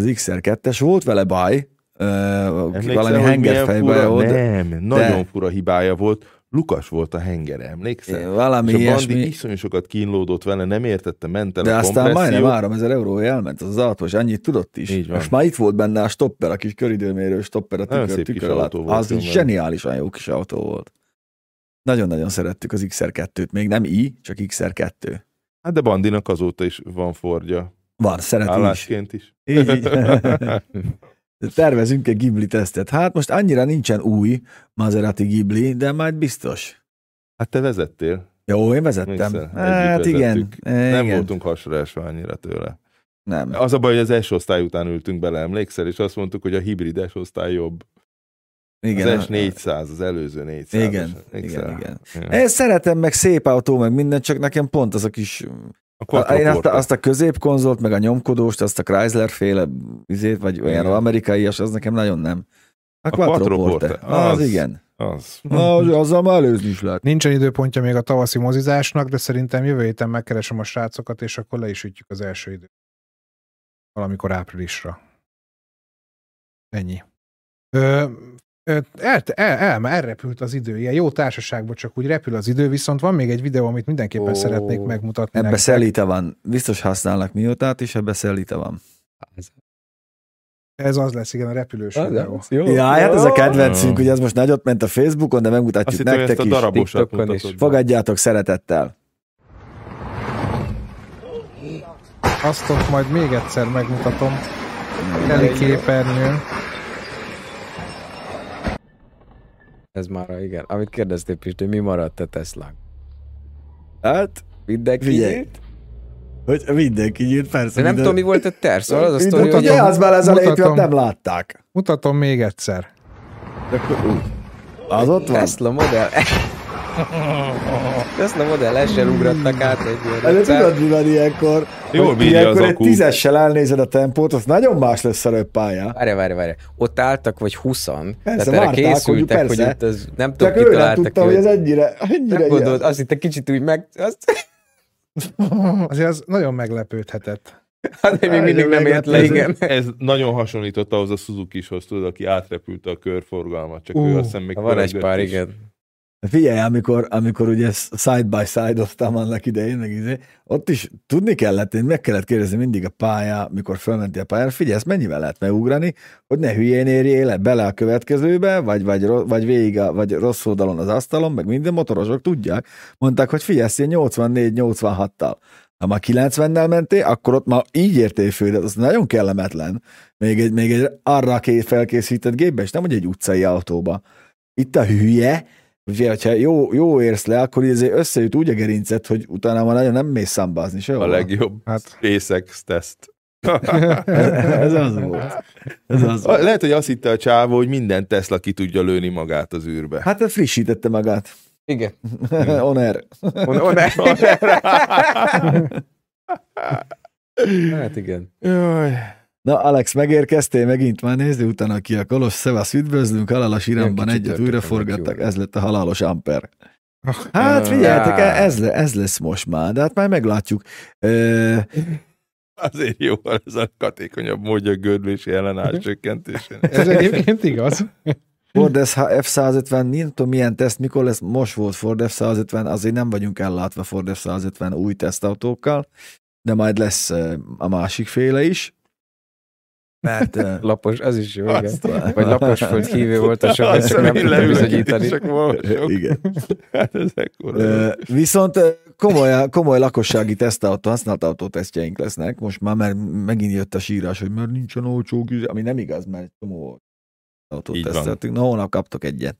Speaker 1: Az XR2-es volt vele baj, ö,
Speaker 5: Emlékszel,
Speaker 1: valami
Speaker 5: hogy milyen
Speaker 1: hengerfejbe
Speaker 5: fura-
Speaker 1: volt, de-
Speaker 5: Nem, nagyon fura hibája volt. Lukas volt a hengere, emlékszel?
Speaker 1: valami
Speaker 5: és a Bandi
Speaker 1: ilyesmi,
Speaker 5: iszonyú sokat kínlódott vele, nem értette, ment el
Speaker 1: de
Speaker 5: a
Speaker 1: aztán majdnem
Speaker 5: kompresszió.
Speaker 1: 3000 eurója elment az az autó, és annyit tudott is.
Speaker 5: Így van.
Speaker 1: És már itt volt benne a stopper, a kis köridőmérő stopper, a
Speaker 5: Nagyon
Speaker 1: tükör,
Speaker 5: szép kis
Speaker 1: tükör alatt.
Speaker 5: autó volt,
Speaker 1: Az
Speaker 5: jó
Speaker 1: egy
Speaker 5: volt.
Speaker 1: zseniálisan jó kis autó volt. Nagyon-nagyon szerettük az XR2-t, még nem i, csak XR2.
Speaker 5: Hát de Bandinak azóta is van Fordja,
Speaker 1: Van, szereti Hát is.
Speaker 5: állásként is.
Speaker 1: Így, így. Tervezünk egy Ghibli tesztet. Hát most annyira nincsen új Maserati Ghibli, de majd biztos.
Speaker 5: Hát te vezettél.
Speaker 1: Jó, én vezettem.
Speaker 5: Mixer, együtt
Speaker 1: hát igen.
Speaker 5: vezettük.
Speaker 1: igen.
Speaker 5: Nem voltunk hasra esve annyira tőle.
Speaker 1: Nem.
Speaker 5: Az a baj, hogy az első osztály után ültünk bele, emlékszel, és azt mondtuk, hogy a hibrides osztály jobb.
Speaker 1: Igen.
Speaker 5: az S400, az előző 400.
Speaker 1: Igen, igen, igen.
Speaker 5: igen.
Speaker 1: Én szeretem, meg szép autó, meg minden, csak nekem pont az a kis...
Speaker 5: A
Speaker 1: Én azt,
Speaker 5: quattroporta.
Speaker 1: azt a középkonzolt, meg a nyomkodóst, azt a Chrysler féle, izét, vagy olyan
Speaker 5: Igen.
Speaker 1: amerikaias, az nekem nagyon nem. A, a
Speaker 5: quattroporte,
Speaker 1: quattroporte. Az,
Speaker 5: az.
Speaker 1: az igen.
Speaker 5: Az.
Speaker 1: Na, az- azzal már előzni is lehet.
Speaker 2: Nincsen időpontja még a tavaszi mozizásnak, de szerintem jövő héten megkeresem a srácokat, és akkor le is ütjük az első időt. Valamikor áprilisra. Ennyi. Ö, ö, el, el, el, elrepült az idő. Ilyen jó társaságban csak úgy repül az idő, viszont van még egy videó, amit mindenképpen
Speaker 3: Ó.
Speaker 2: szeretnék megmutatni.
Speaker 1: Ebbe
Speaker 2: nektek.
Speaker 1: szelita van. Biztos használnak miótát is, ebbe szelita van.
Speaker 2: Ez az lesz, igen, a repülős videó.
Speaker 1: Ja, hát ez a kedvencünk,
Speaker 5: Jó.
Speaker 1: ugye ez most nagyot ment a Facebookon, de
Speaker 5: Azt
Speaker 1: megmutatjuk
Speaker 5: hittem, hogy ezt
Speaker 1: nektek
Speaker 5: a
Speaker 1: is.
Speaker 5: darabosat
Speaker 3: TikTokon is.
Speaker 5: mutatod. be.
Speaker 1: Fogadjátok szeretettel.
Speaker 2: Azt ott majd még egyszer megmutatom. Teli képernyőn.
Speaker 3: Ez már, igen. Amit kérdeztél, Pisti, mi maradt a Tesla?
Speaker 1: Hát,
Speaker 3: Mindenki
Speaker 1: Figyelj,
Speaker 3: nyílt?
Speaker 1: hogy mindenki nyílt, persze.
Speaker 3: De nem tudom, mi volt a terv, szóval az a sztori,
Speaker 1: hogy...
Speaker 3: hogy...
Speaker 2: Mutatom.
Speaker 1: az már ez a
Speaker 2: Mutatom.
Speaker 1: lépőt nem látták.
Speaker 2: Mutatom még egyszer.
Speaker 1: Az ott van.
Speaker 3: Tesla Model... Tesla Model S-el ugrattak át egy
Speaker 1: De tudod,
Speaker 3: rendszert.
Speaker 1: mi van ilyenkor?
Speaker 5: Jól
Speaker 1: Hogy
Speaker 5: bírja
Speaker 1: ilyenkor
Speaker 5: az
Speaker 1: egy
Speaker 5: akku.
Speaker 1: tízessel elnézed a tempót, az nagyon más lesz a pálya.
Speaker 3: Várj, várj, várj. Ott álltak, vagy 20 Tehát erre
Speaker 1: várták, hogy
Speaker 3: készültek, hogy
Speaker 1: persze.
Speaker 3: itt az, nem tudom,
Speaker 1: Csak
Speaker 3: ki
Speaker 1: ő nem
Speaker 3: találta ki,
Speaker 1: tudta, hogy ez
Speaker 3: hogy...
Speaker 1: ennyire, ennyire
Speaker 3: Nem gondolt,
Speaker 1: ilyen.
Speaker 3: azt itt egy kicsit úgy meg... Azt,
Speaker 2: Azért az nagyon meglepődhetett.
Speaker 3: hát, még mindig nem ért le,
Speaker 5: Ez,
Speaker 3: igen.
Speaker 5: ez nagyon hasonlított ahhoz a Suzuki-shoz, tudod, aki átrepült a körforgalmat, csak
Speaker 2: Ú,
Speaker 5: ő azt hiszem még
Speaker 3: Van egy
Speaker 5: pörögött
Speaker 3: pár,
Speaker 5: is.
Speaker 3: igen.
Speaker 1: Figyelj, amikor, amikor ugye side by side osztam annak idején, meg izé, ott is tudni kellett, én meg kellett kérdezni mindig a pályá, mikor fölmenti a pályára, figyelj, ezt mennyivel lehet megugrani, hogy ne hülyén érjél le bele a következőbe, vagy, vagy, ro- vagy végig, a, vagy rossz oldalon az asztalon, meg minden motorosok tudják. Mondták, hogy figyelj, ezt ilyen 84-86-tal. Ha már 90-nel mentél, akkor ott már így értél fő, de az nagyon kellemetlen. Még egy, még egy arra ké- felkészített gépbe, és nem, hogy egy utcai autóba. Itt a hülye, Ugye, hogyha jó, jó érsz le, akkor így azért összeüt úgy a gerincet, hogy utána már nagyon nem mész szambázni
Speaker 5: A
Speaker 1: sehova.
Speaker 5: legjobb
Speaker 2: Hát
Speaker 5: SpaceX teszt.
Speaker 1: Ez az volt. Ez az volt.
Speaker 5: Lehet, hogy azt hitte a csávó, hogy minden Tesla ki tudja lőni magát az űrbe.
Speaker 1: Hát frissítette magát.
Speaker 3: Igen.
Speaker 1: On air.
Speaker 3: On, on, hát igen.
Speaker 5: Jaj.
Speaker 1: Na, Alex, megérkeztél megint, már nézd utána ki a kolos, szevasz, üdvözlünk, halálos iramban
Speaker 3: kicsit
Speaker 1: egyet
Speaker 3: örülök,
Speaker 1: újra
Speaker 3: hogy
Speaker 1: forgattak,
Speaker 3: jó.
Speaker 1: ez lett a halálos amper.
Speaker 2: Ah,
Speaker 1: Hát figyeljetek el,
Speaker 3: Á.
Speaker 1: ez, le, ez lesz most már, de hát már meglátjuk. Ö,
Speaker 4: Azért jó, ha ez a katékonyabb módja a gördülési ellenállás csökkentésének.
Speaker 2: ez egyébként igaz.
Speaker 1: Ford S- F-150, nem tudom milyen teszt, mikor lesz, most volt Ford F-150, azért nem vagyunk ellátva Ford F-150 új tesztautókkal, de majd lesz ö, a másik féle is. Mert ö,
Speaker 3: Lapos, az is jó, igen.
Speaker 4: Azt
Speaker 3: Vagy laposföld hívő volt a sofőr,
Speaker 4: Azt
Speaker 3: csak nem
Speaker 4: hiszem, én
Speaker 3: tudta bizonyítani.
Speaker 4: leülök, és akkor sok.
Speaker 1: igen.
Speaker 4: Hát ez ekkora.
Speaker 1: Ö, Viszont ö, komoly, komoly lakossági tesztautó, használt autó tesztjeink lesznek. Most már, mert megint jött a sírás, hogy már nincsen olcsó güz, ami nem igaz, mert egy csomó autót
Speaker 4: Így van.
Speaker 1: teszteltünk. Na, holnap kaptok egyet.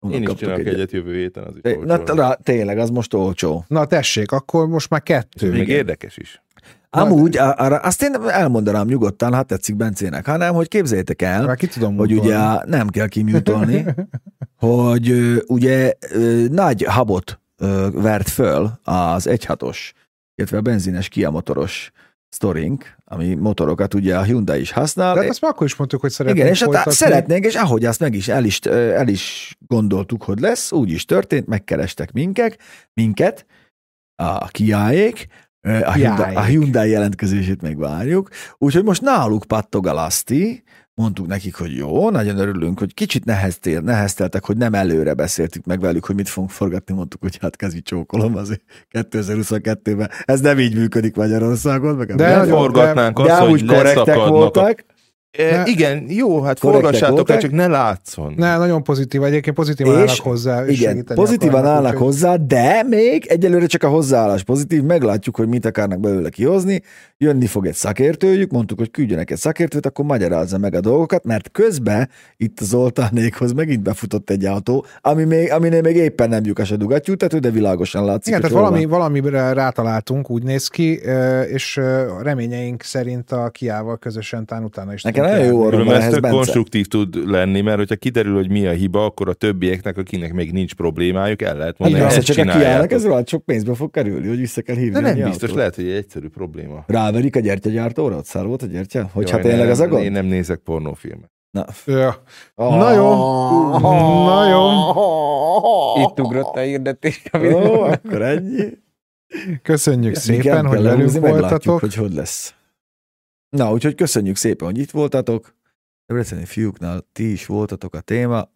Speaker 1: Holnap
Speaker 4: Én is
Speaker 1: kaptok
Speaker 4: csinálok egyet jövő héten, az is
Speaker 1: Té- Na,
Speaker 4: olcsó.
Speaker 1: na, tényleg, az most olcsó.
Speaker 2: Na tessék, akkor most már kettő.
Speaker 4: Még
Speaker 2: Igen.
Speaker 4: érdekes is.
Speaker 2: Na,
Speaker 1: Amúgy, á- arra, azt én elmondanám nyugodtan, ha tetszik Bencének, hanem, hogy képzeljétek el,
Speaker 2: Már ki tudom
Speaker 1: Hát, hogy
Speaker 2: mutolni.
Speaker 1: ugye nem kell kimutolni, hogy ö, ugye ö, nagy habot ö, vert föl az 1.6-os, illetve a benzines Kia motoros sztorink, ami motorokat ugye a Hyundai is használ.
Speaker 2: De hát azt már akkor is mondtuk, hogy szeretnénk
Speaker 1: Igen, és hát
Speaker 2: folytatni.
Speaker 1: szeretnénk, és ahogy azt meg is el, is ö, el is gondoltuk, hogy lesz, úgy is történt, megkerestek minket, minket, a kiáék, a Hyundai, a
Speaker 2: Kiáék.
Speaker 1: Hyundai jelentkezését még várjuk, úgyhogy most náluk pattog a Laszti, mondtuk nekik, hogy jó, nagyon örülünk, hogy kicsit neheztél, nehezteltek, hogy nem előre beszéltük meg velük, hogy mit fogunk forgatni, mondtuk, hogy hát kezi csókolom azért 2022-ben. Ez nem így működik Magyarországon, meg
Speaker 2: De
Speaker 1: nem,
Speaker 2: nagyon-
Speaker 4: Forgatnánk
Speaker 1: de
Speaker 4: azt, hogy
Speaker 1: úgy korrektek
Speaker 4: leszakadnak a
Speaker 1: voltak,
Speaker 4: E,
Speaker 2: Ne-
Speaker 4: igen, jó, hát
Speaker 1: Korrektek
Speaker 4: forgassátok el,
Speaker 1: voltak.
Speaker 4: csak ne látszon.
Speaker 2: Ne, nagyon pozitív, egyébként pozitívan
Speaker 1: És-
Speaker 2: állnak hozzá. és
Speaker 1: Igen,
Speaker 2: segíteni
Speaker 1: pozitívan
Speaker 2: akarnak,
Speaker 1: állnak
Speaker 2: úgyhogy-
Speaker 1: hozzá, de még egyelőre csak a hozzáállás pozitív, meglátjuk, hogy mit akarnak belőle kihozni. Jönni fog egy szakértőjük, mondtuk, hogy küldjenek egy szakértőt, akkor magyarázza meg a dolgokat, mert közben itt az oltánékhoz megint befutott egy autó, ami még, aminél még éppen nem lyukas a dugattyútető, de világosan látszik.
Speaker 2: Igen,
Speaker 1: hogy
Speaker 2: tehát
Speaker 1: hol
Speaker 2: valami,
Speaker 1: van.
Speaker 2: valamire rátaláltunk, úgy néz ki, ö, és ö, a reményeink szerint a kiával közösen tán utána is
Speaker 1: Nekem
Speaker 2: tudunk
Speaker 1: nagyon jó
Speaker 2: járni.
Speaker 1: orrom
Speaker 4: Különben ez
Speaker 1: ehhez,
Speaker 4: tök
Speaker 1: Bence.
Speaker 4: konstruktív tud lenni, mert hogyha kiderül, hogy mi a hiba, akkor a többieknek, akinek még nincs problémájuk, el lehet mondani,
Speaker 1: Igen,
Speaker 4: ezt
Speaker 1: azt Hát csak a kiállnak,
Speaker 4: csináljátok.
Speaker 1: ez rohadt sok pénzbe fog kerülni, hogy vissza kell hívni.
Speaker 4: De
Speaker 1: a
Speaker 4: nem
Speaker 1: mi
Speaker 4: biztos,
Speaker 1: autót.
Speaker 4: lehet, hogy egy egyszerű probléma.
Speaker 1: Ráverik a gyertyagyártóra, ott szar volt a gyertya? Hogyha
Speaker 4: Jaj,
Speaker 1: hát tényleg
Speaker 4: nem,
Speaker 1: ez a
Speaker 4: Én
Speaker 1: gond?
Speaker 4: nem nézek pornófilmet.
Speaker 1: Na.
Speaker 2: Ö, Na jó. Na jó.
Speaker 3: Itt ugrott a hirdetés. a videó.
Speaker 1: Ó, akkor ennyi.
Speaker 2: Köszönjük szépen,
Speaker 1: Igen,
Speaker 2: hogy
Speaker 1: kell
Speaker 2: velünk
Speaker 1: lehúzni, meglátjuk,
Speaker 2: voltatok.
Speaker 1: hogy hogy lesz. Na, úgyhogy köszönjük szépen, hogy itt voltatok. Debreceni fiúknál ti is voltatok a téma.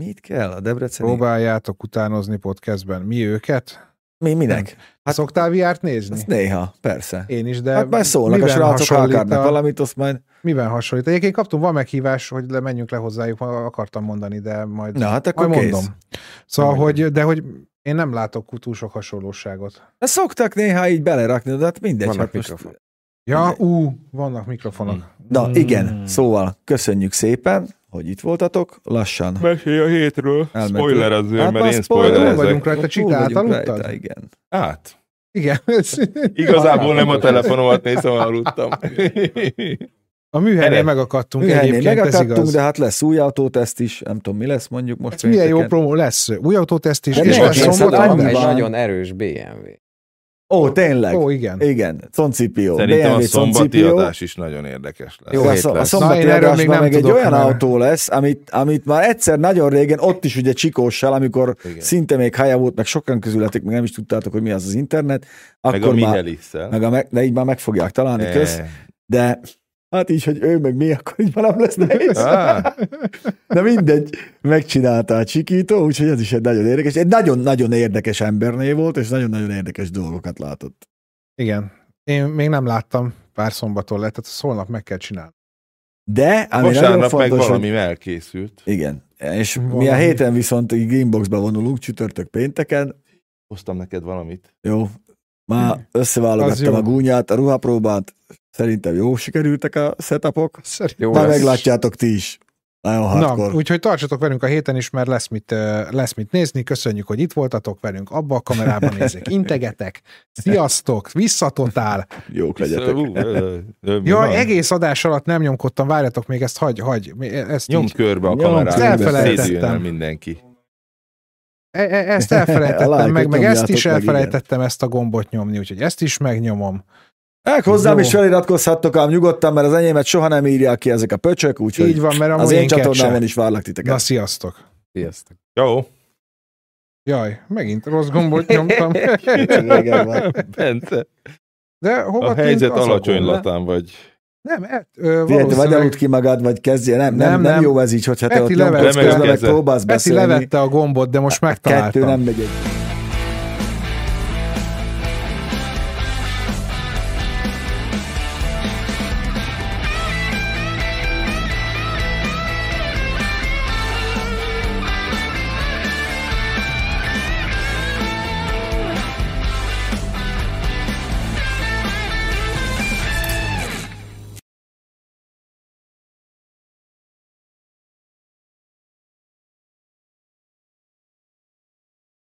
Speaker 1: Mit kell a Debreceni?
Speaker 2: Próbáljátok utánozni podcastben. Mi őket?
Speaker 1: Mi, minek?
Speaker 2: Hát, Szoktál VR-t nézni?
Speaker 1: Azt néha, persze.
Speaker 2: Én is, de
Speaker 1: hát majd szólnak a srácok, ha
Speaker 2: hasonlít
Speaker 1: akarnak
Speaker 2: a-
Speaker 1: valamit, azt majd...
Speaker 2: Miben hasonlít? Egyébként kaptunk, van meghívás, hogy le, menjünk le hozzájuk, ma akartam mondani, de majd,
Speaker 1: Na, hát akkor
Speaker 2: majd
Speaker 1: kész.
Speaker 2: mondom.
Speaker 1: Mondom.
Speaker 2: Szóval,
Speaker 1: Majd
Speaker 2: hogy, de hogy én nem látok túl sok hasonlóságot.
Speaker 1: Na, szoktak néha így belerakni, de hát mindegy.
Speaker 3: Vannak
Speaker 1: Hát most...
Speaker 3: mikrofon.
Speaker 2: Ja,
Speaker 1: De-
Speaker 2: ú, vannak mikrofonok.
Speaker 1: Na,
Speaker 2: Mm.
Speaker 1: igen, szóval köszönjük szépen, hogy itt voltatok, lassan.
Speaker 4: Mesélj a hétről.
Speaker 1: Elmentünk.
Speaker 4: Spoilerezzél,
Speaker 1: Hát már
Speaker 4: mert én
Speaker 1: spoiler-
Speaker 2: Túl
Speaker 1: Ezek-
Speaker 2: vagyunk
Speaker 4: spoilerezek.
Speaker 2: Hát rajta,
Speaker 1: Túl
Speaker 2: csita
Speaker 1: vagyunk rajta,
Speaker 2: átaludtad?
Speaker 1: Igen.
Speaker 4: Hát,
Speaker 2: Igen.
Speaker 4: igazából nem a telefonomat nézem, aludtam.
Speaker 2: A műhelynél
Speaker 4: Erre.
Speaker 2: megakadtunk
Speaker 1: Műhelynél
Speaker 2: egyébként, ez
Speaker 1: megakadtunk,
Speaker 2: igaz.
Speaker 1: de hát lesz új autóteszt is, nem tudom, mi lesz mondjuk most.
Speaker 2: Ez milyen jó
Speaker 1: pénteken.
Speaker 2: promó lesz. Új autóteszt is,
Speaker 1: De
Speaker 2: és
Speaker 1: ne,
Speaker 2: lesz
Speaker 1: hát
Speaker 2: szombaton.
Speaker 1: annyi
Speaker 3: Egy
Speaker 1: van.
Speaker 3: nagyon erős BMW.
Speaker 1: Ó, tényleg.
Speaker 2: Ó, igen.
Speaker 1: Igen, Concipió.
Speaker 4: Szerintem a
Speaker 1: BMW
Speaker 4: szombati
Speaker 1: Concipió.
Speaker 4: adás is nagyon érdekes lesz.
Speaker 3: Jó,
Speaker 1: De a,
Speaker 3: hét
Speaker 1: szom- a
Speaker 3: lesz.
Speaker 2: Na,
Speaker 1: szombati
Speaker 2: én erről
Speaker 1: adásban
Speaker 2: még nem
Speaker 1: meg egy
Speaker 2: tudok,
Speaker 1: olyan
Speaker 2: mert-
Speaker 1: autó lesz, amit, amit már egyszer nagyon régen, ott is ugye Csikóssal, amikor
Speaker 4: Igen.
Speaker 1: szinte még haja volt, meg sokan közületek még nem is tudtátok, hogy mi az az internet,
Speaker 4: Meg
Speaker 1: akkor
Speaker 4: a Eh.
Speaker 1: már,
Speaker 4: Mihelisszel.
Speaker 1: meg a meg, de így már meg fogják találni, kösz. De hát így, hogy ő meg mi, akkor így már nem lesz nehéz.
Speaker 4: Ah,
Speaker 1: De mindegy, megcsinálta a csikító, úgyhogy ez is egy nagyon érdekes, egy nagyon-nagyon érdekes emberné volt, és nagyon-nagyon érdekes dolgokat látott.
Speaker 2: Igen. Én még nem láttam pár szombaton lett, tehát szólnap meg kell csinálni.
Speaker 1: De, ami nagyon
Speaker 4: vasárnap meg
Speaker 1: fontos, hogy
Speaker 4: valami elkészült.
Speaker 1: Igen. És mi a
Speaker 2: Valami.
Speaker 1: héten viszont így inboxba vonulunk, csütörtök pénteken.
Speaker 4: Hoztam neked valamit.
Speaker 1: Jó. Már
Speaker 2: Hm. Az
Speaker 1: összeválogattam
Speaker 2: jó.
Speaker 1: a gúnyát, a ruhapróbát. Szerintem jó sikerültek a setupok.
Speaker 2: Szerintem.
Speaker 3: Jó
Speaker 1: Már
Speaker 3: lesz.
Speaker 1: meglátjátok ti is. Nagyon
Speaker 2: Na,
Speaker 1: hardcore.
Speaker 2: úgyhogy tartsatok velünk a héten is, mert lesz mit, ö, lesz mit nézni. Köszönjük, hogy itt voltatok velünk. Abba a kamerában nézzék. Integetek. Sziasztok. Visszatotál.
Speaker 1: Jók legyetek.
Speaker 4: Ú, ö, ö, mi van?
Speaker 2: Jaj, egész adás alatt nem nyomkodtam. Várjatok még ezt, hagy, hagy. Mi- e- Ezt
Speaker 4: Nyomd
Speaker 2: így.
Speaker 4: körbe a
Speaker 1: Nyomd,
Speaker 4: kamerát.
Speaker 2: elfelejtettem.
Speaker 4: Szédüljön el mindenki.
Speaker 2: E- e- Ezt
Speaker 1: A
Speaker 2: elfelejtettem
Speaker 1: lájkot
Speaker 2: meg, meg ezt
Speaker 1: nyomjátok
Speaker 2: is
Speaker 1: meg, igen.
Speaker 2: elfelejtettem ezt a gombot nyomni, úgyhogy ezt is megnyomom.
Speaker 1: Ek, hozzám
Speaker 2: Jó.
Speaker 1: is feliratkozhattok ám nyugodtan, mert az enyémet soha nem írják ki ezek a pöcsök, úgyhogy
Speaker 2: Így van, mert amúgy
Speaker 1: az én
Speaker 2: minket se.
Speaker 1: csatornámon is várlak titeket.
Speaker 2: Na, sziasztok.
Speaker 3: Sziasztok.
Speaker 5: Jó.
Speaker 2: Jaj, megint rossz gombot nyomtam.
Speaker 1: Igen, van.
Speaker 5: Bence,
Speaker 2: De hova
Speaker 5: a
Speaker 2: kint
Speaker 5: helyzet
Speaker 2: azokon,
Speaker 5: alacsony
Speaker 2: ne?
Speaker 5: latán vagy.
Speaker 2: Nem, et, ö,
Speaker 1: Figyelj, te vagy
Speaker 2: valószínűleg
Speaker 1: aludt ki magad, vagy kezdje. Nem, nem,
Speaker 2: Nem,
Speaker 1: nem,
Speaker 2: nem.
Speaker 1: nem jó ez így, hogyha te
Speaker 2: Peti
Speaker 1: ott
Speaker 2: level-
Speaker 1: nyomkodsz közben, meg
Speaker 5: Lemelkezett.
Speaker 1: próbálsz
Speaker 2: Peti
Speaker 1: beszélni.
Speaker 2: levette a gombot, de most
Speaker 1: Kettő
Speaker 2: megtaláltam.
Speaker 1: nem megy egy.